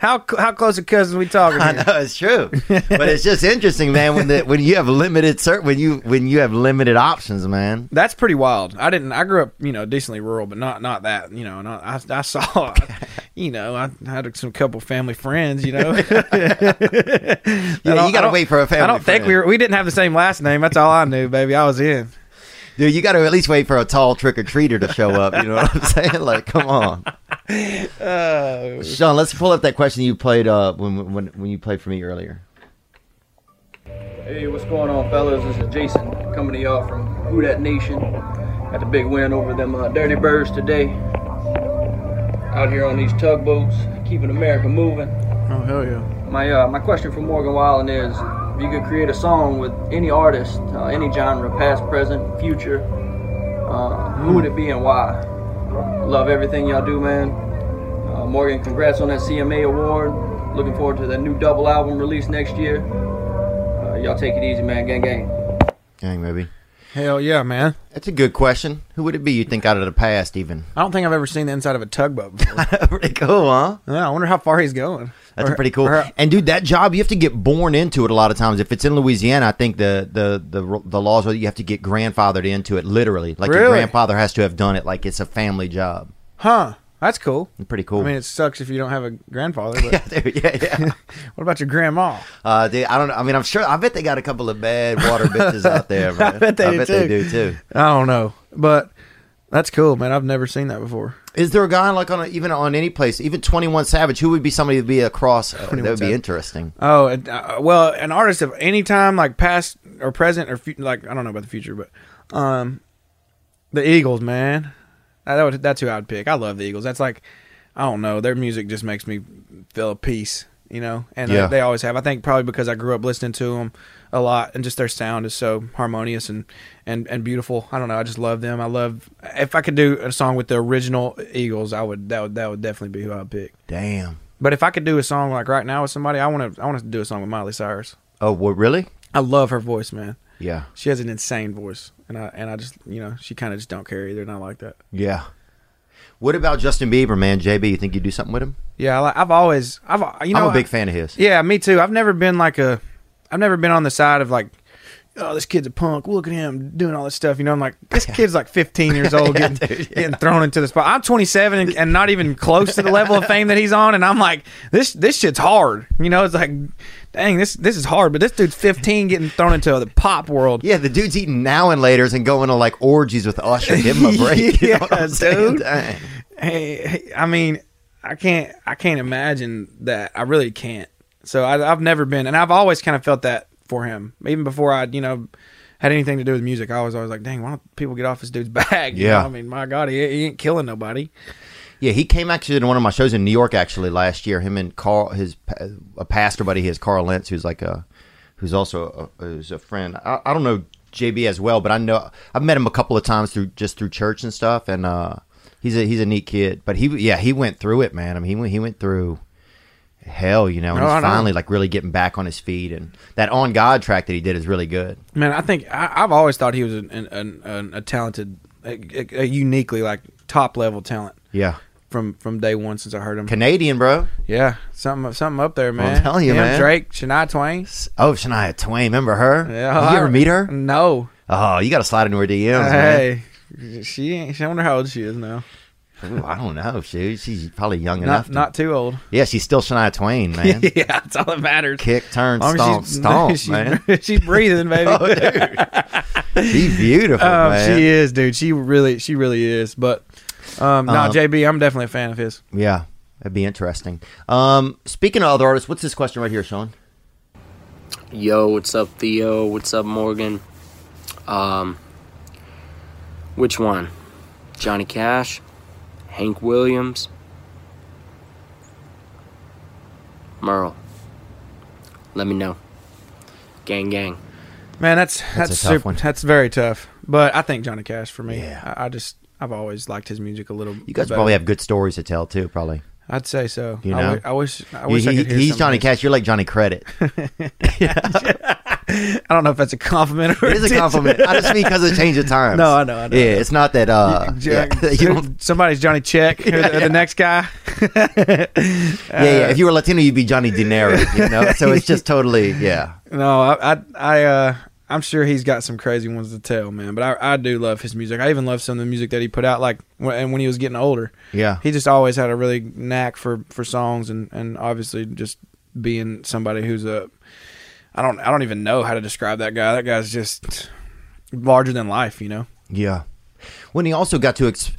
[SPEAKER 3] How how close of cousins we talking?
[SPEAKER 1] I
[SPEAKER 3] Here?
[SPEAKER 1] know [laughs] it's true, but it's just interesting, man. When the, when you have limited cert, when you when you have limited options, man.
[SPEAKER 3] That's pretty wild. I didn't. I grew up, you know, decently rural, but not not that. You know, and I I, I
[SPEAKER 1] [laughs]
[SPEAKER 3] saw, you know, I had some couple family friends. You know,
[SPEAKER 1] [laughs] Yeah,
[SPEAKER 3] don't-
[SPEAKER 1] you gotta
[SPEAKER 3] don't-
[SPEAKER 1] wait for a family.
[SPEAKER 3] I don't think we
[SPEAKER 1] friend.
[SPEAKER 3] were, we didn't have the same last name. That's all I knew, baby. I was in. [laughs]
[SPEAKER 1] dude. You gotta at least wait for a tall trick or treater to show up. You know what I'm saying? Like, come on.
[SPEAKER 3] Oh.
[SPEAKER 1] Sean, let's pull up that question you played uh, when, when when you played for me earlier.
[SPEAKER 7] Hey, what's going on, fellas? This is Jason coming to y'all from Who Dat Nation. Got the big win over them uh, Dirty Birds today. Out here on these tugboats, keeping America moving.
[SPEAKER 3] Oh hell yeah!
[SPEAKER 7] My uh, my question for Morgan Wallen is: If you could create a song with any artist, uh, any genre, past, present, future, uh, who would it be and why? Love everything y'all do, man. Uh, Morgan, congrats on that CMA award. Looking forward to that new double album release next year. Uh, y'all take it easy, man. Gang, gang.
[SPEAKER 1] Dang, baby.
[SPEAKER 3] Hell yeah, man!
[SPEAKER 1] That's a good question. Who would it be you think out of the
[SPEAKER 3] [laughs]
[SPEAKER 1] past, even?
[SPEAKER 3] I don't think I've ever seen the inside of a tugboat before.
[SPEAKER 1] pretty cool, huh?
[SPEAKER 3] [laughs] yeah, I wonder how far he's going.
[SPEAKER 1] That's
[SPEAKER 3] Or-
[SPEAKER 1] pretty cool.
[SPEAKER 3] or-
[SPEAKER 1] And dude, that job you have to get born into it a lot of times. If it's in Louisiana, I think the the the, the laws are that you have to get grandfathered into it literally. Like your
[SPEAKER 3] Really?
[SPEAKER 1] grandfather has to have done it. Like it's a family job.
[SPEAKER 3] huh? That's cool.
[SPEAKER 1] Pretty cool.
[SPEAKER 3] I mean, it sucks if you don't have a grandfather. But
[SPEAKER 1] [laughs] yeah, dude, yeah,
[SPEAKER 3] [laughs]
[SPEAKER 1] yeah.
[SPEAKER 3] what about your grandma?
[SPEAKER 1] Uh, dude, I don't. know. I mean, I'm sure. I bet they got a couple of bad water bitches
[SPEAKER 3] [laughs]
[SPEAKER 1] out there. Man.
[SPEAKER 3] bet they do,
[SPEAKER 1] they
[SPEAKER 3] too.
[SPEAKER 1] do too.
[SPEAKER 3] I don't know, but that's cool, man. I've never seen that before.
[SPEAKER 1] Is there a guy like on a, even on any place, even 21 Savage, who would be somebody to be across? Uh, that would
[SPEAKER 3] 21
[SPEAKER 1] be
[SPEAKER 3] Savage.
[SPEAKER 1] interesting.
[SPEAKER 3] Oh, and, uh, well, an artist of any time, like past or present or fu- like I don't know about the future, but um, the Eagles, man, Uh, that, that would, that's who I would pick. I love the Eagles. That's like I don't know, their music just makes me feel a peace, you know. And uh,
[SPEAKER 1] Yeah.
[SPEAKER 3] they, they always have. I think probably because I grew up listening to them a lot, and just their sound is so harmonious and and and beautiful. I don't know. I just love them. I love. If I could do a song with the original Eagles, I would. That would that would definitely be who I'd pick.
[SPEAKER 1] Damn.
[SPEAKER 3] But if I could do a song like right now with somebody, I want to. I want to do a song with Miley Cyrus.
[SPEAKER 1] Oh, well, really?
[SPEAKER 3] I love her voice, man.
[SPEAKER 1] Yeah.
[SPEAKER 3] She has an insane voice, and I and I just you know she kind of just don't care either, and I like that.
[SPEAKER 1] Yeah. What about Justin Bieber, man? JB, you think you do something with him?
[SPEAKER 3] Yeah, I like, I've always I've you know
[SPEAKER 1] I'm a big
[SPEAKER 3] I-
[SPEAKER 1] fan of his.
[SPEAKER 3] Yeah, me too. I've never been like a. I've never been on the side of like, oh, this kid's a punk. Look at him doing all this stuff. You know, I'm like, this kid's like 15 years old getting, getting thrown into the spot. I'm 27 and, and not even close to the level of fame that he's on. And I'm like, this this shit's hard. You know, it's like, dang, this this is hard. But this dude's 15 getting thrown into the pop world.
[SPEAKER 1] Yeah, the dude's eating now and later's and going to like orgies with Usher.
[SPEAKER 3] [laughs]
[SPEAKER 1] Give him a break. You know what I'm
[SPEAKER 3] Yeah,
[SPEAKER 1] saying?
[SPEAKER 3] dude.
[SPEAKER 1] Dang.
[SPEAKER 3] Hey, hey, I mean, I can't I can't imagine that. I really can't. So I, I've never been, and I've always kind of felt that for him, even before I, you know, had anything to do with music. I was always like, dang, why don't people get off this dude's [laughs] bag? You
[SPEAKER 1] Yeah.
[SPEAKER 3] know, I mean, my God, he, he ain't killing nobody.
[SPEAKER 1] Yeah, he came actually to one of my shows in New York actually last year. Him and Carl, his pa- a pastor buddy, his Carl Lentz, who's like a, who's also a, who's a friend. I, I don't know JB as well, but I know I've met him a couple of times through just through church and stuff. And uh, he's a he's a neat kid. But he yeah he went through it, man. I mean he went he went through hell, you know. And
[SPEAKER 3] No, I
[SPEAKER 1] he's
[SPEAKER 3] know.
[SPEAKER 1] finally like really getting back on his feet. And that on God track that he did is really good.
[SPEAKER 3] Man, I think I, I've always thought he was an, an, an, an, a talented, a, a, a uniquely like top level talent
[SPEAKER 1] Yeah,
[SPEAKER 3] from from day one since I heard him.
[SPEAKER 1] Canadian bro.
[SPEAKER 3] Yeah, something something up there, man.
[SPEAKER 1] telling you,
[SPEAKER 3] Him,
[SPEAKER 1] man.
[SPEAKER 3] Drake, Shania Twain.
[SPEAKER 1] Oh, Shania Twain, remember her?
[SPEAKER 3] Yeah,
[SPEAKER 1] you ever meet her?
[SPEAKER 3] No.
[SPEAKER 1] Oh, you got to slide into her DMs, man.
[SPEAKER 3] Hey, she ain't. I wonder how old she is now.
[SPEAKER 1] Ooh, I don't know. She, she's probably young enough.
[SPEAKER 3] Not
[SPEAKER 1] to-
[SPEAKER 3] not too old.
[SPEAKER 1] yeah, she's still Shania Twain,
[SPEAKER 3] [laughs]
[SPEAKER 1] man.
[SPEAKER 3] yeah, that's all that matters.
[SPEAKER 1] Kick, turn,
[SPEAKER 3] As long
[SPEAKER 1] stomp,
[SPEAKER 3] as she's-
[SPEAKER 1] stomp,
[SPEAKER 3] [laughs] she's,
[SPEAKER 1] man.
[SPEAKER 3] she's breathing, baby.
[SPEAKER 1] [laughs] Oh, dude. She's beautiful,
[SPEAKER 3] Um,
[SPEAKER 1] man.
[SPEAKER 3] she is, dude. She really, she really is. But um, no,
[SPEAKER 1] Um,
[SPEAKER 3] JB, I'm definitely a fan of his.
[SPEAKER 1] Yeah, that'd be interesting. Um, speaking of other artists, what's this question right here, Sean?
[SPEAKER 8] Yo, what's up, Theo? What's up, Morgan? Um, which one? Johnny Cash, Hank Williams, Merle. Let me know. Gang, gang.
[SPEAKER 3] Man, that's
[SPEAKER 1] That's
[SPEAKER 3] that's,
[SPEAKER 1] a tough
[SPEAKER 3] super,
[SPEAKER 1] one.
[SPEAKER 3] that's very tough. But I think Johnny Cash for me.
[SPEAKER 1] Yeah.
[SPEAKER 3] I, I just I've always liked his music a little.
[SPEAKER 1] You guys
[SPEAKER 3] better.
[SPEAKER 1] probably have good stories to tell too, probably.
[SPEAKER 3] I'd say so.
[SPEAKER 1] You
[SPEAKER 3] I
[SPEAKER 1] know?
[SPEAKER 3] wi- I, wish. I wish. I
[SPEAKER 1] He-
[SPEAKER 3] could hear
[SPEAKER 1] he's
[SPEAKER 3] some of
[SPEAKER 1] Johnny
[SPEAKER 3] his-
[SPEAKER 1] Cash. You're like
[SPEAKER 3] [laughs]
[SPEAKER 1] Johnny Credit.
[SPEAKER 3] I don't know if that's a compliment. Or
[SPEAKER 1] It is a
[SPEAKER 3] [laughs]
[SPEAKER 1] compliment. I just mean because of the change of times.
[SPEAKER 3] No, I know, I know.
[SPEAKER 1] Yeah, it's not that. Uh,
[SPEAKER 3] Jack-
[SPEAKER 1] [laughs] yeah, you don't-
[SPEAKER 3] somebody's Johnny
[SPEAKER 1] [laughs]
[SPEAKER 3] Check, or the, the next guy.
[SPEAKER 1] yeah, yeah. If you were Latino, you'd be Johnny Dinero. You know, so it's
[SPEAKER 3] [laughs]
[SPEAKER 1] just totally. Yeah,
[SPEAKER 3] No, I, I, I uh, I'm sure he's got some crazy ones to tell, man. But I, I do love his music. I even love some of the music that he put out, like when, and when he was getting older.
[SPEAKER 1] Yeah.
[SPEAKER 3] he just always had a really knack for for songs, and and obviously just being somebody who's a, I don't, I don't even know how to describe that guy. That guy's just larger than life, you know.
[SPEAKER 1] yeah. When he also got to, ex-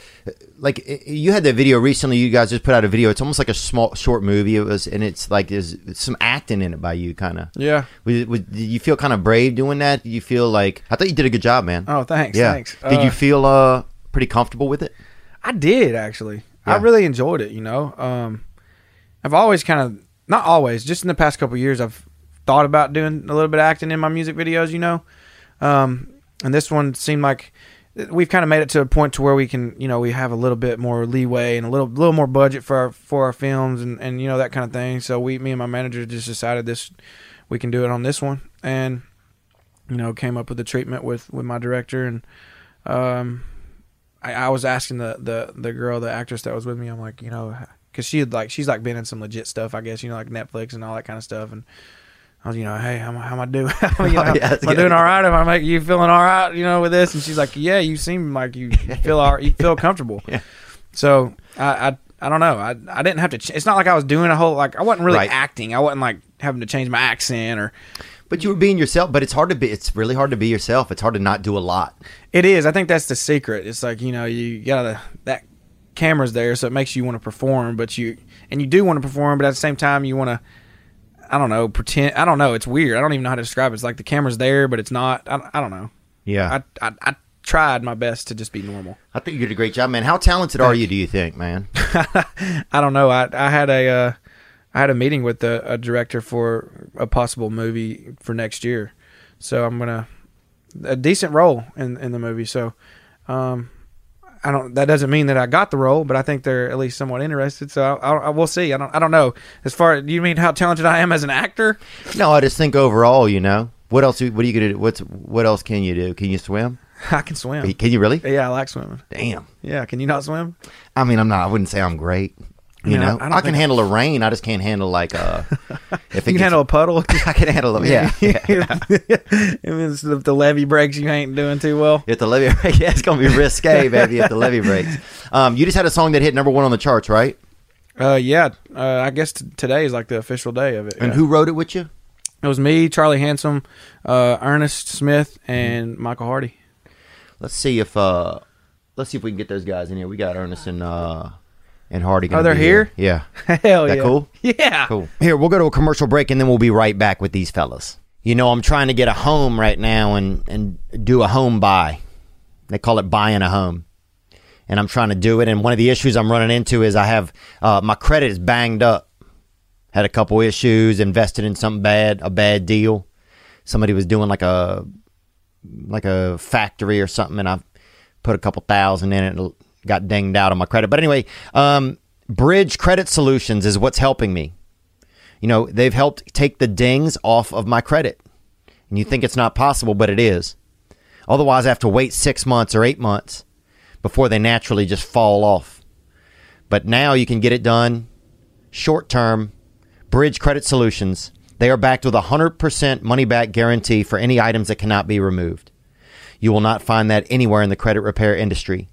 [SPEAKER 1] like, i- you had that video recently. You guys just put out a video. It's almost like a small, short movie. It was, and it's like there's some acting in it by you, kind of.
[SPEAKER 3] Yeah.
[SPEAKER 1] Was, was, did you feel kind of brave doing that? Did you feel like I thought you did a good job, man?
[SPEAKER 3] Oh, thanks,
[SPEAKER 1] Yeah.
[SPEAKER 3] thanks.
[SPEAKER 1] Did you
[SPEAKER 3] Uh,
[SPEAKER 1] feel uh pretty comfortable with it?
[SPEAKER 3] I did actually. I
[SPEAKER 1] Yeah.
[SPEAKER 3] really enjoyed it. You know, um, I've always kind of not always, just in the past couple years, I've thought about doing a little bit of acting in my music videos. You know, um, and this one seemed like we've kind of made it to a point to where we can, you know, we have a little bit more leeway and a little little more budget for our, for our films and and you know that kind of thing. So we, me and my manager, just decided this we can do it on this one and. You know, came up with the treatment with with my director, and um, I, I was asking the, the the girl, the actress that was with me. I'm like, you know, because she had like she's like been in some legit stuff, I guess, you know, like Netflix and all that kind of stuff. And I was, you know, hey, how, am I- how am I doing? [laughs]
[SPEAKER 1] [laughs]
[SPEAKER 3] you know,
[SPEAKER 1] Oh, yeah, that's
[SPEAKER 3] am I
[SPEAKER 1] good.
[SPEAKER 3] doing all right? Am I make you feeling all right? You know, with this? And she's like, yeah, you seem like
[SPEAKER 1] [laughs]
[SPEAKER 3] you feel all right, you feel comfortable. So I. I I don't know. I, I didn't have to. Ch- it's not like I was doing a whole like I wasn't really
[SPEAKER 1] Right.
[SPEAKER 3] acting. I wasn't like having to change my accent or
[SPEAKER 1] But you were being yourself. But it's hard to be. It's really hard to be yourself. It's hard to not do a lot.
[SPEAKER 3] It is. I think that's the secret. It's like you know you gotta that camera's there, so it makes you want to perform, but you and you do want to perform, but at the same time you want to. I don't know. Pretend. I don't know. It's weird. I don't even know how to describe it. It's like the camera's there, but it's not. I, I don't know.
[SPEAKER 1] Yeah,
[SPEAKER 3] I, I I tried my best to just be normal.
[SPEAKER 1] I, think you did a great job, man. How talented are you? Do you think, man? [laughs]
[SPEAKER 3] I don't know. I I had a uh, I had a meeting with a, a director for a possible movie for next year, so I'm gonna a decent role in in the movie. So, um, I don't. That doesn't mean that I got the role, but I think they're at least somewhat interested. So I, I, I will see. I don't. I don't know. As far do you mean how talented I am as an actor? [laughs]
[SPEAKER 1] no, I just think overall, you know, what else? What are you gonna do? What's what else can you do? Can you swim?
[SPEAKER 3] I can swim.
[SPEAKER 1] Can you really?
[SPEAKER 3] Yeah, I like swimming.
[SPEAKER 1] Damn.
[SPEAKER 3] Yeah, can you not swim?
[SPEAKER 1] I mean, I'm not. I wouldn't say I'm great. You
[SPEAKER 3] Yeah,
[SPEAKER 1] know,
[SPEAKER 3] I
[SPEAKER 1] I,
[SPEAKER 3] don't
[SPEAKER 1] can
[SPEAKER 3] think-
[SPEAKER 1] handle a rain. I just can't handle
[SPEAKER 3] [laughs]
[SPEAKER 1] like uh, if it
[SPEAKER 3] You can
[SPEAKER 1] gets-
[SPEAKER 3] handle a puddle.
[SPEAKER 1] I can
[SPEAKER 3] [laughs]
[SPEAKER 1] handle them. Yeah. [laughs] yeah.
[SPEAKER 3] It means if the levee breaks, you ain't doing too well.
[SPEAKER 1] If the levee [laughs] breaks, yeah, it's gonna be
[SPEAKER 3] [laughs]
[SPEAKER 1] risque, baby. If the levee breaks, um, you just had a song that hit number one on the charts, right?
[SPEAKER 3] Uh, yeah. Uh, I guess t- today is like the official day of it.
[SPEAKER 1] And
[SPEAKER 3] yeah.
[SPEAKER 1] who wrote it with you?
[SPEAKER 3] It was me, Charlie Handsome, uh, Ernest Smith, and Michael Hardy.
[SPEAKER 1] Let's see if uh, let's see if we can get those guys in here. We got Ernest and uh, and Hardy.
[SPEAKER 3] Oh,
[SPEAKER 1] gonna
[SPEAKER 3] they're
[SPEAKER 1] be
[SPEAKER 3] [laughs]
[SPEAKER 1] Yeah.
[SPEAKER 3] Hell
[SPEAKER 1] That
[SPEAKER 3] yeah!
[SPEAKER 1] cool?
[SPEAKER 3] [laughs] Yeah.
[SPEAKER 1] Cool. Here, we'll go to a commercial break and then we'll be right back with these fellas. You know, I'm trying to get a home right now and, and do a home buy. They call it buying a home. And I'm trying to do it. And one of the issues I'm running into is I have uh, my credit is banged up. Had a couple issues, invested in something bad, a bad deal. Somebody was doing like a like a factory or something, and I put a couple thousand in it and got dinged out on my credit. But anyway, um, Bridge Credit Solutions is what's helping me. You know, they've helped take the dings off of my credit. And you think it's not possible, but it is. Otherwise, I have to wait six months or eight months before they naturally just fall off. But now you can get it done short term. Bridge Credit Solutions. They are backed with a 100% money back guarantee for any items that cannot be removed. You will not find that anywhere in the credit repair industry.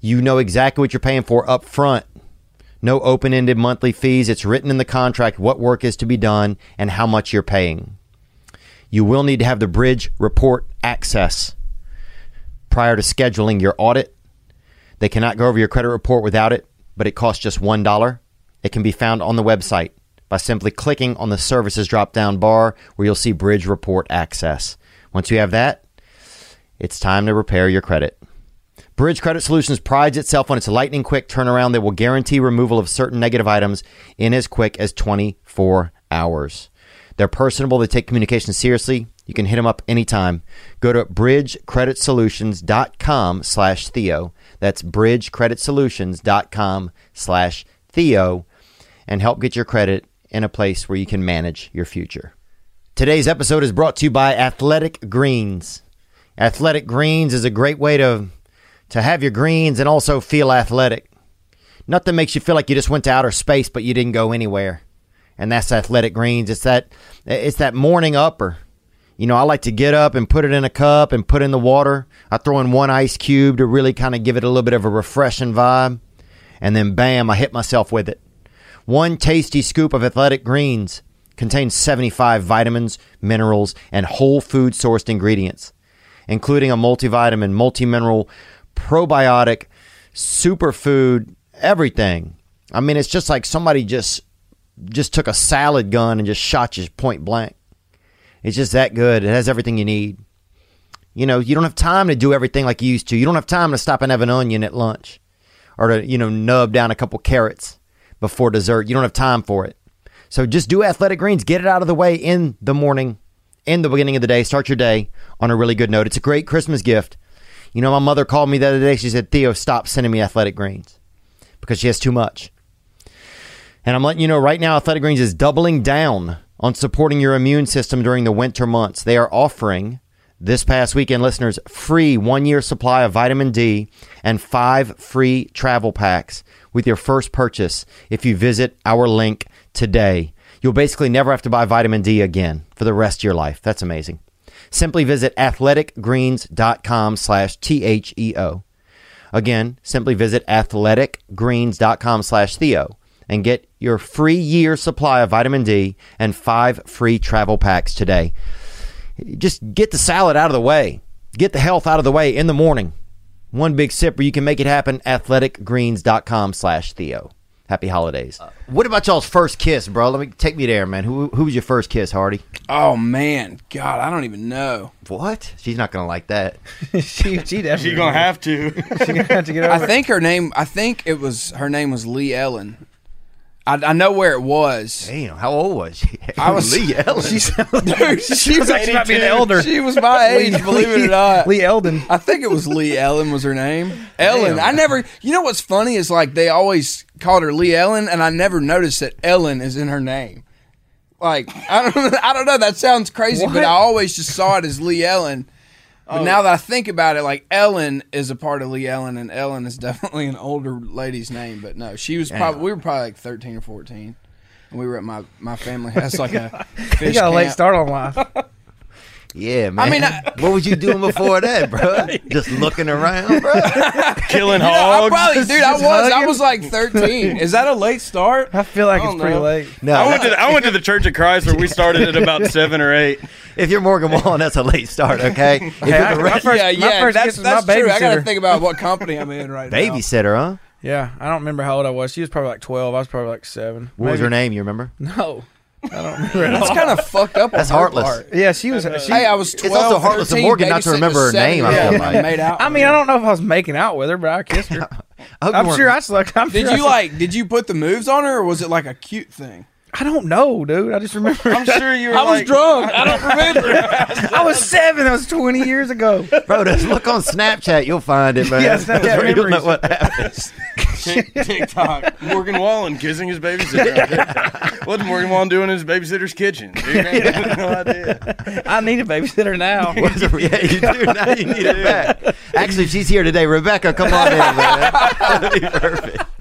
[SPEAKER 1] You know exactly what you're paying for up front. No open ended monthly fees. It's written in the contract what work is to be done and how much you're paying. You will need to have the bridge report access prior to scheduling your audit. They cannot go over your credit report without it, but it costs just $1. It can be found on the website by simply clicking on the services drop down bar where you'll see bridge report access. Once you have that, it's time to repair your credit. Bridge Credit Solutions prides itself on its lightning quick turnaround that will guarantee removal of certain negative items in as quick as 24 hours. They're personable, they take communication seriously. You can hit them up anytime. Go to bridgecreditsolutions.com slash Theo. That's bridgecreditsolutions.com slash Theo and help get your credit in a place where you can manage your future. Today's episode is brought to you by Athletic Greens. Athletic Greens is a great way to to have your greens and also feel athletic. Nothing makes you feel like you just went to outer space but you didn't go anywhere. And that's Athletic Greens. It's that it's that morning upper. You know, I like to get up and put it in a cup and put in the water. I throw in one ice cube to really kind of give it a little bit of a refreshing vibe. And then bam, I hit myself with it. One tasty scoop of athletic greens contains 75 vitamins, minerals, and whole food sourced ingredients, including a multivitamin, multi mineral, probiotic, superfood, everything. I mean, it's just like somebody just just took a salad gun and just shot you point blank. It's just that good. It has everything you need. You know, you don't have time to do everything like you used to. You don't have time to stop and have an onion at lunch or to, you know, nub down a couple carrots before dessert. You don't have time for it. So just do athletic greens. Get it out of the way in the morning, in the beginning of the day. Start your day on a really good note. It's a great Christmas gift. You know, my mother called me the other day. She said, Theo, stop sending me athletic greens because she has too much. And I'm letting you know right now, Athletic Greens is doubling down on supporting your immune system during the winter months. They are offering this past weekend, listeners, free one year supply of vitamin D and five free travel packs with your first purchase if you visit our link today. You'll basically never have to buy vitamin D again for the rest of your life. That's amazing. Simply visit athleticgreens.com slash E T-H-E-O. Again, simply visit athleticgreens.com slash Theo and get your free year supply of vitamin D and five free travel packs today. Just get the salad out of the way. Get the health out of the way in the morning. One big sip where you can make it happen. Athleticgreens.com slash Theo. Happy holidays. Uh, what about y'all's first kiss, bro? Let me take me there, man. Who, who was your first kiss, Hardy?
[SPEAKER 9] Oh man, God, I don't even know.
[SPEAKER 1] What? She's not going to like that.
[SPEAKER 9] she she definitely.
[SPEAKER 3] You're gonna have [laughs] to.
[SPEAKER 9] I think her name. I think it was her name was Lee Ellen. I, I know where it was.
[SPEAKER 1] Damn, how old was she? [laughs]
[SPEAKER 9] I was
[SPEAKER 1] Lee
[SPEAKER 9] [laughs]
[SPEAKER 1] Ellen.
[SPEAKER 9] She's, dude, she was
[SPEAKER 3] like, she might be an 82. elder.
[SPEAKER 9] She was my
[SPEAKER 3] [laughs]
[SPEAKER 9] age, believe it or not.
[SPEAKER 3] Lee Eldon.
[SPEAKER 9] I think it was Lee Ellen was her
[SPEAKER 3] [laughs]
[SPEAKER 9] name. Ellen. I never. You know what's funny is like they always called her Lee Ellen, and I never noticed that Ellen is in her name. Like I don't. I don't know. [laughs] That sounds crazy, but I always just saw it as Lee Ellen.
[SPEAKER 3] Oh.
[SPEAKER 9] But now that I think about it, like Ellen is a part of Lee Ellen, and Ellen is [laughs] definitely an older lady's name. But no, she was probably we were probably like thirteen or fourteen, and we were at my my family house like
[SPEAKER 3] [laughs]
[SPEAKER 9] a
[SPEAKER 3] You
[SPEAKER 9] fish
[SPEAKER 3] got a late
[SPEAKER 9] camp.
[SPEAKER 3] start on life.
[SPEAKER 1] Yeah, man.
[SPEAKER 9] mean, I-
[SPEAKER 1] [laughs] what was you doing
[SPEAKER 9] [laughs]
[SPEAKER 1] before that, bro? Just looking around, bro.
[SPEAKER 3] Killing
[SPEAKER 9] You know, I
[SPEAKER 3] hogs.
[SPEAKER 9] probably, dude, I was,
[SPEAKER 3] Just
[SPEAKER 9] I
[SPEAKER 3] hugging.
[SPEAKER 9] was like thirteen. Is that a late start?
[SPEAKER 3] I feel like
[SPEAKER 9] I
[SPEAKER 3] it's
[SPEAKER 9] don't
[SPEAKER 3] pretty
[SPEAKER 9] know.
[SPEAKER 3] late.
[SPEAKER 1] No,
[SPEAKER 3] I
[SPEAKER 1] I
[SPEAKER 3] went
[SPEAKER 1] went
[SPEAKER 3] to the, Church of Christ where we started at about seven or eight.
[SPEAKER 1] If you're Morgan Wallen, that's a
[SPEAKER 9] [laughs]
[SPEAKER 1] late start, okay? If you're
[SPEAKER 3] I-
[SPEAKER 1] the
[SPEAKER 3] my
[SPEAKER 1] re-
[SPEAKER 3] first-
[SPEAKER 9] yeah, yeah,
[SPEAKER 3] first
[SPEAKER 9] that's,
[SPEAKER 3] kiss was my
[SPEAKER 9] that's true. I gotta
[SPEAKER 3] babysitter.
[SPEAKER 9] think about what company I'm in right now.
[SPEAKER 1] babysitter, huh?
[SPEAKER 3] Yeah, I don't remember how old I was. She was probably like twelve. I was probably like seven.
[SPEAKER 1] What was her name? You remember?
[SPEAKER 3] [laughs] No, I don't remember. At all.
[SPEAKER 9] That's kind of fucked up. on
[SPEAKER 1] That's
[SPEAKER 9] her
[SPEAKER 1] heartless.
[SPEAKER 9] part.
[SPEAKER 3] Yeah, she was. She,
[SPEAKER 9] Hey, I was twelve.
[SPEAKER 1] also heartless of
[SPEAKER 9] 13,
[SPEAKER 1] Morgan not to
[SPEAKER 9] babysitting
[SPEAKER 1] remember her
[SPEAKER 9] a seven
[SPEAKER 1] name, I
[SPEAKER 9] year
[SPEAKER 1] feel
[SPEAKER 9] old
[SPEAKER 1] like.
[SPEAKER 9] made out.
[SPEAKER 3] I
[SPEAKER 9] with
[SPEAKER 3] mean,
[SPEAKER 9] her.
[SPEAKER 3] I don't know if I was making out with her, but I kissed
[SPEAKER 1] [laughs]
[SPEAKER 3] her.
[SPEAKER 1] I hope you
[SPEAKER 3] I'm
[SPEAKER 1] weren't-
[SPEAKER 3] sure I slept. I'm
[SPEAKER 9] Did
[SPEAKER 3] sure I
[SPEAKER 9] you
[SPEAKER 3] slept-
[SPEAKER 9] like? Did you put the moves on her, or was it like a cute thing?
[SPEAKER 3] I don't know, dude. I just remember. I'm sure you.
[SPEAKER 9] I was drunk. I don't remember.
[SPEAKER 3] [laughs] I was seven. That was 20 years ago.
[SPEAKER 1] Bro, just look on Snapchat. You'll find
[SPEAKER 9] [laughs]
[SPEAKER 1] it, man.
[SPEAKER 3] Yes, Snapchat
[SPEAKER 1] That's where you'll
[SPEAKER 3] memories.
[SPEAKER 1] know what happened.
[SPEAKER 3] TikTok.
[SPEAKER 10] Morgan Wallen kissing his babysitter. What's Morgan Wallen doing in his babysitter's kitchen? dude? no idea.
[SPEAKER 3] I need a babysitter [laughs] now.
[SPEAKER 1] Was it- yeah, you do. Now you need
[SPEAKER 9] [laughs]
[SPEAKER 1] it back. Actually, she's here today. Rebecca, come on in, man. [laughs] That'd be perfect.
[SPEAKER 9] [laughs]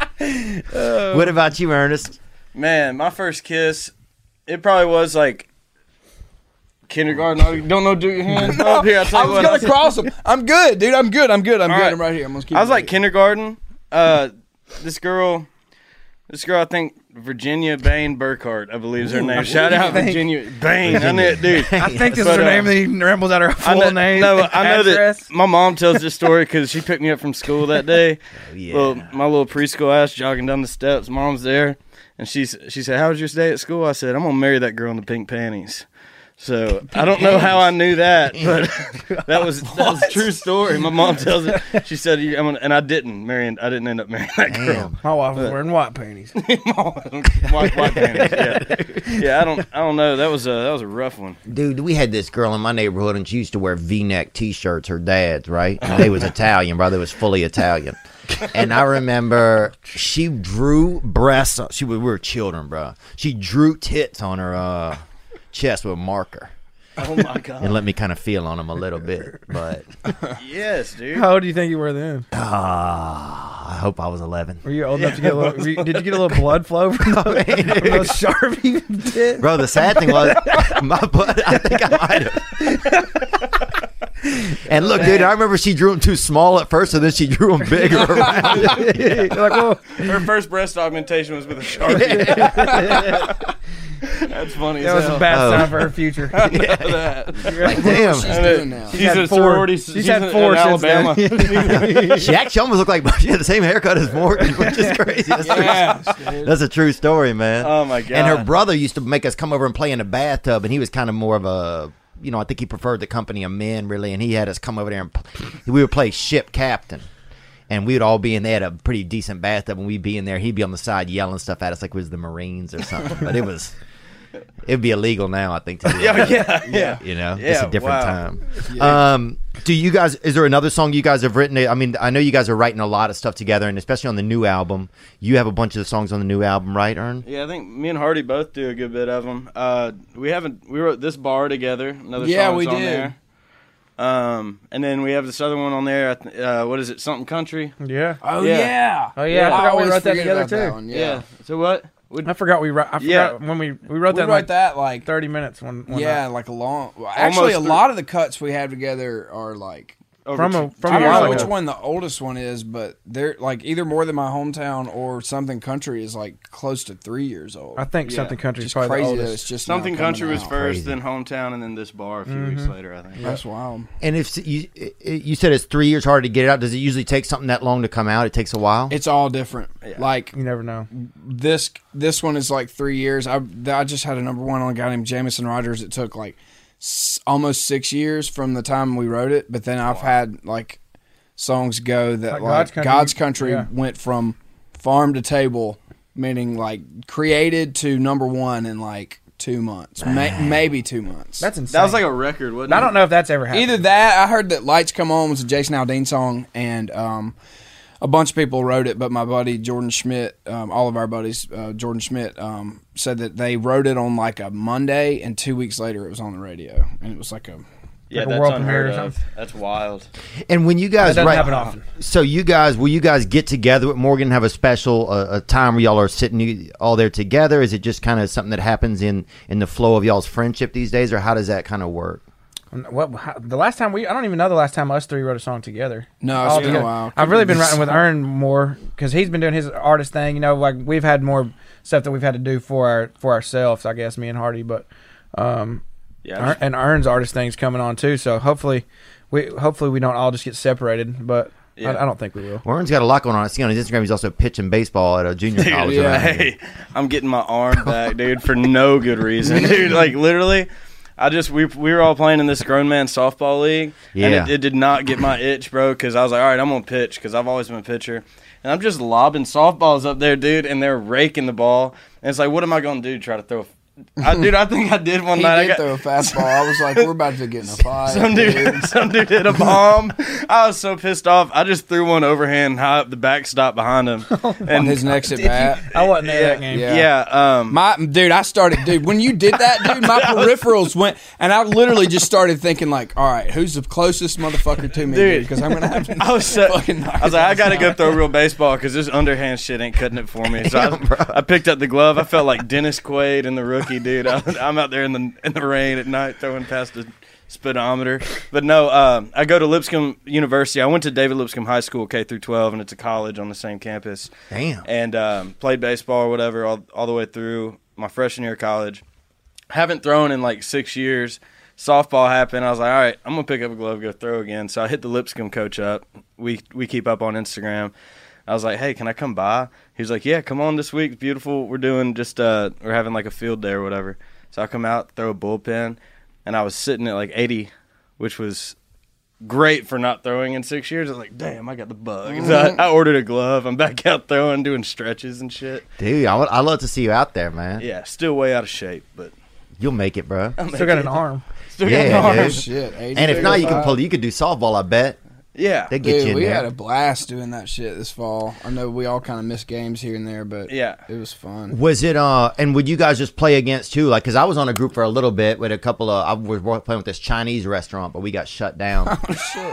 [SPEAKER 9] Oh.
[SPEAKER 1] what about you, Ernest?
[SPEAKER 10] Man, my first kiss, it probably was like kindergarten. I don't know, do your hand up here. I'll tell
[SPEAKER 9] I
[SPEAKER 10] you
[SPEAKER 9] was
[SPEAKER 10] what,
[SPEAKER 9] gonna cross him. I'm good, dude. I'm good. I'm good. I'm
[SPEAKER 10] All
[SPEAKER 9] good.
[SPEAKER 10] right.
[SPEAKER 9] I'm right here. I'm gonna keep.
[SPEAKER 10] I was
[SPEAKER 9] it right
[SPEAKER 10] like kindergarten. Uh, this girl, this girl, I think Virginia Bain Burkhardt, I believe is her name. Shout
[SPEAKER 3] do you
[SPEAKER 10] out
[SPEAKER 3] think?
[SPEAKER 10] Virginia Bain. I knew it, dude.
[SPEAKER 3] I think this is
[SPEAKER 10] But,
[SPEAKER 3] her
[SPEAKER 10] uh,
[SPEAKER 3] name. Then he rambles out her
[SPEAKER 10] I
[SPEAKER 3] full
[SPEAKER 10] know,
[SPEAKER 3] name.
[SPEAKER 10] No, I know
[SPEAKER 3] address.
[SPEAKER 10] that my mom tells this story because she picked me up from school
[SPEAKER 3] [laughs]
[SPEAKER 10] that day.
[SPEAKER 3] Oh,
[SPEAKER 10] Well, my little preschool ass jogging down the steps. Mom's there, and she's she said, "How was your stay at school?" I said, "I'm gonna marry that girl in the pink panties." So I don't know how I
[SPEAKER 3] [laughs]
[SPEAKER 10] knew that, but [laughs] that was that was a true story. My mom tells it. She said, "You- "I'm gonna," and I didn't marry. I didn't end up marrying that girl. [laughs]
[SPEAKER 1] Damn.
[SPEAKER 3] My wife was wearing white panties. [laughs]
[SPEAKER 10] white, white panties. Yeah, yeah. I don't I don't know. That was a that was a rough one.
[SPEAKER 1] Dude, we had this girl in my neighborhood, and she used to wear V-neck T-shirts. Her dad's right, and they was Italian, bro. They was fully Italian. And I remember she drew breasts. on- She we were children, bro. She drew tits on her uh, chest with a marker,
[SPEAKER 10] Oh my god.
[SPEAKER 1] and let me kind of feel on them a little bit. But
[SPEAKER 10] Yes, dude.
[SPEAKER 3] How old do you think you were then?
[SPEAKER 1] ah, I hope I was eleven,
[SPEAKER 3] Were you old enough to get a little? were you- did you get a little blood flow [laughs] from those, from those Sharpie tits?
[SPEAKER 1] bro. The sad thing was, [laughs] my butt. I think I might have. And look, dude, I remember she drew them too small at first, and then she drew them bigger. [laughs] around it.
[SPEAKER 3] You're like, oh, well,
[SPEAKER 10] Her first breast augmentation was with a sharpie. That's funny.
[SPEAKER 11] That
[SPEAKER 10] as
[SPEAKER 11] was a
[SPEAKER 10] hell.
[SPEAKER 11] bad
[SPEAKER 3] Oh.
[SPEAKER 11] sign for her future.
[SPEAKER 3] [laughs]
[SPEAKER 10] I know that.
[SPEAKER 11] Like, damn.
[SPEAKER 10] [laughs]
[SPEAKER 11] She's doing now.
[SPEAKER 10] She's,
[SPEAKER 11] She's had
[SPEAKER 10] a
[SPEAKER 11] four-
[SPEAKER 10] sorority.
[SPEAKER 11] she's had
[SPEAKER 10] in
[SPEAKER 11] four since then.
[SPEAKER 10] Alabama.
[SPEAKER 3] [laughs]
[SPEAKER 1] she actually almost looked like [laughs] she had the same haircut as Morgan, [laughs] which is crazy. That's, a, true,
[SPEAKER 10] Yeah.
[SPEAKER 1] that's a true story, man.
[SPEAKER 10] Oh, my
[SPEAKER 1] And her
[SPEAKER 10] God.
[SPEAKER 1] brother used to make us come over and play in the bathtub, and he was kind of more of a, you know, I think he preferred the company of men really, and he had us come over there and pl- we would play ship captain. And we would all be in there at a pretty decent bathtub, and we'd be in there. He'd be on the side yelling stuff at us like we was the Marines or something. But it was, it'd be illegal now, I think.
[SPEAKER 10] [laughs]
[SPEAKER 1] To do
[SPEAKER 10] [laughs] Yeah,
[SPEAKER 1] that.
[SPEAKER 10] yeah, yeah.
[SPEAKER 1] You know,
[SPEAKER 10] Yeah,
[SPEAKER 1] it's a different
[SPEAKER 10] wow.
[SPEAKER 1] time.
[SPEAKER 10] Yeah.
[SPEAKER 1] Um, do you guys? Is there another song you guys have written? I mean, I know you guys are writing a lot of stuff together, and especially on the new album, you have a bunch of the songs on the new album, right, Ern?
[SPEAKER 10] Yeah, I think me and Hardy both do a good bit of them. Uh, we haven't. We wrote this bar together. Another
[SPEAKER 8] Yeah,
[SPEAKER 10] song's
[SPEAKER 8] we
[SPEAKER 10] on
[SPEAKER 8] did.
[SPEAKER 10] there. Um, and then we have this other one on there. I th- Uh, what is it? Something country.
[SPEAKER 11] [laughs] Yeah. Oh, yeah. Oh, yeah, I forgot we
[SPEAKER 10] always
[SPEAKER 11] wrote that
[SPEAKER 10] forget
[SPEAKER 11] together,
[SPEAKER 10] about that
[SPEAKER 11] too.
[SPEAKER 10] one, yeah. So what?
[SPEAKER 11] I forgot we wrote. I forgot
[SPEAKER 10] Yeah.
[SPEAKER 11] when we we wrote
[SPEAKER 9] We
[SPEAKER 11] that. in
[SPEAKER 9] wrote
[SPEAKER 11] like
[SPEAKER 9] that like
[SPEAKER 11] thirty minutes. uh, One, one
[SPEAKER 9] yeah,
[SPEAKER 11] night.
[SPEAKER 9] like a long. Well, actually,
[SPEAKER 11] Almost
[SPEAKER 9] a
[SPEAKER 11] thr-
[SPEAKER 9] lot of the cuts we have together are like
[SPEAKER 11] Over From a- two- from
[SPEAKER 9] I
[SPEAKER 11] a
[SPEAKER 9] don't
[SPEAKER 11] while
[SPEAKER 9] know
[SPEAKER 11] ago.
[SPEAKER 9] which one the oldest one is, but they're like either more than my hometown or something country is like close to three years old.
[SPEAKER 11] I think Something Country is
[SPEAKER 9] Just
[SPEAKER 11] probably the
[SPEAKER 9] crazy that
[SPEAKER 11] oldest.
[SPEAKER 9] it's just now
[SPEAKER 10] Something
[SPEAKER 9] coming
[SPEAKER 10] country was
[SPEAKER 9] out.
[SPEAKER 10] first, then hometown, and then this bar a few weeks
[SPEAKER 9] Mhm.
[SPEAKER 10] later. I think
[SPEAKER 9] That's wild.
[SPEAKER 1] And if you you said it's three years hard to get it out, does it usually take something that long to come out? It takes a while.
[SPEAKER 9] It's all different. Like
[SPEAKER 11] you never know.
[SPEAKER 9] This this one is like three years. I th- I just had a number one on a guy named Jamison Rogers. It took like s- almost six years from the time we wrote it, but then I've had like songs go
[SPEAKER 11] Like
[SPEAKER 9] that
[SPEAKER 11] God's
[SPEAKER 9] like, God's
[SPEAKER 11] Country.
[SPEAKER 9] Country,
[SPEAKER 11] Yeah.
[SPEAKER 9] went from farm to table, meaning like created to number one in like two months, May- maybe two months.
[SPEAKER 11] That's insane. That was like
[SPEAKER 10] a record, wasn't
[SPEAKER 11] I don't know if that's ever happened.
[SPEAKER 9] Either that, I heard that "Lights Come On" was a Jason Aldean song, and um, a bunch of people wrote it. But my buddy Jordan Schmidt, um, all of our buddies, uh, Jordan Schmidt, um, said that they wrote it on like a Monday, and two weeks later it was on the radio, and it was like a
[SPEAKER 10] Yeah,
[SPEAKER 9] like a
[SPEAKER 10] that's
[SPEAKER 9] world
[SPEAKER 10] unheard
[SPEAKER 9] premiere or
[SPEAKER 10] of. That's wild.
[SPEAKER 1] And when you guys
[SPEAKER 10] That doesn't
[SPEAKER 1] write-
[SPEAKER 10] happen often.
[SPEAKER 1] so you guys will you guys get together with Morgan have a special uh, a time where y'all are sitting all there together? Is it just kind of something that happens in in the flow of y'all's friendship these days, or how does that kind of work?
[SPEAKER 11] What how, the last time we I don't even know the last time us three wrote a song together.
[SPEAKER 9] No, it's
[SPEAKER 11] All
[SPEAKER 9] been a
[SPEAKER 11] together.
[SPEAKER 9] while.
[SPEAKER 11] I've really been writing with Ern more because he's been doing his artist thing. You know, like we've had more stuff that we've had to do for our for ourselves. I guess me and Hardy, but um,
[SPEAKER 10] yeah,
[SPEAKER 11] Ern, and Ern's artist thing's coming on too. So hopefully, we hopefully we don't all just get separated. But
[SPEAKER 10] Yeah.
[SPEAKER 11] I, I don't think we will.
[SPEAKER 1] Warren's got a lot going on. I see on his Instagram he's also pitching baseball at a junior college. around here.
[SPEAKER 10] Hey, I'm getting my arm back, dude, for no good reason, [laughs] dude. Like literally, I just we we were all playing in this grown man softball league,
[SPEAKER 1] Yeah.
[SPEAKER 10] and it, it did not get my itch, bro. Because I was like, all right, I'm gonna pitch because I've always been a pitcher, and I'm just lobbing softballs up there, dude, and they're raking the ball, and it's like, what am I gonna do? Try to throw? A, I, dude, I think I did one
[SPEAKER 9] he
[SPEAKER 10] night. I
[SPEAKER 9] did
[SPEAKER 10] got-
[SPEAKER 9] throw a fastball. I was like, we're
[SPEAKER 10] [laughs]
[SPEAKER 9] about to get in a fight.
[SPEAKER 10] some [laughs] dude, some dude hit a bomb. I was so pissed off. I just threw one overhand high up the backstop
[SPEAKER 9] [laughs]
[SPEAKER 10] behind him,
[SPEAKER 9] On his next at bat.
[SPEAKER 11] [laughs] I wasn't there that
[SPEAKER 10] game. Yeah, um,
[SPEAKER 9] my dude, I started, dude. When you did that, dude,
[SPEAKER 10] [laughs]
[SPEAKER 9] my peripherals went, and I literally just started thinking, like, all right, who's the closest motherfucker to me, dude?
[SPEAKER 10] Dude.
[SPEAKER 9] Because I'm gonna have to.
[SPEAKER 10] [laughs] [laughs] I was so,
[SPEAKER 9] [laughs] fucking
[SPEAKER 3] [laughs]
[SPEAKER 10] I was like, I gotta go throw real baseball because this underhand shit ain't cutting it for me. So I, I picked up the glove. I felt like Dennis Quaid and the rookie dude. [laughs] I, I'm out there in the in the rain at night throwing past the speedometer. But no, um, I go to Lipscomb University. I went to David Lipscomb High School K through 12, and it's a college on the same campus.
[SPEAKER 1] Damn.
[SPEAKER 10] And um, played baseball or whatever all all the way through my freshman year of college. Haven't thrown in like six years. Softball happened. I was like, all right, I'm gonna pick up a glove, go throw again. So I hit the Lipscomb coach up. We we keep up on Instagram. I was like, hey, can I come by? He was like, yeah, come on this week. It's beautiful. We're doing just uh, we're having like a field day or whatever. So I come out, throw a bullpen, and I was sitting at like 80, which was great for not throwing in six years. I was like, damn, I got the bug. So
[SPEAKER 1] Mm-hmm.
[SPEAKER 10] I, I ordered a glove. I'm back out throwing, doing stretches and shit.
[SPEAKER 1] Dude, I would I love to see you out there, man.
[SPEAKER 10] Yeah, still way out of shape, but
[SPEAKER 1] You'll make it, bro.
[SPEAKER 9] [laughs]
[SPEAKER 10] I'll make
[SPEAKER 11] Still got
[SPEAKER 10] it.
[SPEAKER 11] an arm.
[SPEAKER 10] Still got
[SPEAKER 1] yeah,
[SPEAKER 10] an arm.
[SPEAKER 1] dude.
[SPEAKER 9] Shit,
[SPEAKER 1] and if not, you can pull. You could do softball. I bet.
[SPEAKER 10] Yeah.
[SPEAKER 1] they get
[SPEAKER 9] Dude,
[SPEAKER 1] you in
[SPEAKER 9] we
[SPEAKER 1] there.
[SPEAKER 9] had a blast doing that shit this fall. I know we all kind of missed games here and there, but
[SPEAKER 10] yeah,
[SPEAKER 9] it was fun.
[SPEAKER 1] Was it uh? And would you guys just play against too? Like, cause I was on a group for a little bit with a couple of. I was wor- playing with this Chinese restaurant, but we
[SPEAKER 9] [laughs]
[SPEAKER 1] got shut down.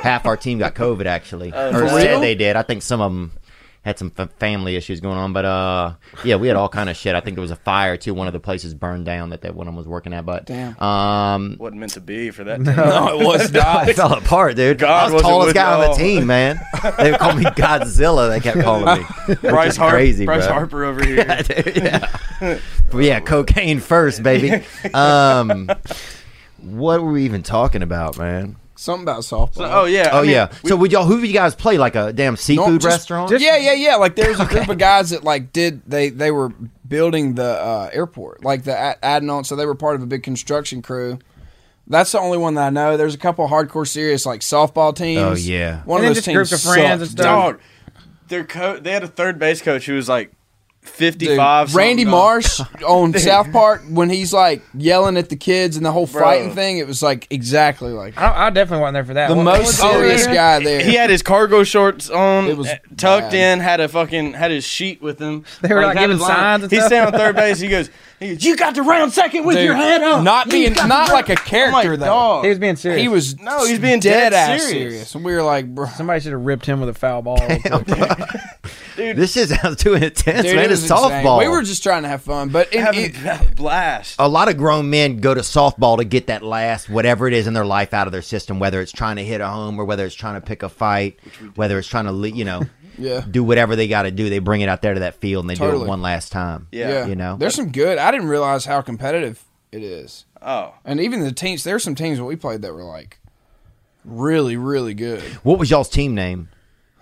[SPEAKER 1] Half our team got COVID actually,
[SPEAKER 9] Oh,
[SPEAKER 1] or
[SPEAKER 9] for
[SPEAKER 1] said
[SPEAKER 9] real?
[SPEAKER 1] they did. I think some of them had some f- family issues going on, but uh, yeah, we had all kind of shit. I think there was a fire too. One of the places burned down that that one I was working at, but
[SPEAKER 10] Damn.
[SPEAKER 1] um,
[SPEAKER 10] Wasn't meant to be for that.
[SPEAKER 1] No,
[SPEAKER 10] team. [laughs]
[SPEAKER 1] it was not. [laughs] It fell apart, dude.
[SPEAKER 10] God
[SPEAKER 1] I was
[SPEAKER 10] wasn't
[SPEAKER 1] tallest
[SPEAKER 10] with
[SPEAKER 1] guy on the
[SPEAKER 10] y'all.
[SPEAKER 1] team, man.
[SPEAKER 10] [laughs]
[SPEAKER 1] They would call me Godzilla. They kept calling me.
[SPEAKER 10] Bryce
[SPEAKER 1] Harper,
[SPEAKER 10] Harper,
[SPEAKER 1] crazy,
[SPEAKER 10] Bryce
[SPEAKER 1] bro.
[SPEAKER 10] Harper over here. [laughs]
[SPEAKER 1] Yeah, dude, yeah. But yeah, cocaine first, baby. Um, what were we even talking about, man?
[SPEAKER 9] Something about softball.
[SPEAKER 10] oh yeah.
[SPEAKER 1] Oh yeah. so would y'all? Who would you guys play? Like a damn seafood
[SPEAKER 9] No, just-
[SPEAKER 1] restaurant?
[SPEAKER 9] yeah, yeah, yeah. Like there's a group of guys that like did they they were building the uh, airport, like the Ad- Adnan. So they were part of a big construction crew. That's the only one that I know. There's a couple of hardcore serious like softball teams.
[SPEAKER 1] Oh, yeah.
[SPEAKER 9] one
[SPEAKER 11] And then
[SPEAKER 9] of those
[SPEAKER 11] just
[SPEAKER 9] teams.
[SPEAKER 11] groups of friends
[SPEAKER 9] sucked,
[SPEAKER 11] and
[SPEAKER 9] dude.
[SPEAKER 11] stuff.
[SPEAKER 10] Dog, their coach. They had a third base coach who was like
[SPEAKER 9] Dude,
[SPEAKER 10] fifty-five.
[SPEAKER 9] Randy
[SPEAKER 10] something. Oh,
[SPEAKER 9] Marsh on South Park when he's like yelling at the kids and the whole
[SPEAKER 10] Bro.
[SPEAKER 9] fighting thing. It was like exactly like that.
[SPEAKER 11] I, I definitely wasn't there for that.
[SPEAKER 9] the
[SPEAKER 11] What-
[SPEAKER 9] most
[SPEAKER 11] what-
[SPEAKER 9] serious
[SPEAKER 11] yeah.
[SPEAKER 9] oh, guy there.
[SPEAKER 10] He had his cargo shorts on,
[SPEAKER 9] It was
[SPEAKER 10] eh, tucked
[SPEAKER 9] bad.
[SPEAKER 10] in, had a fucking had his sheet with him.
[SPEAKER 11] They were, like,
[SPEAKER 10] had
[SPEAKER 11] giving
[SPEAKER 10] his line.
[SPEAKER 11] signs and
[SPEAKER 10] He's
[SPEAKER 11] stuff.
[SPEAKER 10] standing on third base. He goes, he goes, "You got to round second with
[SPEAKER 9] Dude,
[SPEAKER 10] your head up."
[SPEAKER 9] Not
[SPEAKER 10] You [laughs]
[SPEAKER 9] being,
[SPEAKER 10] got to
[SPEAKER 9] not
[SPEAKER 10] round-"
[SPEAKER 9] like a
[SPEAKER 10] I'm like,
[SPEAKER 9] character though.
[SPEAKER 10] dog.
[SPEAKER 11] He was being serious.
[SPEAKER 9] He was
[SPEAKER 10] No, he's being dead
[SPEAKER 9] ass
[SPEAKER 10] serious.
[SPEAKER 9] And we were like, bro,
[SPEAKER 11] Somebody should have ripped him with a foul ball.
[SPEAKER 1] This is [laughs] too intense,
[SPEAKER 9] Dude, it
[SPEAKER 1] man.
[SPEAKER 9] was
[SPEAKER 1] It's
[SPEAKER 9] insane.
[SPEAKER 1] softball.
[SPEAKER 9] We were just trying to have fun, but it,
[SPEAKER 10] having
[SPEAKER 9] it, [laughs]
[SPEAKER 10] a blast.
[SPEAKER 9] Oh.
[SPEAKER 1] a lot of grown men go to softball to get that last whatever it is in their life out of their system, whether it's trying to hit a home or whether it's trying to pick a fight, whether it's trying to le- you know
[SPEAKER 9] yeah,
[SPEAKER 1] do whatever they got to do. They bring it out there to that field and they do
[SPEAKER 9] Totally.
[SPEAKER 1] it one last time.
[SPEAKER 9] yeah,
[SPEAKER 1] you know.
[SPEAKER 9] there's some good. I didn't realize how competitive it is,
[SPEAKER 10] Oh,
[SPEAKER 9] and even the teams. There's some teams that we played that were like really, really good.
[SPEAKER 1] What was y'all's team name?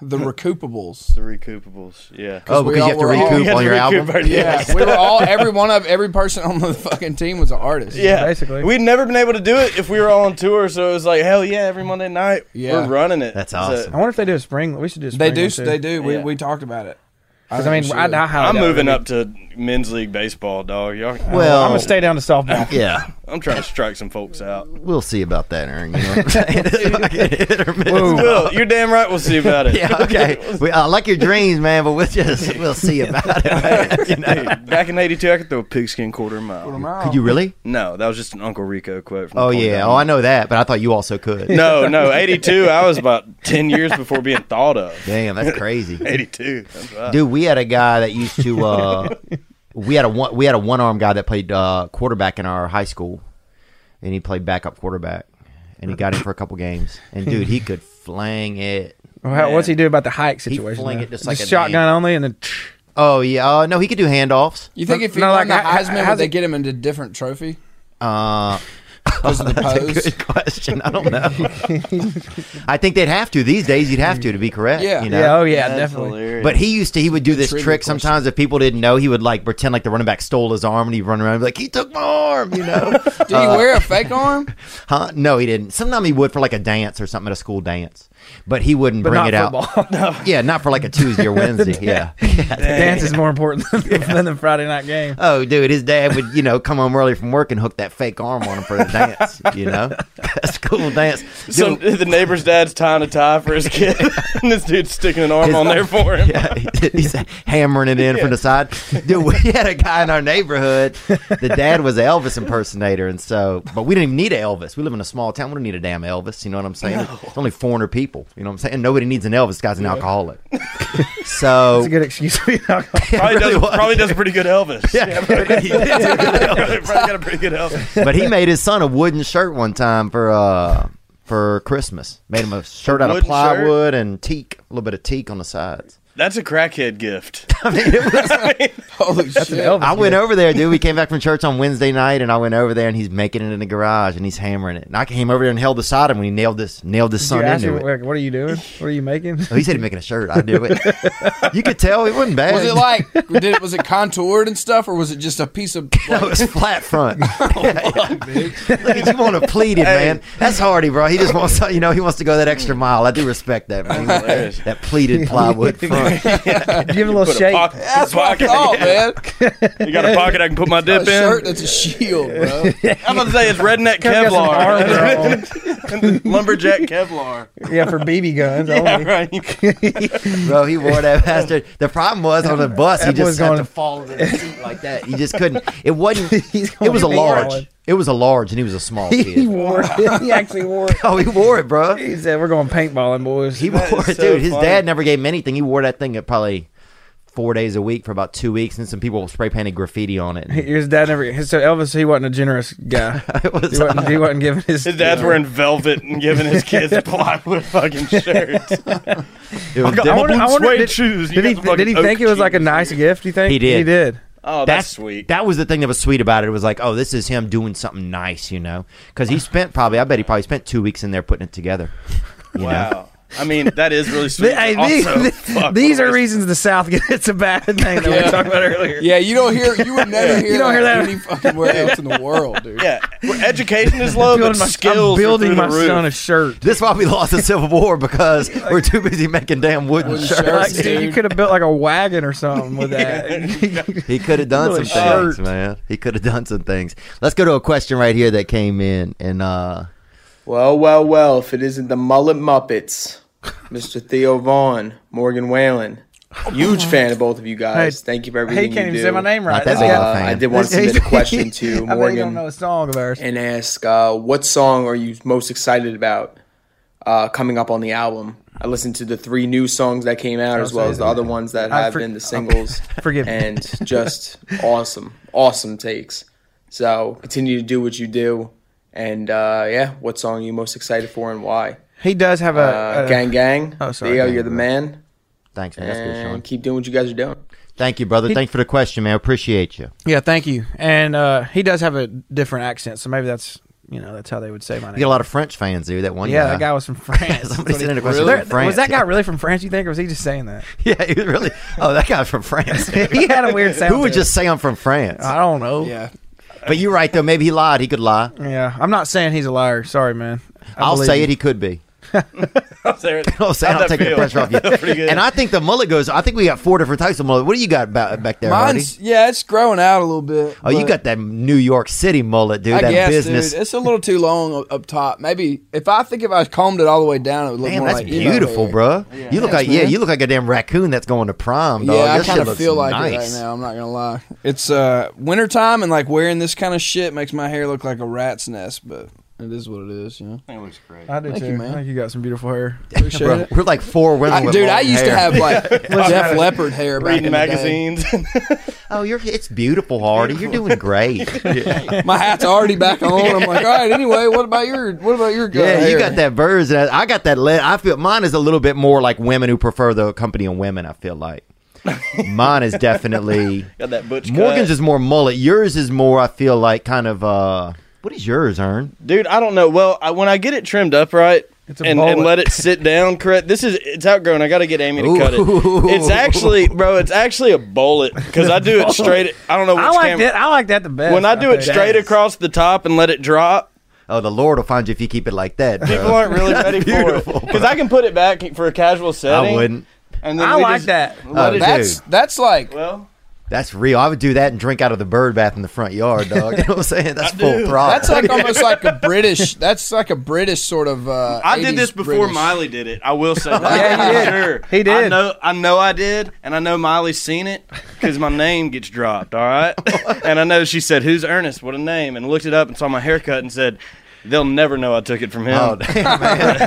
[SPEAKER 9] The
[SPEAKER 1] [laughs]
[SPEAKER 9] recoupables.
[SPEAKER 10] the recoupables. Yeah.
[SPEAKER 1] Oh,
[SPEAKER 9] we
[SPEAKER 1] because you
[SPEAKER 9] all
[SPEAKER 1] have to
[SPEAKER 9] were all-
[SPEAKER 1] recoup
[SPEAKER 9] We had
[SPEAKER 1] on your album.
[SPEAKER 9] [laughs] Yeah, we were all
[SPEAKER 1] [laughs]
[SPEAKER 9] every one of every person on the fucking team was an artist.
[SPEAKER 10] Yeah,
[SPEAKER 11] Basically.
[SPEAKER 10] we'd never been able to do it if we were all on tour. So it was like, hell yeah, every Monday night
[SPEAKER 9] Yeah.
[SPEAKER 10] we're running it.
[SPEAKER 1] That's
[SPEAKER 10] So-
[SPEAKER 11] I
[SPEAKER 1] awesome.
[SPEAKER 11] wonder if they do a spring. We should do. A
[SPEAKER 9] they
[SPEAKER 11] spring
[SPEAKER 9] do.
[SPEAKER 11] one, too.
[SPEAKER 9] They do. We,
[SPEAKER 10] Yeah.
[SPEAKER 9] we talked about it.
[SPEAKER 11] 'Cause, I mean,
[SPEAKER 9] think
[SPEAKER 11] I,
[SPEAKER 9] we should.
[SPEAKER 11] I highly
[SPEAKER 10] I'm
[SPEAKER 11] doubt
[SPEAKER 10] moving
[SPEAKER 11] it.
[SPEAKER 10] up to men's league baseball, dog. Y'all,
[SPEAKER 1] Well,
[SPEAKER 11] I'm gonna stay down to softball.
[SPEAKER 1] Yeah,
[SPEAKER 10] I'm trying to strike some folks out.
[SPEAKER 1] we'll see about that, Aaron. You know what I'm saying? It's fucking hit or miss.
[SPEAKER 10] Will, you're damn right. [laughs] We'll see about it.
[SPEAKER 1] [laughs] Yeah, okay. We, I like your dreams, man, but we'll just we'll see about it. man, you know?
[SPEAKER 10] [laughs] Hey, back in '82, I could throw a pigskin quarter mile.
[SPEAKER 1] Could you really?
[SPEAKER 10] No, that was just an Uncle Rico quote. From
[SPEAKER 1] Oh
[SPEAKER 10] Napoleon
[SPEAKER 1] yeah.
[SPEAKER 10] Dynamite.
[SPEAKER 1] Oh, I know that, but I thought you also could.
[SPEAKER 10] No,
[SPEAKER 1] [laughs]
[SPEAKER 10] no, '82. I was about ten years before being thought of.
[SPEAKER 1] Damn, that's crazy.
[SPEAKER 10] '82. That's right.
[SPEAKER 1] Dude, we had a guy that used to. Uh, we had a one, we had a one arm guy that played uh, quarterback in our high school, and he played backup quarterback, and he got in for a couple games. And dude, he could flang it.
[SPEAKER 11] Well, how, what's he do about the hike
[SPEAKER 1] He'd
[SPEAKER 11] situation?
[SPEAKER 1] fling
[SPEAKER 11] though?
[SPEAKER 1] it just like a
[SPEAKER 11] shotgun
[SPEAKER 1] man.
[SPEAKER 11] only, and then
[SPEAKER 1] Oh yeah, uh, no, he could do handoffs.
[SPEAKER 9] You think
[SPEAKER 11] No,
[SPEAKER 9] if he
[SPEAKER 11] no,
[SPEAKER 9] won
[SPEAKER 11] like,
[SPEAKER 9] the
[SPEAKER 11] I- I-
[SPEAKER 9] Heisman,
[SPEAKER 11] how's
[SPEAKER 9] would they
[SPEAKER 11] it-
[SPEAKER 9] get him into different trophy?
[SPEAKER 1] Uh,
[SPEAKER 9] Because of the
[SPEAKER 1] [laughs] that's a
[SPEAKER 9] pose?
[SPEAKER 1] good question. I don't know. I think they'd have to these days. You'd have to to be correct.
[SPEAKER 9] Yeah.
[SPEAKER 1] you know?
[SPEAKER 11] yeah, oh yeah,
[SPEAKER 10] That's
[SPEAKER 11] definitely.
[SPEAKER 10] hilarious.
[SPEAKER 1] But he used to he would do this
[SPEAKER 9] trivia
[SPEAKER 1] trick
[SPEAKER 9] question.
[SPEAKER 1] sometimes if people didn't know he would like pretend like the running back stole his arm and he'd run around and be like he took my arm you
[SPEAKER 11] [laughs]
[SPEAKER 1] know
[SPEAKER 9] Did he wear a fake
[SPEAKER 1] [laughs]
[SPEAKER 9] arm?
[SPEAKER 1] Huh? No, he didn't. Sometimes he would for like a dance or something at a school dance, but he wouldn't
[SPEAKER 11] But
[SPEAKER 1] bring
[SPEAKER 11] not
[SPEAKER 1] it
[SPEAKER 11] football. [laughs]
[SPEAKER 1] out. Yeah, not for like a Tuesday or Wednesday. yeah.
[SPEAKER 11] The dance is more important than, than the Friday night game.
[SPEAKER 1] [laughs] Oh, dude, his dad would you know come home early from work and hook that fake arm on him for the dance. You know, [laughs] school dance. Dude,
[SPEAKER 10] Some, [laughs] the neighbor's dad's tying a tie for his kid, [laughs] and this dude's sticking an arm on there for him.
[SPEAKER 1] yeah, [laughs] he's hammering it in from the side. Dude, we had a guy in our neighborhood. The dad was an Elvis impersonator, and so, but we didn't even need an Elvis. We live in a small town. We don't need a damn Elvis. You know what I'm saying? It's only 400 people. You know what I'm saying? Nobody needs an Elvis. This guy's
[SPEAKER 10] [laughs]
[SPEAKER 1] an alcoholic. so
[SPEAKER 11] It's a good excuse to be alcoholic.
[SPEAKER 10] Probably,
[SPEAKER 1] It really
[SPEAKER 10] does,
[SPEAKER 1] was.
[SPEAKER 10] probably does a pretty
[SPEAKER 11] [laughs]
[SPEAKER 10] good Elvis.
[SPEAKER 1] Yeah. [laughs]
[SPEAKER 10] probably, [laughs] probably got a pretty good Elvis.
[SPEAKER 1] but he made his son a wooden shirt one time for uh for Christmas. Made him a shirt out of
[SPEAKER 10] wooden shirt?
[SPEAKER 1] plywood and teak, a little bit of teak on the sides.
[SPEAKER 10] That's a crackhead gift.
[SPEAKER 1] I mean, it was
[SPEAKER 9] Holy shit!
[SPEAKER 11] Elvis
[SPEAKER 1] I went over there, dude. We
[SPEAKER 11] [laughs]
[SPEAKER 1] came back from church on Wednesday night, and I went over there, and he's making it in the garage, and he's hammering it. And I came over there and held the side of him when he nailed this, nailed his
[SPEAKER 11] Dude,
[SPEAKER 1] son
[SPEAKER 11] ask
[SPEAKER 1] into
[SPEAKER 11] him,
[SPEAKER 1] it.
[SPEAKER 11] like, what are you doing? What are you making?
[SPEAKER 1] Oh, he said he's making a shirt.
[SPEAKER 11] [laughs]
[SPEAKER 1] I knew it. you could tell it wasn't bad.
[SPEAKER 9] Was it like did it, was it contoured and stuff, or was it just a piece of?
[SPEAKER 1] No, [laughs] it was
[SPEAKER 11] [laughs]
[SPEAKER 1] flat front. [laughs] Yeah, yeah. Look at you want to plead it, man. That's Hardy, bro. He just wants, to, you know, he wants to go that extra mile. I do respect that, man.
[SPEAKER 10] Hilarious.
[SPEAKER 11] [laughs]
[SPEAKER 1] that pleated plywood front.
[SPEAKER 11] Give him [laughs] a little
[SPEAKER 10] Put a
[SPEAKER 11] shake.
[SPEAKER 10] pocket-
[SPEAKER 9] That's what I
[SPEAKER 10] pocket- [laughs]
[SPEAKER 9] thought,
[SPEAKER 11] [laughs]
[SPEAKER 9] man.
[SPEAKER 10] You got a pocket I can put my
[SPEAKER 9] A
[SPEAKER 10] dip
[SPEAKER 9] shirt
[SPEAKER 10] in?
[SPEAKER 9] that's a shield, bro.
[SPEAKER 10] I'm about to say it's redneck
[SPEAKER 11] Got some
[SPEAKER 10] Kevlar.
[SPEAKER 11] armor on.
[SPEAKER 10] and the [laughs] lumberjack Kevlar.
[SPEAKER 11] Yeah, for BB guns.
[SPEAKER 10] Yeah,
[SPEAKER 11] only. [laughs]
[SPEAKER 1] Bro, he wore that bastard. The problem was on the bus, he
[SPEAKER 11] That boy's
[SPEAKER 1] just had
[SPEAKER 11] going-
[SPEAKER 1] to fall in the seat like that. He just couldn't.
[SPEAKER 11] [laughs]
[SPEAKER 1] It wasn't. It
[SPEAKER 11] gonna
[SPEAKER 1] was a
[SPEAKER 11] be
[SPEAKER 1] large.
[SPEAKER 11] balling.
[SPEAKER 1] It was a large, and he was a small
[SPEAKER 11] [laughs] [laughs] He
[SPEAKER 1] kid.
[SPEAKER 11] wore
[SPEAKER 9] [laughs]
[SPEAKER 11] it. He actually wore it.
[SPEAKER 1] Oh, he wore
[SPEAKER 11] [laughs]
[SPEAKER 1] it, bro.
[SPEAKER 11] He said, "We're going paintballing, boys."
[SPEAKER 1] He wore it,
[SPEAKER 10] so
[SPEAKER 1] dude. His
[SPEAKER 10] funny.
[SPEAKER 1] dad never gave him anything. He wore that thing at probably four days a week for about two weeks, and some people spray painted graffiti on
[SPEAKER 11] [laughs]
[SPEAKER 1] it.
[SPEAKER 11] His dad never. his- So Elvis, he wasn't a generous
[SPEAKER 1] [laughs]
[SPEAKER 11] guy.
[SPEAKER 1] It was-
[SPEAKER 11] He wasn't, he wasn't giving his.
[SPEAKER 10] His dad's wearing velvet and giving his
[SPEAKER 11] [laughs]
[SPEAKER 10] kids plywood fucking shirts.
[SPEAKER 1] it was
[SPEAKER 11] I
[SPEAKER 1] dim-
[SPEAKER 11] wonder, I
[SPEAKER 10] blue
[SPEAKER 11] wonder,
[SPEAKER 10] suede
[SPEAKER 11] did,
[SPEAKER 10] shoes. You
[SPEAKER 11] Did he,
[SPEAKER 10] got the
[SPEAKER 11] did he
[SPEAKER 10] fucking
[SPEAKER 11] think
[SPEAKER 10] oak
[SPEAKER 11] it was like a
[SPEAKER 10] shoes.
[SPEAKER 11] nice gift? You think
[SPEAKER 1] He did.
[SPEAKER 11] He did.
[SPEAKER 10] Oh, that's, sweet.
[SPEAKER 1] That was the thing that was sweet about it. It was like, oh, this is him doing something nice, you know? Because he spent probably, I bet he probably spent two weeks in there putting it together. You Know?
[SPEAKER 10] wow. I mean, that is
[SPEAKER 11] [laughs]
[SPEAKER 10] really sweet.
[SPEAKER 11] Th- hey,
[SPEAKER 10] but
[SPEAKER 11] these,
[SPEAKER 10] also,
[SPEAKER 11] th-
[SPEAKER 10] fuck,
[SPEAKER 11] these are
[SPEAKER 10] Christ.
[SPEAKER 11] reasons the South [laughs] gets a bad thing that we
[SPEAKER 9] Yeah.
[SPEAKER 11] talked about earlier.
[SPEAKER 9] Yeah, you don't hear. You would never hear.
[SPEAKER 11] You don't hear
[SPEAKER 9] that
[SPEAKER 11] that.
[SPEAKER 9] any fucking where else in the
[SPEAKER 11] [laughs]
[SPEAKER 9] world, dude.
[SPEAKER 10] Yeah, well, education is low, but
[SPEAKER 11] Building my-
[SPEAKER 10] skills
[SPEAKER 11] I'm building my
[SPEAKER 10] are through the
[SPEAKER 11] son a
[SPEAKER 10] roof.
[SPEAKER 11] shirt.
[SPEAKER 1] This is why we lost the Civil
[SPEAKER 11] [laughs]
[SPEAKER 1] War because we're too busy making damn wooden
[SPEAKER 9] Wooden
[SPEAKER 1] shirts.
[SPEAKER 11] Like,
[SPEAKER 9] shirts,
[SPEAKER 11] dude, you
[SPEAKER 9] dude.
[SPEAKER 11] could have built like a wagon or something
[SPEAKER 9] [laughs]
[SPEAKER 11] with that.
[SPEAKER 1] He could have done some
[SPEAKER 11] Little
[SPEAKER 1] things,
[SPEAKER 11] shirt.
[SPEAKER 1] man. He could have done some things. Let's go to a question right here that came in. And uh,
[SPEAKER 12] Well, well, well, if it isn't the Mullet Muppets, [laughs] Mr. Theo Vaughn, Morgan Whalen. Huge fan of both of you guys.
[SPEAKER 11] Hey,
[SPEAKER 12] Thank you for everything
[SPEAKER 11] he can't
[SPEAKER 12] you
[SPEAKER 11] even
[SPEAKER 12] do.
[SPEAKER 11] say my name right.
[SPEAKER 1] Not that
[SPEAKER 11] This
[SPEAKER 12] Uh,
[SPEAKER 1] big of
[SPEAKER 11] guy-
[SPEAKER 1] a fan.
[SPEAKER 12] I did want to submit a question
[SPEAKER 11] [laughs]
[SPEAKER 12] to
[SPEAKER 11] I bet he don't know
[SPEAKER 12] Morgan
[SPEAKER 11] a song of ours.
[SPEAKER 12] and ask, uh, what song are you most excited about uh, coming up on the album? I listened to the three new songs that came out as well as the other ones that
[SPEAKER 11] I
[SPEAKER 12] have
[SPEAKER 11] for-
[SPEAKER 12] been
[SPEAKER 11] [laughs]
[SPEAKER 12] the singles.
[SPEAKER 11] forgive me.
[SPEAKER 12] And just awesome, awesome takes. So continue to do what you do. And uh, yeah, what song are you most excited for and why?
[SPEAKER 11] He does have a,
[SPEAKER 12] uh,
[SPEAKER 11] a-
[SPEAKER 12] gang gang.
[SPEAKER 11] oh, sorry,
[SPEAKER 12] Theo,
[SPEAKER 11] gang,
[SPEAKER 12] you're the man.
[SPEAKER 1] thanks, man. That's good, Sean.
[SPEAKER 12] And keep doing what you guys are doing.
[SPEAKER 1] Thank you, brother. Thanks for the question, man. Appreciate you.
[SPEAKER 11] Yeah, thank you. And uh, he does have a different accent, so maybe that's you know that's how they would say my
[SPEAKER 1] You get a
[SPEAKER 11] name.
[SPEAKER 1] lot of French fans, dude. That one
[SPEAKER 11] Yeah,
[SPEAKER 1] guy.
[SPEAKER 11] that guy was from France.
[SPEAKER 1] Somebody
[SPEAKER 11] That's what
[SPEAKER 1] sent in
[SPEAKER 11] he-
[SPEAKER 1] a question
[SPEAKER 11] There-
[SPEAKER 1] from France,
[SPEAKER 11] Was that guy
[SPEAKER 1] yeah.
[SPEAKER 11] really from France? You think, or was he just saying
[SPEAKER 1] [laughs]
[SPEAKER 11] that?
[SPEAKER 1] [laughs] Yeah, he was really. Oh, that guy's
[SPEAKER 11] [laughs]
[SPEAKER 1] from France.
[SPEAKER 11] he had a weird sound.
[SPEAKER 1] Who would
[SPEAKER 11] to it.
[SPEAKER 1] just say I'm from France?
[SPEAKER 11] I don't know. Yeah.
[SPEAKER 9] Yeah,
[SPEAKER 1] But you're right, though. Maybe he lied. He could lie.
[SPEAKER 11] I'm not saying he's a liar. Sorry, man. I
[SPEAKER 1] I'll
[SPEAKER 11] believe
[SPEAKER 1] say
[SPEAKER 11] you.
[SPEAKER 1] it. He could be. [laughs]
[SPEAKER 10] There-
[SPEAKER 1] I'll say
[SPEAKER 10] How'd [laughs]
[SPEAKER 1] I'll
[SPEAKER 10] that
[SPEAKER 1] take the
[SPEAKER 10] feel?
[SPEAKER 1] pressure off you. And I think the mullet goes. I think we got four different types of mullet. What do you got ba- back there, Hardy?
[SPEAKER 9] mine's yeah, it's growing out a little bit.
[SPEAKER 1] Oh, you
[SPEAKER 9] but-
[SPEAKER 1] got that New York City mullet, dude.
[SPEAKER 9] I
[SPEAKER 1] that
[SPEAKER 9] guess,
[SPEAKER 1] business.
[SPEAKER 9] dude. It's a little too long up- up top. Maybe if I think if I combed it all the way down, it would look
[SPEAKER 1] Damn,
[SPEAKER 9] more
[SPEAKER 1] that's
[SPEAKER 9] like emo
[SPEAKER 1] beautiful,
[SPEAKER 9] hair.
[SPEAKER 1] bro. You look
[SPEAKER 9] Thanks,
[SPEAKER 1] like yeah,
[SPEAKER 9] man.
[SPEAKER 1] you look like a damn raccoon that's going to prom, dog.
[SPEAKER 9] Yeah, I
[SPEAKER 1] This shit
[SPEAKER 9] kind of
[SPEAKER 1] looks
[SPEAKER 9] feel like it right
[SPEAKER 1] nice.
[SPEAKER 9] now. I'm not gonna lie. It's uh wintertime and like wearing this kind of shit makes my hair look like a rat's nest, but it is what it is, you know.
[SPEAKER 11] I do
[SPEAKER 9] Thank
[SPEAKER 11] too.
[SPEAKER 9] you, man.
[SPEAKER 11] I think you got some beautiful hair.
[SPEAKER 9] Appreciate
[SPEAKER 1] Bro,
[SPEAKER 9] it.
[SPEAKER 1] we're like four women.
[SPEAKER 9] I-
[SPEAKER 1] with
[SPEAKER 9] dude,
[SPEAKER 1] long
[SPEAKER 9] I used
[SPEAKER 1] hair.
[SPEAKER 9] to
[SPEAKER 11] [laughs]
[SPEAKER 9] have like Def Leppard hair back
[SPEAKER 10] reading
[SPEAKER 9] in the day.
[SPEAKER 10] magazines. [laughs]
[SPEAKER 1] Oh, you're it's beautiful, Hardy. You're doing
[SPEAKER 9] [laughs]
[SPEAKER 1] great. yeah,
[SPEAKER 9] My hat's already back on. I'm like, all right. Anyway, what about your what about your gut hair?
[SPEAKER 1] you got that birds. and I I got that. Le- I feel mine is a little bit more like women who prefer the company of women. I feel
[SPEAKER 9] [laughs]
[SPEAKER 1] like mine is definitely
[SPEAKER 10] Got that butch.
[SPEAKER 1] Morgan's
[SPEAKER 10] cut.
[SPEAKER 1] is more mullet. Yours is more. I feel like kind of. uh What is yours, Ern?
[SPEAKER 10] dude. I don't know. Well, I, when I get it trimmed up right
[SPEAKER 11] It's a
[SPEAKER 10] and, and
[SPEAKER 11] mullet.
[SPEAKER 10] let it sit down, correct. This is it's outgrown. I got to get Amy to cut it.
[SPEAKER 1] Ooh.
[SPEAKER 10] It's actually, bro. It's actually a bullet because I do it straight. I don't know which
[SPEAKER 11] I like
[SPEAKER 10] camera.
[SPEAKER 11] that. I like that the best.
[SPEAKER 10] When I do it
[SPEAKER 11] think.
[SPEAKER 10] straight across the top and let it drop,
[SPEAKER 1] Oh, the Lord will find you if you keep it like that. bro.
[SPEAKER 10] people aren't really ready for it.
[SPEAKER 1] beautiful,
[SPEAKER 10] Because I can put it back for a casual setting.
[SPEAKER 1] I wouldn't.
[SPEAKER 10] And then
[SPEAKER 11] I
[SPEAKER 10] we
[SPEAKER 11] like
[SPEAKER 10] just-
[SPEAKER 11] that.
[SPEAKER 1] Oh, dude.
[SPEAKER 9] That's that's like
[SPEAKER 10] Well,
[SPEAKER 1] That's real. I would do that and drink out of the bird bath in the front yard, dog. [laughs] You know what I'm saying? That's full throttle.
[SPEAKER 9] that's
[SPEAKER 1] [laughs]
[SPEAKER 9] like almost like a British. That's like a British sort of. Uh,
[SPEAKER 10] I did this
[SPEAKER 9] 80s
[SPEAKER 10] before
[SPEAKER 9] British-
[SPEAKER 10] Miley did it. I will
[SPEAKER 1] [laughs]
[SPEAKER 10] say that.
[SPEAKER 11] Yeah, he did.
[SPEAKER 10] Sure.
[SPEAKER 11] He did.
[SPEAKER 10] I know, I know I did, and I know Miley's seen it because my name gets dropped, all
[SPEAKER 1] [laughs]
[SPEAKER 10] right? and I know she said, Who's Ernest? What a name. And looked it up and saw my haircut and said, They'll never know I took it from him. [laughs]
[SPEAKER 1] oh, damn, [laughs] man.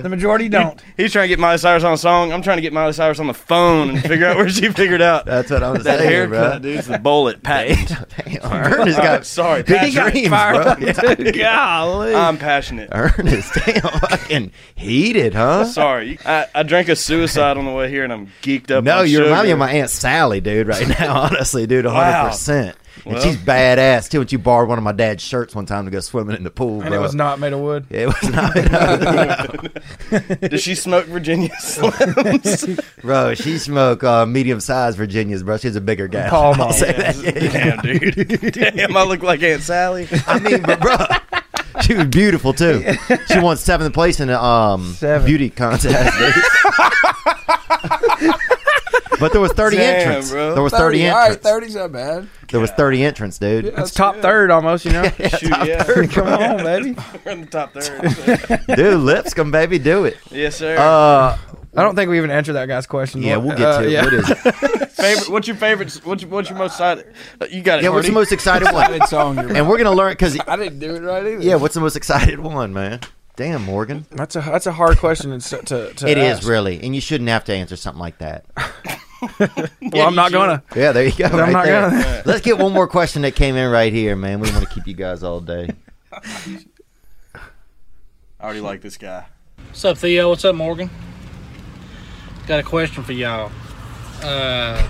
[SPEAKER 11] The majority don't.
[SPEAKER 10] He's trying to get Miley Cyrus on a song. I'm trying to get Miley Cyrus on the phone and figure out where
[SPEAKER 1] [laughs]
[SPEAKER 10] she figured out
[SPEAKER 1] That's what I'm
[SPEAKER 10] that
[SPEAKER 1] saying, bro.
[SPEAKER 10] haircut, dude. It's the bullet patent.
[SPEAKER 1] [laughs] Damn,
[SPEAKER 10] [laughs]
[SPEAKER 1] Ernest got
[SPEAKER 10] Sorry,
[SPEAKER 1] big
[SPEAKER 10] Patrick.
[SPEAKER 1] dreams, bro. Yeah. [laughs]
[SPEAKER 11] Golly.
[SPEAKER 10] I'm passionate.
[SPEAKER 1] Ernest, damn, fucking heated, huh?
[SPEAKER 10] Sorry, You- I, I drank a suicide on the way here, and I'm geeked up.
[SPEAKER 1] No,
[SPEAKER 10] on
[SPEAKER 1] you
[SPEAKER 10] sugar.
[SPEAKER 1] remind me of my aunt Sally, dude. Right now, [laughs] honestly, dude, 100. percent And
[SPEAKER 10] Well.
[SPEAKER 1] she's badass too. And she borrowed one of my dad's shirts one time to go swimming in the pool,
[SPEAKER 11] And
[SPEAKER 1] bro.
[SPEAKER 11] it was not made of wood.
[SPEAKER 1] It was not,
[SPEAKER 10] Does she smoke
[SPEAKER 1] [laughs]
[SPEAKER 10] Virginia Slims?
[SPEAKER 1] bro. She smoked uh, medium sized Virginias, bro. She's a bigger guy.
[SPEAKER 11] Pall
[SPEAKER 1] [laughs]
[SPEAKER 11] Mall.
[SPEAKER 10] Damn, dude. [laughs] Damn, I look like Aunt Sally.
[SPEAKER 1] I mean, but bro, she was beautiful too. She won seventh place in the um
[SPEAKER 11] Seven.
[SPEAKER 1] beauty contest. dude. But there was 30
[SPEAKER 9] Damn,
[SPEAKER 1] entrants.
[SPEAKER 9] bro.
[SPEAKER 1] There was 30,
[SPEAKER 9] 30, all right,
[SPEAKER 1] entrants.
[SPEAKER 9] 30's not bad.
[SPEAKER 1] There was 30 entrants, dude.
[SPEAKER 9] Yeah,
[SPEAKER 3] That's top third
[SPEAKER 9] [laughs]
[SPEAKER 3] almost, you know. Shoot,
[SPEAKER 10] yeah.
[SPEAKER 3] Come on, baby.
[SPEAKER 10] We're in the top third. [laughs]
[SPEAKER 1] Dude, Lipscomb, baby, do it.
[SPEAKER 10] Yes, sir.
[SPEAKER 1] Uh,
[SPEAKER 3] I don't think we even answered that guy's question.
[SPEAKER 1] Yeah, we'll get
[SPEAKER 9] uh,
[SPEAKER 1] to it.
[SPEAKER 9] [laughs]
[SPEAKER 1] What is
[SPEAKER 10] favorite? What's your favorite? What's your, what's your most excited? You got it.
[SPEAKER 1] Yeah, what's
[SPEAKER 10] Hardy.
[SPEAKER 1] the most excited one?
[SPEAKER 9] Excited song you're
[SPEAKER 1] and we're gonna learn because
[SPEAKER 9] [laughs] I didn't do it right either.
[SPEAKER 1] yeah, what's the most excited one, man? Damn, Morgan,
[SPEAKER 13] That's a that's a hard question to to. to
[SPEAKER 1] it is
[SPEAKER 13] ask.
[SPEAKER 1] really, and you shouldn't have to answer something like that.
[SPEAKER 13] Well, I'm not gonna.
[SPEAKER 1] Yeah, there you
[SPEAKER 9] [laughs]
[SPEAKER 1] go.
[SPEAKER 13] I'm
[SPEAKER 1] right
[SPEAKER 13] not
[SPEAKER 1] there.
[SPEAKER 13] gonna.
[SPEAKER 1] Let's get one more question that came in right here, man. We want to keep you guys all day.
[SPEAKER 10] I already like this guy.
[SPEAKER 14] What's up, Theo? What's up, Morgan? Got a question for y'all. Uh,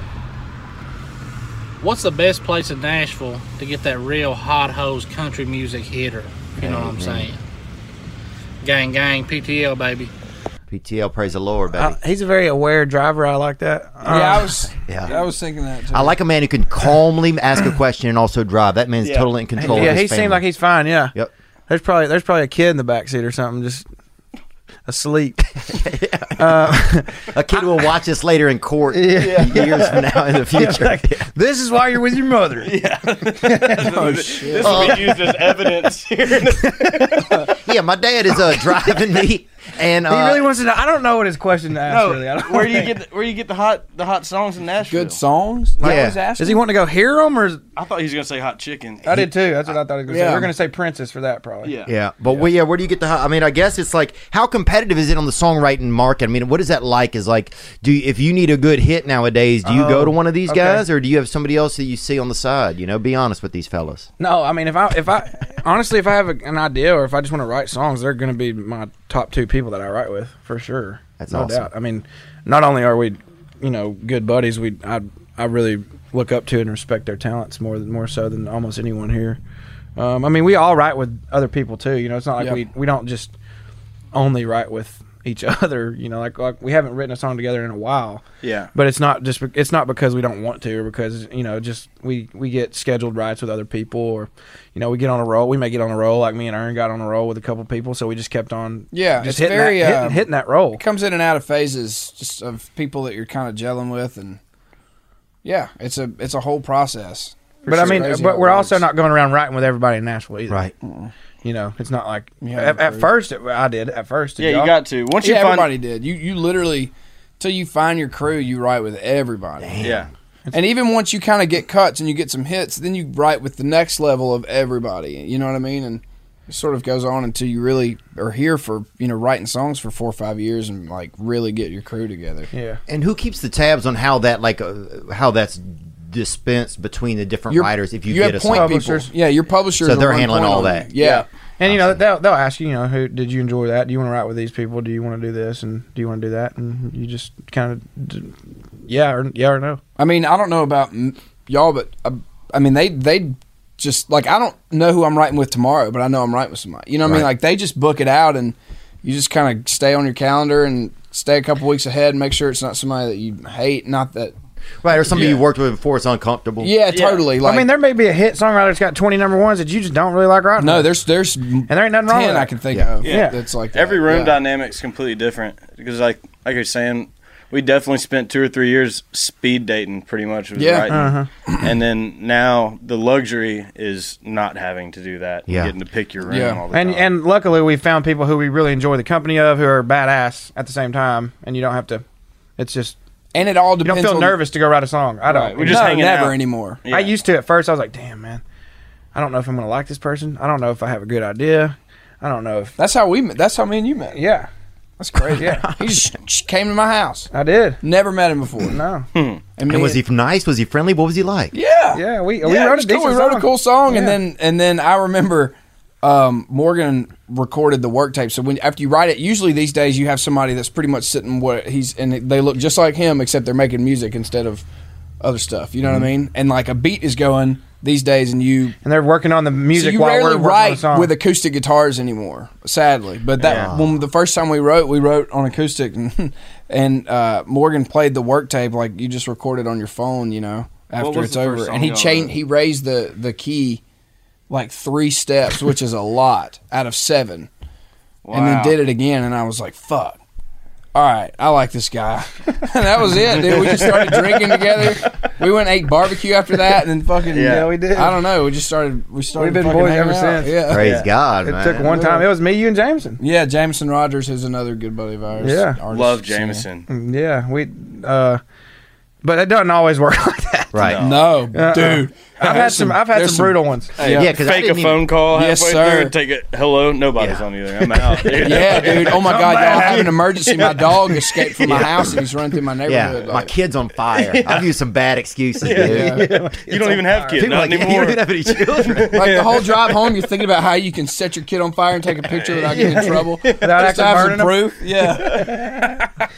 [SPEAKER 14] what's the best place in Nashville to get that real hot hose country music hitter? You know what I'm
[SPEAKER 1] Mhm.
[SPEAKER 14] saying? Gang, gang, PTL, baby.
[SPEAKER 1] PTL, praise the Lord, baby.
[SPEAKER 3] I- he's a very aware driver. I like that.
[SPEAKER 9] Yeah, I was.
[SPEAKER 1] Yeah.
[SPEAKER 9] I was thinking that. Too.
[SPEAKER 1] I like a man who
[SPEAKER 9] [clears throat]
[SPEAKER 1] can calmly ask a question and also drive. That man's
[SPEAKER 3] Yeah.
[SPEAKER 1] totally in control.
[SPEAKER 3] Yeah,
[SPEAKER 1] of his
[SPEAKER 3] he
[SPEAKER 1] family.
[SPEAKER 3] seemed like he's fine. Yeah.
[SPEAKER 1] Yep.
[SPEAKER 3] There's probably there's probably a kid in the back seat or something just asleep. [laughs]
[SPEAKER 1] a kid will watch this later in
[SPEAKER 3] [laughs]
[SPEAKER 1] court
[SPEAKER 3] Yeah.
[SPEAKER 1] years from now in the future.
[SPEAKER 3] this is why you're with your mother.
[SPEAKER 10] [laughs] Yeah.
[SPEAKER 3] [laughs] oh
[SPEAKER 10] This
[SPEAKER 3] shit.
[SPEAKER 10] will
[SPEAKER 14] Uh,
[SPEAKER 10] be used as
[SPEAKER 14] [laughs]
[SPEAKER 10] evidence here.
[SPEAKER 1] [laughs] yeah, my dad is uh, driving me, and uh,
[SPEAKER 3] he really wants to know. I don't know what his question to ask.
[SPEAKER 10] No,
[SPEAKER 3] really, I don't
[SPEAKER 10] where do you get the, where do you get the hot the hot songs in Nashville?
[SPEAKER 9] good songs.
[SPEAKER 1] Yeah.
[SPEAKER 3] Oh, Does he want to go hear him or? Is,
[SPEAKER 10] I thought he was gonna say hot chicken.
[SPEAKER 3] I did too. That's what I thought he was going to
[SPEAKER 9] Yeah.
[SPEAKER 3] say. We're going to say Princess for that probably.
[SPEAKER 10] Yeah.
[SPEAKER 1] Yeah, but yeah. yeah, where do you get the? hi- I mean, I guess it's like how competitive is it on the songwriting market? I mean, what is that like? Is like, do you, if you need a good hit nowadays, do you go
[SPEAKER 3] Oh,
[SPEAKER 1] to one of these
[SPEAKER 3] okay.
[SPEAKER 1] guys, or do you have somebody else that you see on the side? You know, be honest with these fellas.
[SPEAKER 3] No, I mean if I if I honestly if I have a, an idea or if I just want to write songs, they're going to be my top two people that I write with for sure.
[SPEAKER 1] That's
[SPEAKER 3] no
[SPEAKER 1] awesome.
[SPEAKER 3] doubt. I mean, not only are we, you know, good buddies, we I I really look up to and respect their talents more than more so than almost anyone here. Um, I mean, we all write with other people too. You know, it's not like
[SPEAKER 9] Yeah.
[SPEAKER 3] we we don't just only write with each [laughs] other. You know, like like we haven't written a song together in a while
[SPEAKER 10] Yeah.
[SPEAKER 3] but it's not just it's not because we don't want to or because you know just we we get scheduled rides with other people or you know we get on a roll we may get on a roll like me and Aaron got on a roll with a couple people so we just kept on
[SPEAKER 9] Yeah, it's
[SPEAKER 3] just hitting,
[SPEAKER 9] very,
[SPEAKER 3] that,
[SPEAKER 9] um,
[SPEAKER 3] hitting, hitting that roll
[SPEAKER 9] It comes in and out of phases, just of people that you're kind of gelling with, and yeah, it's a it's a whole process.
[SPEAKER 3] but I
[SPEAKER 9] sure.
[SPEAKER 3] mean
[SPEAKER 9] Crazy how
[SPEAKER 3] but
[SPEAKER 9] it
[SPEAKER 3] we're also
[SPEAKER 9] works.
[SPEAKER 3] not going around writing with everybody in Nashville either
[SPEAKER 1] Right.
[SPEAKER 3] you know it's not like
[SPEAKER 9] Yeah, I
[SPEAKER 3] at, at
[SPEAKER 9] agree.
[SPEAKER 3] first it, I did at first
[SPEAKER 10] Yeah, you
[SPEAKER 3] y'all?
[SPEAKER 10] got to. Once you
[SPEAKER 9] yeah,
[SPEAKER 10] find
[SPEAKER 9] everybody did. You you literally till you find your crew, you write with everybody.
[SPEAKER 10] Yeah.
[SPEAKER 9] And even once you kind of get cuts and you get some hits, then you write with the next level of everybody. You know what I mean? And it sort of goes on until you really are here for you know writing songs for four or five years and like really get your crew together.
[SPEAKER 3] yeah
[SPEAKER 1] And who keeps the tabs on how that like uh, how that's dispensed between the different
[SPEAKER 9] Your-
[SPEAKER 1] writers? If you,
[SPEAKER 9] you
[SPEAKER 1] get
[SPEAKER 9] have
[SPEAKER 1] a
[SPEAKER 9] point
[SPEAKER 1] song?
[SPEAKER 9] people, yeah, your publishers.
[SPEAKER 1] So
[SPEAKER 9] will
[SPEAKER 1] they're
[SPEAKER 9] run
[SPEAKER 1] handling
[SPEAKER 9] point
[SPEAKER 1] all
[SPEAKER 9] on
[SPEAKER 1] that.
[SPEAKER 9] you. Yeah,
[SPEAKER 3] and you know they'll, they'll ask you you know who did you enjoy that do you want to write with these people do you want to do this and do you want to do that and you just kind of d- yeah or yeah or no
[SPEAKER 9] I mean, I don't know about m- y'all, but uh, I mean, they they just like I don't know who I'm writing with tomorrow, but I know I'm writing with somebody. You know what I mean?
[SPEAKER 1] Right.
[SPEAKER 9] Like they just book it out, and you just kind of stay on your calendar and stay a couple weeks ahead, and make sure it's not somebody that you hate. Not that,
[SPEAKER 1] right, or somebody you worked with before it's uncomfortable.
[SPEAKER 9] yeah, totally. Like
[SPEAKER 3] I mean, there may be a hit songwriter that's got 20 number ones that you just don't really like writing.
[SPEAKER 9] no,
[SPEAKER 3] with.
[SPEAKER 9] there's there's and
[SPEAKER 3] there ain't nothing wrong with
[SPEAKER 9] I
[SPEAKER 3] that.
[SPEAKER 9] can think
[SPEAKER 1] Yeah.
[SPEAKER 9] of.
[SPEAKER 3] Yeah.
[SPEAKER 9] that's like that.
[SPEAKER 10] Every room
[SPEAKER 9] Yeah.
[SPEAKER 10] dynamic's completely different because, like, like you're saying, we definitely spent two or three years speed dating, pretty much. Was
[SPEAKER 9] Yeah.
[SPEAKER 10] writing.
[SPEAKER 3] Uh-huh.
[SPEAKER 10] [clears throat] and then now the luxury is not having to do that. and
[SPEAKER 1] Yeah.
[SPEAKER 10] getting to pick your room
[SPEAKER 9] Yeah.
[SPEAKER 10] all the
[SPEAKER 3] and
[SPEAKER 10] time.
[SPEAKER 3] and luckily we found people who we really enjoy the company of who are badass at the same time, and you don't have to. It's just
[SPEAKER 9] And it all
[SPEAKER 3] you
[SPEAKER 9] depends.
[SPEAKER 3] don't feel
[SPEAKER 9] on,
[SPEAKER 3] nervous to go write a song. I don't.
[SPEAKER 10] Right, we We're just
[SPEAKER 9] no,
[SPEAKER 10] hanging
[SPEAKER 9] never
[SPEAKER 10] out.
[SPEAKER 9] anymore.
[SPEAKER 10] Yeah.
[SPEAKER 3] I used to at first. I was like, damn man, I don't know if I'm gonna like this person. I don't know if I have a good idea. I don't know if.
[SPEAKER 9] That's how we. met. That's how me and you met.
[SPEAKER 3] Yeah,
[SPEAKER 9] That's crazy. [laughs]
[SPEAKER 3] Yeah.
[SPEAKER 9] he just just came to my house.
[SPEAKER 3] I did.
[SPEAKER 9] Never met him before. And,
[SPEAKER 3] No.
[SPEAKER 9] me
[SPEAKER 1] And was he nice? Was he friendly? What was he like?
[SPEAKER 9] Yeah.
[SPEAKER 3] Yeah, we we
[SPEAKER 9] Yeah, it
[SPEAKER 3] wrote
[SPEAKER 9] was
[SPEAKER 3] a
[SPEAKER 9] cool.
[SPEAKER 3] decent
[SPEAKER 9] We wrote
[SPEAKER 3] song.
[SPEAKER 9] a cool song, and
[SPEAKER 3] Yeah.
[SPEAKER 9] then and then I remember um, Morgan recorded the work tape. So when after you write it, usually these days you have somebody that's pretty much sitting what he's and they look just like him, except they're making music instead of other stuff. You know what I mean? And like a beat is going these days, and you.
[SPEAKER 3] Mm-hmm. and they're working on the music
[SPEAKER 9] so you
[SPEAKER 3] while
[SPEAKER 9] rarely
[SPEAKER 3] we're working on the
[SPEAKER 9] write
[SPEAKER 3] song.
[SPEAKER 9] with acoustic guitars anymore, sadly. But that
[SPEAKER 1] Yeah.
[SPEAKER 9] when the first time we wrote, we wrote on acoustic, [laughs] and, and uh, Morgan played the work tape like you just recorded on your phone, you know, after
[SPEAKER 10] was
[SPEAKER 9] it's
[SPEAKER 10] the first
[SPEAKER 9] over.
[SPEAKER 10] song
[SPEAKER 9] And he
[SPEAKER 10] y'all
[SPEAKER 9] changed,
[SPEAKER 10] wrote?
[SPEAKER 9] he raised the the key like three steps, which is a lot out of seven, and then
[SPEAKER 10] Wow.
[SPEAKER 9] did it again, and I was like, fuck. all right, I like this guy. [laughs] and that was it, dude. We just started drinking together. We went and ate barbecue after that, and then fucking
[SPEAKER 3] Yeah. Yeah, we did.
[SPEAKER 9] I don't know. We just started. We started.
[SPEAKER 3] We've been
[SPEAKER 9] fucking
[SPEAKER 3] boys
[SPEAKER 9] hanging
[SPEAKER 3] ever
[SPEAKER 9] out.
[SPEAKER 3] since.
[SPEAKER 9] Yeah.
[SPEAKER 1] Praise God,
[SPEAKER 3] It
[SPEAKER 1] man.
[SPEAKER 3] took one time. It was me, you, and Jameson.
[SPEAKER 9] Yeah, Jameson Rogers is another good buddy of ours.
[SPEAKER 3] Yeah,
[SPEAKER 9] Artist, singer.
[SPEAKER 3] Mm, Yeah, we. uh But it doesn't always work like that,
[SPEAKER 1] Right.
[SPEAKER 9] No,
[SPEAKER 3] Uh-uh.
[SPEAKER 9] dude.
[SPEAKER 3] I've had
[SPEAKER 9] There's
[SPEAKER 3] some. I've had
[SPEAKER 9] there's
[SPEAKER 3] some brutal ones.
[SPEAKER 10] Hey, fake a phone call halfway
[SPEAKER 9] Yes,
[SPEAKER 10] through.
[SPEAKER 9] sir.
[SPEAKER 10] and Take a hello. Nobody's on either. I'm out.
[SPEAKER 9] [laughs]
[SPEAKER 10] Dude. [laughs]
[SPEAKER 9] Yeah, dude. Oh my God,
[SPEAKER 10] Somebody-
[SPEAKER 9] y'all! I have an emergency. My dog escaped from my
[SPEAKER 1] Yeah.
[SPEAKER 9] house and he's running through my
[SPEAKER 1] Yeah,
[SPEAKER 9] neighborhood.
[SPEAKER 1] my kid's on fire.
[SPEAKER 9] [laughs] Yeah.
[SPEAKER 1] I've used some bad excuses,
[SPEAKER 9] Yeah.
[SPEAKER 1] dude. [laughs]
[SPEAKER 9] Yeah. You don't even have kids,
[SPEAKER 1] People
[SPEAKER 9] not
[SPEAKER 1] like, yeah,
[SPEAKER 9] anymore.
[SPEAKER 1] You don't have any children.
[SPEAKER 9] Like, the whole drive home, you're thinking about how you can set your kid on fire and take a picture without getting
[SPEAKER 3] Yeah.
[SPEAKER 9] in trouble.
[SPEAKER 3] Without
[SPEAKER 9] Just
[SPEAKER 3] actually
[SPEAKER 9] have some
[SPEAKER 3] burning 'em.
[SPEAKER 9] proof.
[SPEAKER 3] [laughs]
[SPEAKER 9] Yeah.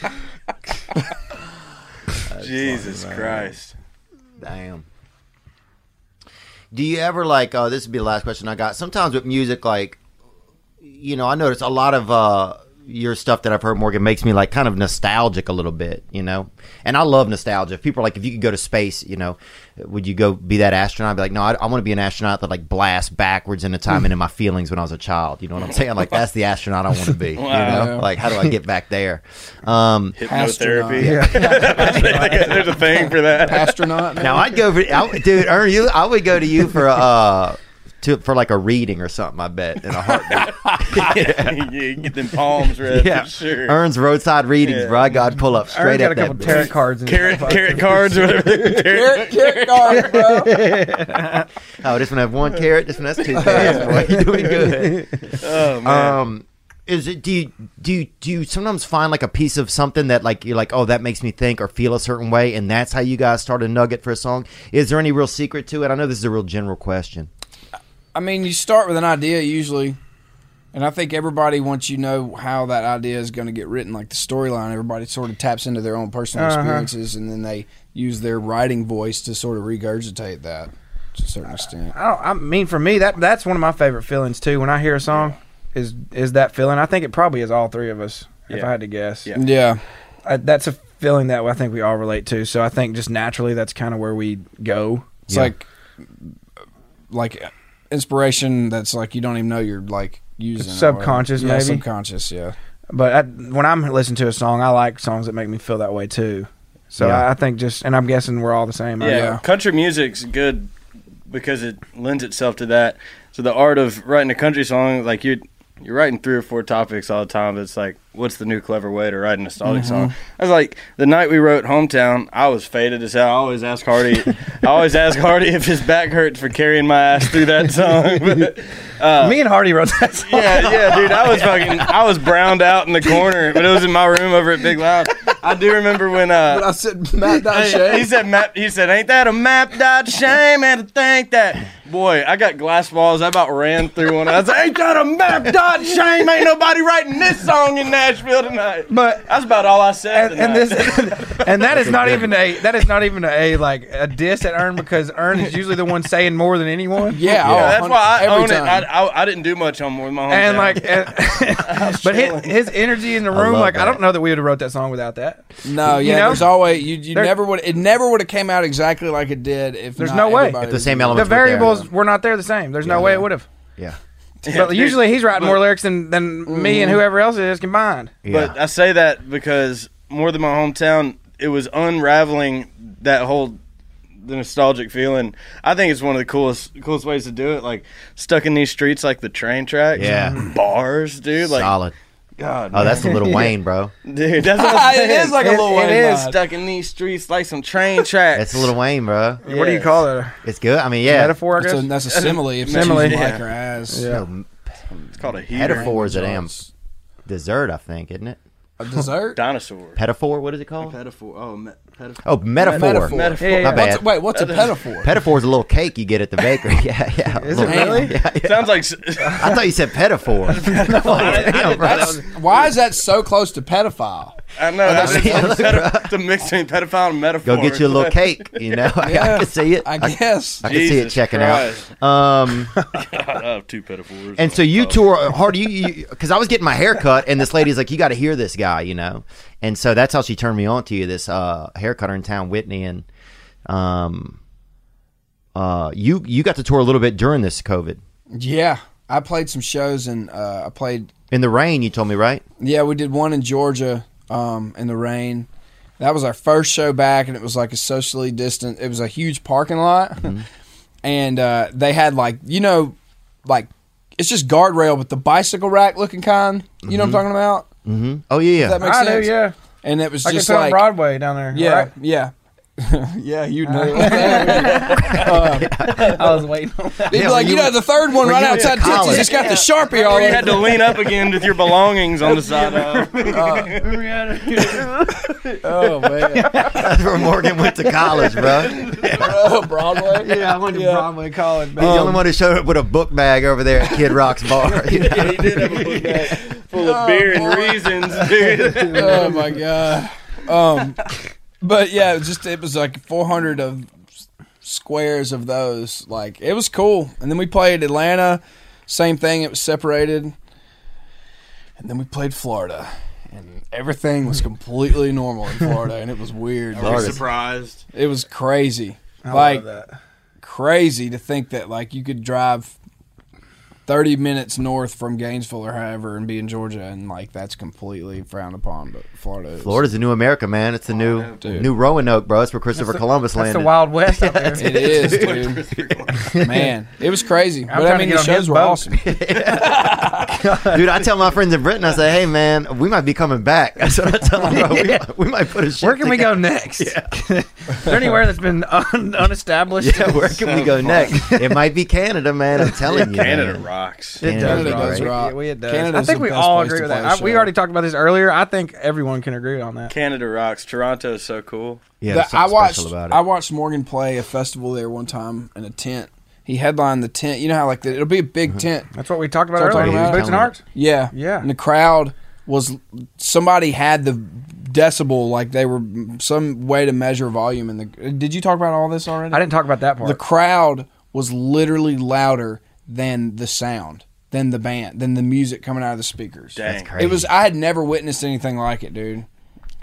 [SPEAKER 10] [laughs] Jesus Christ.
[SPEAKER 1] Damn. Do you ever like? Uh, this would be the last question I got. Sometimes with music, like, you know, I notice a lot of uh, your stuff that I've heard, Morgan, makes me like kind of nostalgic a little bit, you know. And I love nostalgia. If people are like, if you could go to space, you know, would you go be that astronaut? I'd be like, no, I, I want to be an astronaut that like blasts backwards into time and in my feelings when I was a child. You know what I'm saying? Like that's the astronaut I want to be.
[SPEAKER 10] Wow.
[SPEAKER 1] You know, like how do I get back there? Um,
[SPEAKER 10] Hypnotherapy. [laughs] There's a thing for that.
[SPEAKER 1] [laughs]
[SPEAKER 9] Astronaut.
[SPEAKER 1] now I'd go for I, would- dude, Ern, you I would go to you for a uh, to for like a reading or something, I bet, in
[SPEAKER 10] [laughs]
[SPEAKER 1] a heartbeat.
[SPEAKER 10] You get them palms red
[SPEAKER 1] yeah.
[SPEAKER 10] for sure.
[SPEAKER 1] Ern's roadside readings,
[SPEAKER 10] Yeah.
[SPEAKER 1] bro. I got pull up straight
[SPEAKER 3] got
[SPEAKER 1] up
[SPEAKER 3] a couple
[SPEAKER 1] that
[SPEAKER 3] tarot
[SPEAKER 1] bitch.
[SPEAKER 3] cards and
[SPEAKER 1] [laughs]
[SPEAKER 10] Carrot, carrot cards or whatever. they're-
[SPEAKER 9] Carrot, carrot card, bro.
[SPEAKER 1] Oh, this one have one carrot, this one has two carrots, boy. You're
[SPEAKER 10] [laughs]
[SPEAKER 1] doing good.
[SPEAKER 10] Oh man.
[SPEAKER 1] Um is it do you do you, do you sometimes find like a piece of something that like you're like oh that makes me think or feel a certain way and that's how you guys start a nugget for a song is there any real secret to it i know this is a real general question
[SPEAKER 9] I mean, you start with an idea usually, and I think everybody once you know how that idea is going to get written, like the storyline, everybody sort of taps into their own personal
[SPEAKER 3] Uh-huh.
[SPEAKER 9] experiences, and then they use their writing voice to sort of regurgitate that to a certain extent.
[SPEAKER 3] I, don't, I mean, for me, that that's one of my favorite feelings too. When I hear a song, is is that feeling? I think it probably is all three of us, if
[SPEAKER 10] Yeah.
[SPEAKER 3] I had to guess.
[SPEAKER 10] Yeah.
[SPEAKER 9] Yeah,
[SPEAKER 3] I, that's a feeling that I think we all relate to. So I think just naturally, that's kind of where we go.
[SPEAKER 9] it's like like inspiration that's like you don't even know you're like using it, or-
[SPEAKER 3] Subconscious,
[SPEAKER 9] yeah,
[SPEAKER 3] maybe?
[SPEAKER 9] subconscious, yeah.
[SPEAKER 3] But I, when I'm listening to a song, I like songs that make me feel that way too. So
[SPEAKER 1] Yeah.
[SPEAKER 3] I, I think just, and I'm guessing we're all the same.
[SPEAKER 10] Oh, yeah, country music's good because it lends itself to that. So the art of writing a country song, like you, you're writing three or four topics all the time. But it's like, what's the new clever way to write a nostalgic song? I was like, the night we wrote "Hometown," I was faded as hell. I always ask [laughs] Hardy, I always ask Hardy if his back hurts for carrying my ass through that song. [laughs] But, uh,
[SPEAKER 3] Me and Hardy wrote that song.
[SPEAKER 10] yeah, yeah, dude. I was fucking, I was browned out in the corner, but it was in my room over at Big Loud. I do remember [laughs] when uh,
[SPEAKER 9] But I said Matt
[SPEAKER 10] Hey, He said, "Map." He said, "Ain't that a map? Dot shame, and to think that." Boy, I got glass balls. I about ran through one. I was like, "Ain't that a map? Dot shame? Ain't nobody writing this song in Nashville tonight."
[SPEAKER 3] But
[SPEAKER 10] That's about all I said.
[SPEAKER 3] and this [laughs] and that is not even a that is not even a like a diss at Earn because Earn is usually the one saying more than anyone.
[SPEAKER 9] Yeah, oh,
[SPEAKER 10] that's
[SPEAKER 9] hun-
[SPEAKER 10] why I
[SPEAKER 9] every
[SPEAKER 10] own it.
[SPEAKER 9] time.
[SPEAKER 10] I, I, I didn't do much on my hometown.
[SPEAKER 3] and
[SPEAKER 10] [laughs]
[SPEAKER 3] like,
[SPEAKER 9] [laughs]
[SPEAKER 3] [laughs] and- but his, his energy in the room,
[SPEAKER 1] love
[SPEAKER 3] like I
[SPEAKER 1] that.
[SPEAKER 3] don't know that we would have wrote that song without that.
[SPEAKER 9] No,
[SPEAKER 3] You
[SPEAKER 9] yeah,
[SPEAKER 3] know?
[SPEAKER 9] there's always you. You
[SPEAKER 3] There-
[SPEAKER 9] never would. It never would have came out exactly like it did if
[SPEAKER 3] There's
[SPEAKER 9] not
[SPEAKER 3] no way.
[SPEAKER 9] everybody
[SPEAKER 1] If the
[SPEAKER 9] was
[SPEAKER 1] same
[SPEAKER 9] doing it.
[SPEAKER 3] the
[SPEAKER 1] elements were there,
[SPEAKER 3] variables
[SPEAKER 1] though.
[SPEAKER 3] were not there the same. There's no
[SPEAKER 9] Yeah.
[SPEAKER 3] way it would
[SPEAKER 9] [laughs]
[SPEAKER 3] have.
[SPEAKER 1] yeah
[SPEAKER 3] But usually he's writing more lyrics than than
[SPEAKER 9] Mm.
[SPEAKER 3] me and whoever else it is combined.
[SPEAKER 1] yeah
[SPEAKER 10] But I say that because more than my hometown, it was unraveling that whole the nostalgic feeling. I think it's one of the coolest coolest ways to do it. Like stuck in these streets, like the train tracks,
[SPEAKER 1] Yeah.
[SPEAKER 9] Mm-hmm.
[SPEAKER 10] bars, dude. Like
[SPEAKER 1] solid
[SPEAKER 10] God,
[SPEAKER 1] oh that's a little wayne
[SPEAKER 10] [laughs]
[SPEAKER 1] bro
[SPEAKER 10] man. [laughs] dude. That's what I'm saying.
[SPEAKER 9] [laughs] It is like a
[SPEAKER 10] It-
[SPEAKER 9] Lil Wayne
[SPEAKER 10] It is
[SPEAKER 9] vibe.
[SPEAKER 10] stuck in these streets, like some
[SPEAKER 1] [laughs]
[SPEAKER 10] train tracks.
[SPEAKER 1] that's a little wayne bro
[SPEAKER 3] What do you
[SPEAKER 10] Yes.
[SPEAKER 3] call it? A
[SPEAKER 1] It's good. I mean, yeah.
[SPEAKER 3] metaphor, I
[SPEAKER 9] That's
[SPEAKER 3] guess.
[SPEAKER 9] a, that's a simile. If
[SPEAKER 3] Simile.
[SPEAKER 9] simile,
[SPEAKER 10] Yeah.
[SPEAKER 9] like her ass.
[SPEAKER 3] Yeah.
[SPEAKER 1] No,
[SPEAKER 10] It's called a heater.
[SPEAKER 1] metaphor is a damn dessert, I think, isn't it?
[SPEAKER 9] A dessert.
[SPEAKER 3] [laughs]
[SPEAKER 10] Dinosaur.
[SPEAKER 1] Pedophore, what is it called?
[SPEAKER 10] Pedophore. Oh, me- pedophore.
[SPEAKER 1] Oh, metaphor.
[SPEAKER 9] Metaphor.
[SPEAKER 10] Metaphor.
[SPEAKER 3] Yeah, yeah,
[SPEAKER 1] My
[SPEAKER 3] yeah.
[SPEAKER 1] bad.
[SPEAKER 9] What's, wait, what's a pedophore?
[SPEAKER 1] Pedophore is a little cake you get at the bakery. [laughs] yeah, yeah.
[SPEAKER 3] Is it
[SPEAKER 1] Little-
[SPEAKER 3] really?
[SPEAKER 1] Yeah, yeah.
[SPEAKER 10] Sounds like s- [laughs]
[SPEAKER 1] I thought you
[SPEAKER 3] [laughs]
[SPEAKER 1] said [laughs] pedophore. Damn, bro.
[SPEAKER 9] That's, why is that so close to pedophile?
[SPEAKER 1] [laughs]
[SPEAKER 10] I know. That's,
[SPEAKER 1] that's-
[SPEAKER 10] it's, pedo- it's a mix between pedophile and metaphor.
[SPEAKER 1] Go get you
[SPEAKER 10] [laughs]
[SPEAKER 1] a little cake, you know? [laughs] I- I, can see it.
[SPEAKER 9] I guess.
[SPEAKER 1] I can see it
[SPEAKER 10] Jesus
[SPEAKER 1] checking
[SPEAKER 10] Christ.
[SPEAKER 1] out. Um,
[SPEAKER 10] I have two pedophores.
[SPEAKER 1] and so you tour hard. You because I was getting my hair cut, and this lady's like, "You got to hear this guy," you know. And so that's how she turned me on to you. This uh, haircutter in town, Whitney, and um, uh, you you got to tour a little bit during this COVID
[SPEAKER 9] Yeah, I played some shows and uh, I played.
[SPEAKER 1] in the rain. You told me right.
[SPEAKER 9] Yeah, we did one in Georgia. um, in the rain. That was our first show back, and it was like a socially distant. It was a huge parking lot, [laughs] and uh, they had like you know, like it's just guardrail, but the bicycle rack looking kind. You know what I'm
[SPEAKER 1] Mhm.
[SPEAKER 9] talking about?
[SPEAKER 1] Mm-hmm. Oh yeah, yeah.
[SPEAKER 9] Does that make
[SPEAKER 3] I do,
[SPEAKER 9] sense?
[SPEAKER 3] yeah.
[SPEAKER 9] And it was
[SPEAKER 3] I can
[SPEAKER 9] just
[SPEAKER 3] tell on
[SPEAKER 9] like
[SPEAKER 3] Broadway down there,
[SPEAKER 9] Yeah,
[SPEAKER 3] right?
[SPEAKER 9] yeah, [laughs] yeah. You
[SPEAKER 3] [laughs]
[SPEAKER 9] know, Um,
[SPEAKER 3] I was waiting. On that.
[SPEAKER 9] They'd be like, you know, the third one
[SPEAKER 3] when
[SPEAKER 9] right
[SPEAKER 3] you went to
[SPEAKER 9] outside Tootsie's.
[SPEAKER 3] college.
[SPEAKER 9] It's got the sharpie all
[SPEAKER 10] Or you
[SPEAKER 9] over
[SPEAKER 10] had to
[SPEAKER 9] it.
[SPEAKER 10] lean up again with your belongings [laughs] on the side of.
[SPEAKER 9] oh
[SPEAKER 3] [laughs]
[SPEAKER 9] man,
[SPEAKER 1] [laughs] that's where Morgan went to college, bro.
[SPEAKER 9] Oh, Broadway. Um,
[SPEAKER 3] Yeah, I went to Broadway College.
[SPEAKER 1] He's the only one who showed up with a book bag over there at
[SPEAKER 9] [laughs]
[SPEAKER 1] Kid Rock's bar. you know?
[SPEAKER 3] [laughs]
[SPEAKER 10] full
[SPEAKER 3] Oh,
[SPEAKER 10] of beer and reasons, dude.
[SPEAKER 9] oh my god. Um, but yeah, it was just it was like 400 of s- squares of those. Like it was cool. And then we played Atlanta. Same thing. It was separated. And then we played Florida, and everything was completely normal in Florida, and it was weird.
[SPEAKER 10] Are you surprised?
[SPEAKER 9] It was crazy.
[SPEAKER 10] I
[SPEAKER 9] like
[SPEAKER 10] love that.
[SPEAKER 9] crazy to think that like you could drive 30 minutes north from Gainesville or however and be in Georgia and like that's completely frowned upon but Florida is.
[SPEAKER 1] Florida's the new America, man. It's the new
[SPEAKER 9] Oh, dude.
[SPEAKER 1] new Roanoke, bro. That's where Christopher Columbus landed.
[SPEAKER 3] West out
[SPEAKER 10] [laughs]
[SPEAKER 1] there.
[SPEAKER 9] It is, [laughs] dude. Man, it was crazy.
[SPEAKER 1] I'm
[SPEAKER 9] but I
[SPEAKER 1] trying to
[SPEAKER 9] mean,
[SPEAKER 1] get
[SPEAKER 9] the
[SPEAKER 1] on his
[SPEAKER 9] shows were
[SPEAKER 1] boat.
[SPEAKER 9] awesome.
[SPEAKER 1] Dude, I tell my friends in Britain, I say, "Hey, man, we might be coming back." [laughs] That's what I tell them. Bro.
[SPEAKER 3] Yeah.
[SPEAKER 1] We, we might put a. Ship
[SPEAKER 3] Where can we
[SPEAKER 1] together.
[SPEAKER 3] go next?
[SPEAKER 1] Yeah.
[SPEAKER 3] [laughs] Is there anywhere that's been un- unestablished?
[SPEAKER 1] Yeah, where can we go
[SPEAKER 3] [laughs]
[SPEAKER 1] next? It might be Canada, man. I'm telling you.
[SPEAKER 3] Canada
[SPEAKER 1] man.
[SPEAKER 10] rocks.
[SPEAKER 3] It does,
[SPEAKER 1] Canada's
[SPEAKER 3] does
[SPEAKER 1] great.
[SPEAKER 3] rock.
[SPEAKER 9] Yeah, we- it does.
[SPEAKER 3] I
[SPEAKER 9] Canada's
[SPEAKER 3] think
[SPEAKER 9] the
[SPEAKER 3] we
[SPEAKER 9] best
[SPEAKER 3] all
[SPEAKER 9] place
[SPEAKER 3] agree
[SPEAKER 9] to
[SPEAKER 3] with
[SPEAKER 9] play
[SPEAKER 3] that.
[SPEAKER 9] a
[SPEAKER 3] I- we
[SPEAKER 9] show.
[SPEAKER 3] already talked about this earlier. I think everyone can agree on that.
[SPEAKER 10] Canada rocks. Toronto is so cool.
[SPEAKER 9] The- I watched I watched Morgan play a festival there one time in a tent. He headlined the tent. You know how like the, it'll be a big tent.
[SPEAKER 3] That's what we talked about
[SPEAKER 9] That's what I'm
[SPEAKER 3] earlier.
[SPEAKER 9] talking about.
[SPEAKER 3] Boots and Arts.
[SPEAKER 9] Yeah,
[SPEAKER 3] Yeah.
[SPEAKER 9] And the crowd was somebody had the decibel like they were some way to measure volume. And the did you talk about all this already?
[SPEAKER 3] I didn't talk about that part.
[SPEAKER 9] The crowd was literally louder than the sound, than the band, than the music coming out of the speakers.
[SPEAKER 10] Dang.
[SPEAKER 3] That's
[SPEAKER 9] It was I had never witnessed anything like it, dude.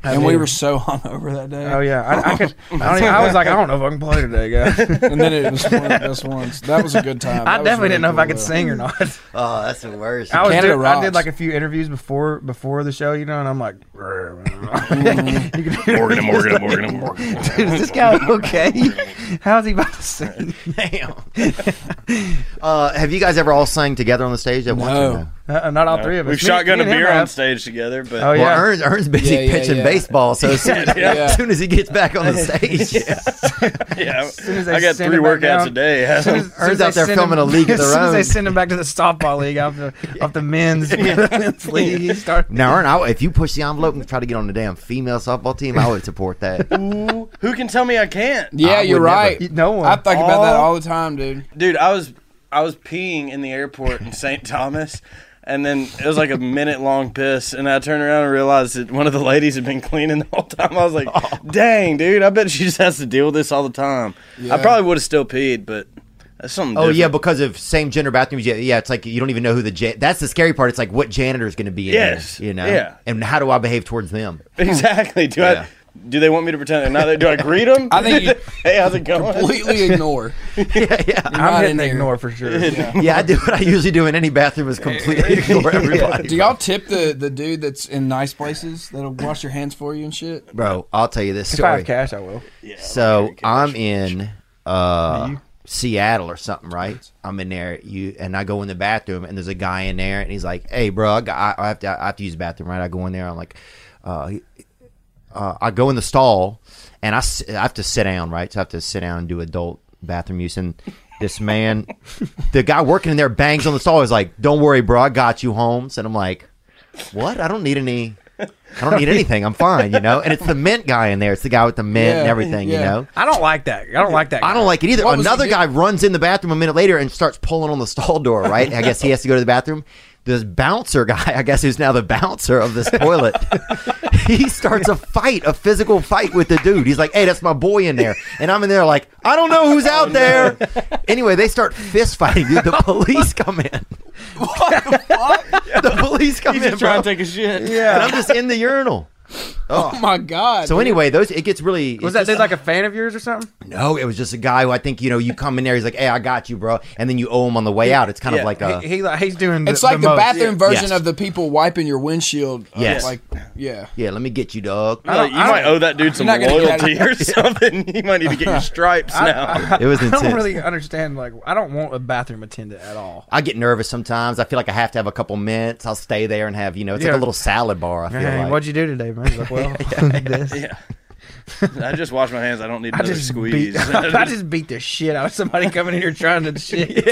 [SPEAKER 3] I
[SPEAKER 9] and we
[SPEAKER 3] mean-
[SPEAKER 9] were so [laughs] hungover that day.
[SPEAKER 3] Oh yeah, I, I could. I, don't even, I was like, I don't know if I can play today, guys.
[SPEAKER 9] and then it was one of the best ones. That was a good time.
[SPEAKER 3] [laughs] I
[SPEAKER 9] That was
[SPEAKER 3] definitely
[SPEAKER 9] really
[SPEAKER 3] didn't know if
[SPEAKER 9] cool,
[SPEAKER 3] I could
[SPEAKER 9] though.
[SPEAKER 3] sing
[SPEAKER 9] [laughs]
[SPEAKER 3] or not.
[SPEAKER 1] Oh, that's the worst.
[SPEAKER 3] I was
[SPEAKER 1] [laughs]
[SPEAKER 9] Canada
[SPEAKER 3] doing- I did
[SPEAKER 9] rocks.
[SPEAKER 3] like a few interviews before before the show, you know, and I'm like,
[SPEAKER 9] [laughs]
[SPEAKER 3] "Brr, brr, brr."
[SPEAKER 10] Morgan, Morgan, Morgan,
[SPEAKER 3] Dude, [laughs] is this guy okay? [laughs] How's he about to sing?
[SPEAKER 1] Damn. Uh, have you guys ever all sang together on the stage at once? or no?
[SPEAKER 3] Uh, not all three of us.
[SPEAKER 10] We've
[SPEAKER 3] Me-
[SPEAKER 10] shotgun
[SPEAKER 3] me
[SPEAKER 10] a
[SPEAKER 3] and him
[SPEAKER 10] beer on
[SPEAKER 3] have.
[SPEAKER 10] stage together, but
[SPEAKER 3] Oh, yeah.
[SPEAKER 1] Well, Ernst, Ernst's busy
[SPEAKER 9] Yeah, yeah,
[SPEAKER 1] pitching
[SPEAKER 9] yeah.
[SPEAKER 1] baseball,
[SPEAKER 9] [laughs]
[SPEAKER 1] so as soon, as soon as he gets back on the stage,
[SPEAKER 10] [laughs] yeah,
[SPEAKER 3] soon as they
[SPEAKER 10] I got
[SPEAKER 3] send
[SPEAKER 10] three
[SPEAKER 3] it back
[SPEAKER 10] workouts
[SPEAKER 3] down.
[SPEAKER 10] a day.
[SPEAKER 3] As soon as- as soon
[SPEAKER 1] He's
[SPEAKER 3] as they
[SPEAKER 1] out there
[SPEAKER 3] send him-
[SPEAKER 1] filming a
[SPEAKER 3] [laughs]
[SPEAKER 1] league of
[SPEAKER 3] As
[SPEAKER 1] their
[SPEAKER 3] soon as they
[SPEAKER 1] own.
[SPEAKER 3] send him back to the softball league, off
[SPEAKER 10] [laughs]
[SPEAKER 3] the off the men's, [laughs] men's league, he started.
[SPEAKER 1] now Ern, I, if you push the envelope and try to get on the damn female softball team, I would support that.
[SPEAKER 10] Ooh, who can tell me I can't?
[SPEAKER 9] Yeah,
[SPEAKER 1] I
[SPEAKER 9] you're
[SPEAKER 1] would never.
[SPEAKER 9] right.
[SPEAKER 3] No one.
[SPEAKER 9] I think about that
[SPEAKER 10] All-
[SPEAKER 9] all the time, dude.
[SPEAKER 10] dude i was i was peeing in the airport in st thomas and then it was like a minute long piss and i turned around and realized that one of the ladies had been cleaning the whole time i
[SPEAKER 3] [laughs]
[SPEAKER 10] was like
[SPEAKER 3] Oh.
[SPEAKER 10] dang dude i bet she just has to deal with this all the time i
[SPEAKER 9] Yeah.
[SPEAKER 10] probably would have still peed but that's something
[SPEAKER 1] Oh yeah,
[SPEAKER 10] different.
[SPEAKER 1] because of same gender bathrooms. Yeah, yeah, it's like you don't even know who the jan- that's the scary part. It's like what janitor is going to be in
[SPEAKER 10] Yes,
[SPEAKER 1] there, you know,
[SPEAKER 10] yeah.
[SPEAKER 1] and how do I behave towards them?
[SPEAKER 10] [laughs] exactly do
[SPEAKER 1] Yeah.
[SPEAKER 10] i do they want me to pretend they're not there? Do I greet them?
[SPEAKER 9] I think you
[SPEAKER 10] [laughs] hey, how's it going?
[SPEAKER 9] completely
[SPEAKER 3] [laughs]
[SPEAKER 9] ignore.
[SPEAKER 1] yeah, yeah,
[SPEAKER 9] not
[SPEAKER 3] I'm
[SPEAKER 9] in
[SPEAKER 3] hitting
[SPEAKER 9] there.
[SPEAKER 3] ignore for sure.
[SPEAKER 1] yeah. I do what I usually do in any bathroom is completely [laughs] ignore everybody.
[SPEAKER 9] Do y'all tip the, the dude that's in nice places that'll wash your hands for you and shit?
[SPEAKER 1] Bro, I'll tell you this
[SPEAKER 3] If I have
[SPEAKER 1] story.
[SPEAKER 3] cash, I will.
[SPEAKER 1] So I'm in uh, Seattle or something, right? I'm in there, you and I go in the bathroom, and there's a guy in there, and he's like, "Hey, bro, I, got, I, I have to, I have to use the bathroom, right?" I go in there, I'm like, uh, he- uh, I go in the stall, and I, s- I have to sit down, right? So I have to sit down and do adult bathroom use, and this man, the guy working in there, bangs on the stall. He's like, "Don't worry, bro, I got you, Holmes," and I'm like, "What? I don't need any." I don't need anything. I'm fine, you know. And it's the mint guy in there. It's the guy with the mint and
[SPEAKER 9] Yeah,
[SPEAKER 1] everything, you
[SPEAKER 9] yeah.
[SPEAKER 1] know.
[SPEAKER 3] I don't like that. I don't like that.
[SPEAKER 1] I don't like it either.
[SPEAKER 9] What was he
[SPEAKER 1] Another
[SPEAKER 9] doing?
[SPEAKER 1] guy runs in the bathroom a minute later and starts pulling on the stall door, right? I guess he has to go to the bathroom. This bouncer guy, I guess who's now the bouncer of this toilet, [laughs] he starts a fight, a physical fight with the dude. He's like, hey, that's my boy in there. And I'm in there like, I don't know who's out there. Anyway, they start fist fighting. Dude, the police come in. What [laughs] the fuck? the police come
[SPEAKER 10] He's
[SPEAKER 1] in. [laughs]
[SPEAKER 10] just trying
[SPEAKER 1] bro.
[SPEAKER 10] to take a shit.
[SPEAKER 3] [laughs]
[SPEAKER 1] And I'm just in the urinal.
[SPEAKER 9] Oh my god.
[SPEAKER 1] So
[SPEAKER 9] dude.
[SPEAKER 1] anyway, those it gets really.
[SPEAKER 3] Was
[SPEAKER 1] it's
[SPEAKER 3] that dude
[SPEAKER 1] just-
[SPEAKER 3] like a fan of yours or something?
[SPEAKER 1] No, it was just a guy who I think you know. You come in there, he's like, "Hey, I got you, bro," and then you owe him on the way out. It's kind
[SPEAKER 3] Yeah.
[SPEAKER 1] of like a
[SPEAKER 3] he, he like, he's doing.
[SPEAKER 9] It's like the,
[SPEAKER 3] most.
[SPEAKER 9] bathroom
[SPEAKER 3] Yeah.
[SPEAKER 9] version of the people wiping your windshield. uh,
[SPEAKER 1] Yes.
[SPEAKER 9] Like, yeah.
[SPEAKER 1] yeah. Let me get you, dog.
[SPEAKER 10] I don't- you might owe that dude some
[SPEAKER 9] not gonna get out of
[SPEAKER 10] loyalty or something. You might need to get your stripes
[SPEAKER 3] I-
[SPEAKER 10] now.
[SPEAKER 1] It was
[SPEAKER 3] I don't
[SPEAKER 1] intense.
[SPEAKER 3] really understand. Like, I don't want a bathroom attendant at all.
[SPEAKER 1] I get nervous sometimes. I feel like I have to have a couple minutes. I'll stay there and have you know, it's
[SPEAKER 3] Yeah.
[SPEAKER 1] like a little salad bar. I feel
[SPEAKER 3] Hey,
[SPEAKER 1] like.
[SPEAKER 3] what'd you do today, man? He's Like,
[SPEAKER 1] [laughs]
[SPEAKER 3] well, [laughs] this.
[SPEAKER 10] Yeah. I just wash my hands. I don't need
[SPEAKER 3] I
[SPEAKER 10] another
[SPEAKER 3] just
[SPEAKER 10] squeeze. [laughs]
[SPEAKER 3] beat. [laughs] I just beat the shit out of somebody coming in here trying
[SPEAKER 1] [laughs]
[SPEAKER 3] to shit.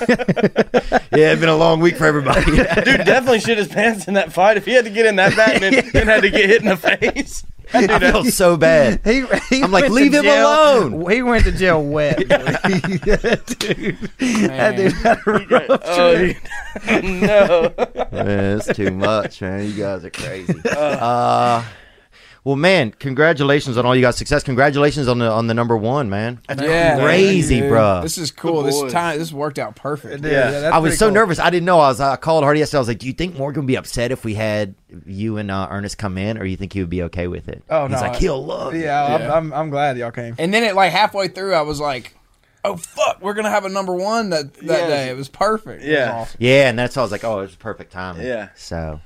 [SPEAKER 1] yeah, it's been a long week for
[SPEAKER 3] [laughs]
[SPEAKER 1] everybody. [laughs]
[SPEAKER 10] Dude definitely shit his pants in that fight. If he had to get in that bat and then- then had to get hit in the face, that dude
[SPEAKER 1] I
[SPEAKER 10] had-
[SPEAKER 1] feel
[SPEAKER 3] [laughs]
[SPEAKER 1] so bad.
[SPEAKER 3] He, he
[SPEAKER 1] I'm like,
[SPEAKER 3] went to
[SPEAKER 1] "Leave him
[SPEAKER 3] jail-
[SPEAKER 1] alone."
[SPEAKER 3] He went to jail
[SPEAKER 1] [laughs]
[SPEAKER 3] wet. dude. [laughs] that dude, that dude had a rough
[SPEAKER 10] Oh,
[SPEAKER 3] trip.
[SPEAKER 10] he- [laughs] no.
[SPEAKER 1] Man, it's too much, man. You guys
[SPEAKER 3] [laughs]
[SPEAKER 1] are crazy. Uh, well, man, congratulations on all you guys' success. Congratulations on the on the number one, man. That's
[SPEAKER 9] Yeah.
[SPEAKER 1] crazy,
[SPEAKER 9] dude.
[SPEAKER 1] bruh.
[SPEAKER 9] This is cool.
[SPEAKER 10] Good
[SPEAKER 9] This
[SPEAKER 10] boys.
[SPEAKER 9] time this worked out perfect.
[SPEAKER 3] Dude, yeah, that's
[SPEAKER 1] I was
[SPEAKER 3] pretty
[SPEAKER 1] so
[SPEAKER 3] cool.
[SPEAKER 1] nervous. I didn't know. I was. I called Hardy yesterday. I was like, "Do you think Morgan would be upset if we had you and uh, Ernest come in, or you think he would be okay with it?"
[SPEAKER 3] Oh,
[SPEAKER 1] He's
[SPEAKER 3] no,
[SPEAKER 1] like,
[SPEAKER 3] I-
[SPEAKER 1] "He'll love." it."
[SPEAKER 3] Yeah, I'm,
[SPEAKER 9] Yeah.
[SPEAKER 3] I'm, I'm glad y'all came.
[SPEAKER 9] And then it like halfway through I was like, Oh fuck, we're gonna have a number one that, that
[SPEAKER 10] Yeah.
[SPEAKER 9] day. It was perfect.
[SPEAKER 10] Yeah.
[SPEAKER 1] Yeah, and that's why I was like, "Oh, it was perfect timing."
[SPEAKER 10] Yeah.
[SPEAKER 1] So,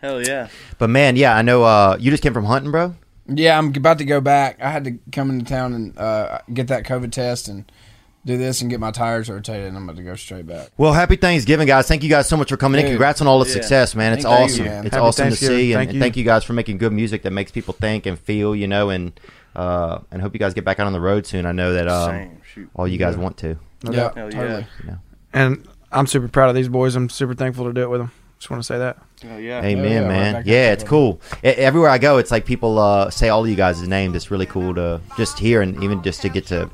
[SPEAKER 10] Hell yeah.
[SPEAKER 1] but man, yeah, I know. Uh, you just came from hunting, bro.
[SPEAKER 9] Yeah, I'm about to go back. I had to come into town and uh, get that COVID test and do this and get my tires rotated, and I'm about to go straight back.
[SPEAKER 1] Well, happy Thanksgiving, guys. Thank you guys so much for coming in.
[SPEAKER 9] Dude.
[SPEAKER 1] Congrats on all the
[SPEAKER 10] Yeah.
[SPEAKER 1] success, man. It's
[SPEAKER 9] Thank you,
[SPEAKER 1] awesome.
[SPEAKER 9] man.
[SPEAKER 1] It's
[SPEAKER 3] Happy
[SPEAKER 1] awesome to see.
[SPEAKER 3] Thanksgiving.
[SPEAKER 1] And
[SPEAKER 3] Thank
[SPEAKER 1] and thank you guys for making good music that makes people think and feel, you know, and uh, and hope you guys get back out on the road soon. I know that um,
[SPEAKER 10] Same. Shoot.
[SPEAKER 1] all you guys want to.
[SPEAKER 9] yeah,
[SPEAKER 10] Hell yeah.
[SPEAKER 9] totally.
[SPEAKER 3] And I'm super proud of these boys. I'm super thankful to do it with them. Just want to say that.
[SPEAKER 10] Hell yeah.
[SPEAKER 1] Amen,
[SPEAKER 9] yeah, right
[SPEAKER 1] man.
[SPEAKER 9] back at
[SPEAKER 1] yeah,
[SPEAKER 9] you,
[SPEAKER 1] it's
[SPEAKER 9] buddy.
[SPEAKER 1] cool. E- everywhere I go, it's like people uh, say all you guys' names. It's really cool to just hear and even just to get to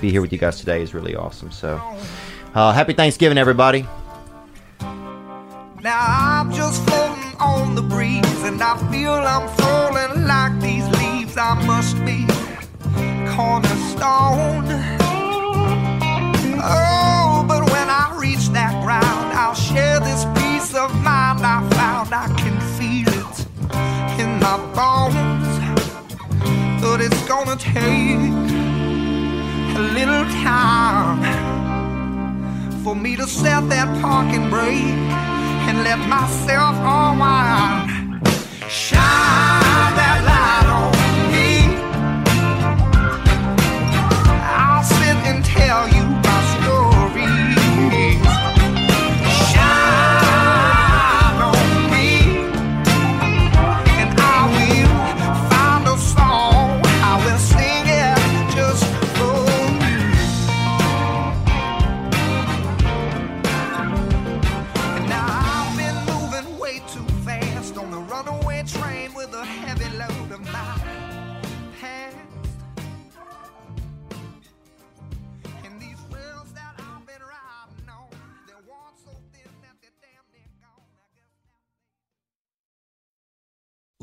[SPEAKER 1] be here with you guys today is really awesome. So, uh, happy Thanksgiving, everybody.
[SPEAKER 2] Now I'm just floating on the breeze, and I feel I'm falling like these leaves. I must be cornerstone. Oh, but when I reach that ground, I'll share this peace of mind I found. I can feel it in my bones, but it's gonna take a little time for me to set that parking brake and let myself unwind. Shine that light on me. I'll sit and tell you my story. Shine on me, and I will find a song. I will sing it just for you. Now I've been moving way too fast on the runaway train with a heavy load of my past. And these rails that I've been riding on, they're worn so thin that they're damn near gone. I guess
[SPEAKER 15] [laughs]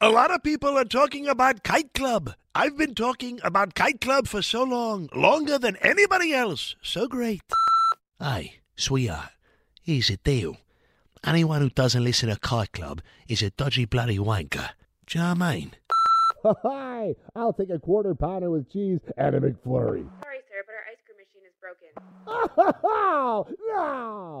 [SPEAKER 15] A lot of people are talking about Kite Club. I've been talking about Kite Club for so long, longer than anybody else. So great. Hey, sweetheart, here's the deal. Anyone who doesn't listen to Kite Club is a dodgy bloody wanker. Do you know what I mean? Hi, I'll take a quarter pounder with cheese and a McFlurry.
[SPEAKER 16] Sorry, sir, but our ice cream machine is broken.
[SPEAKER 15] no!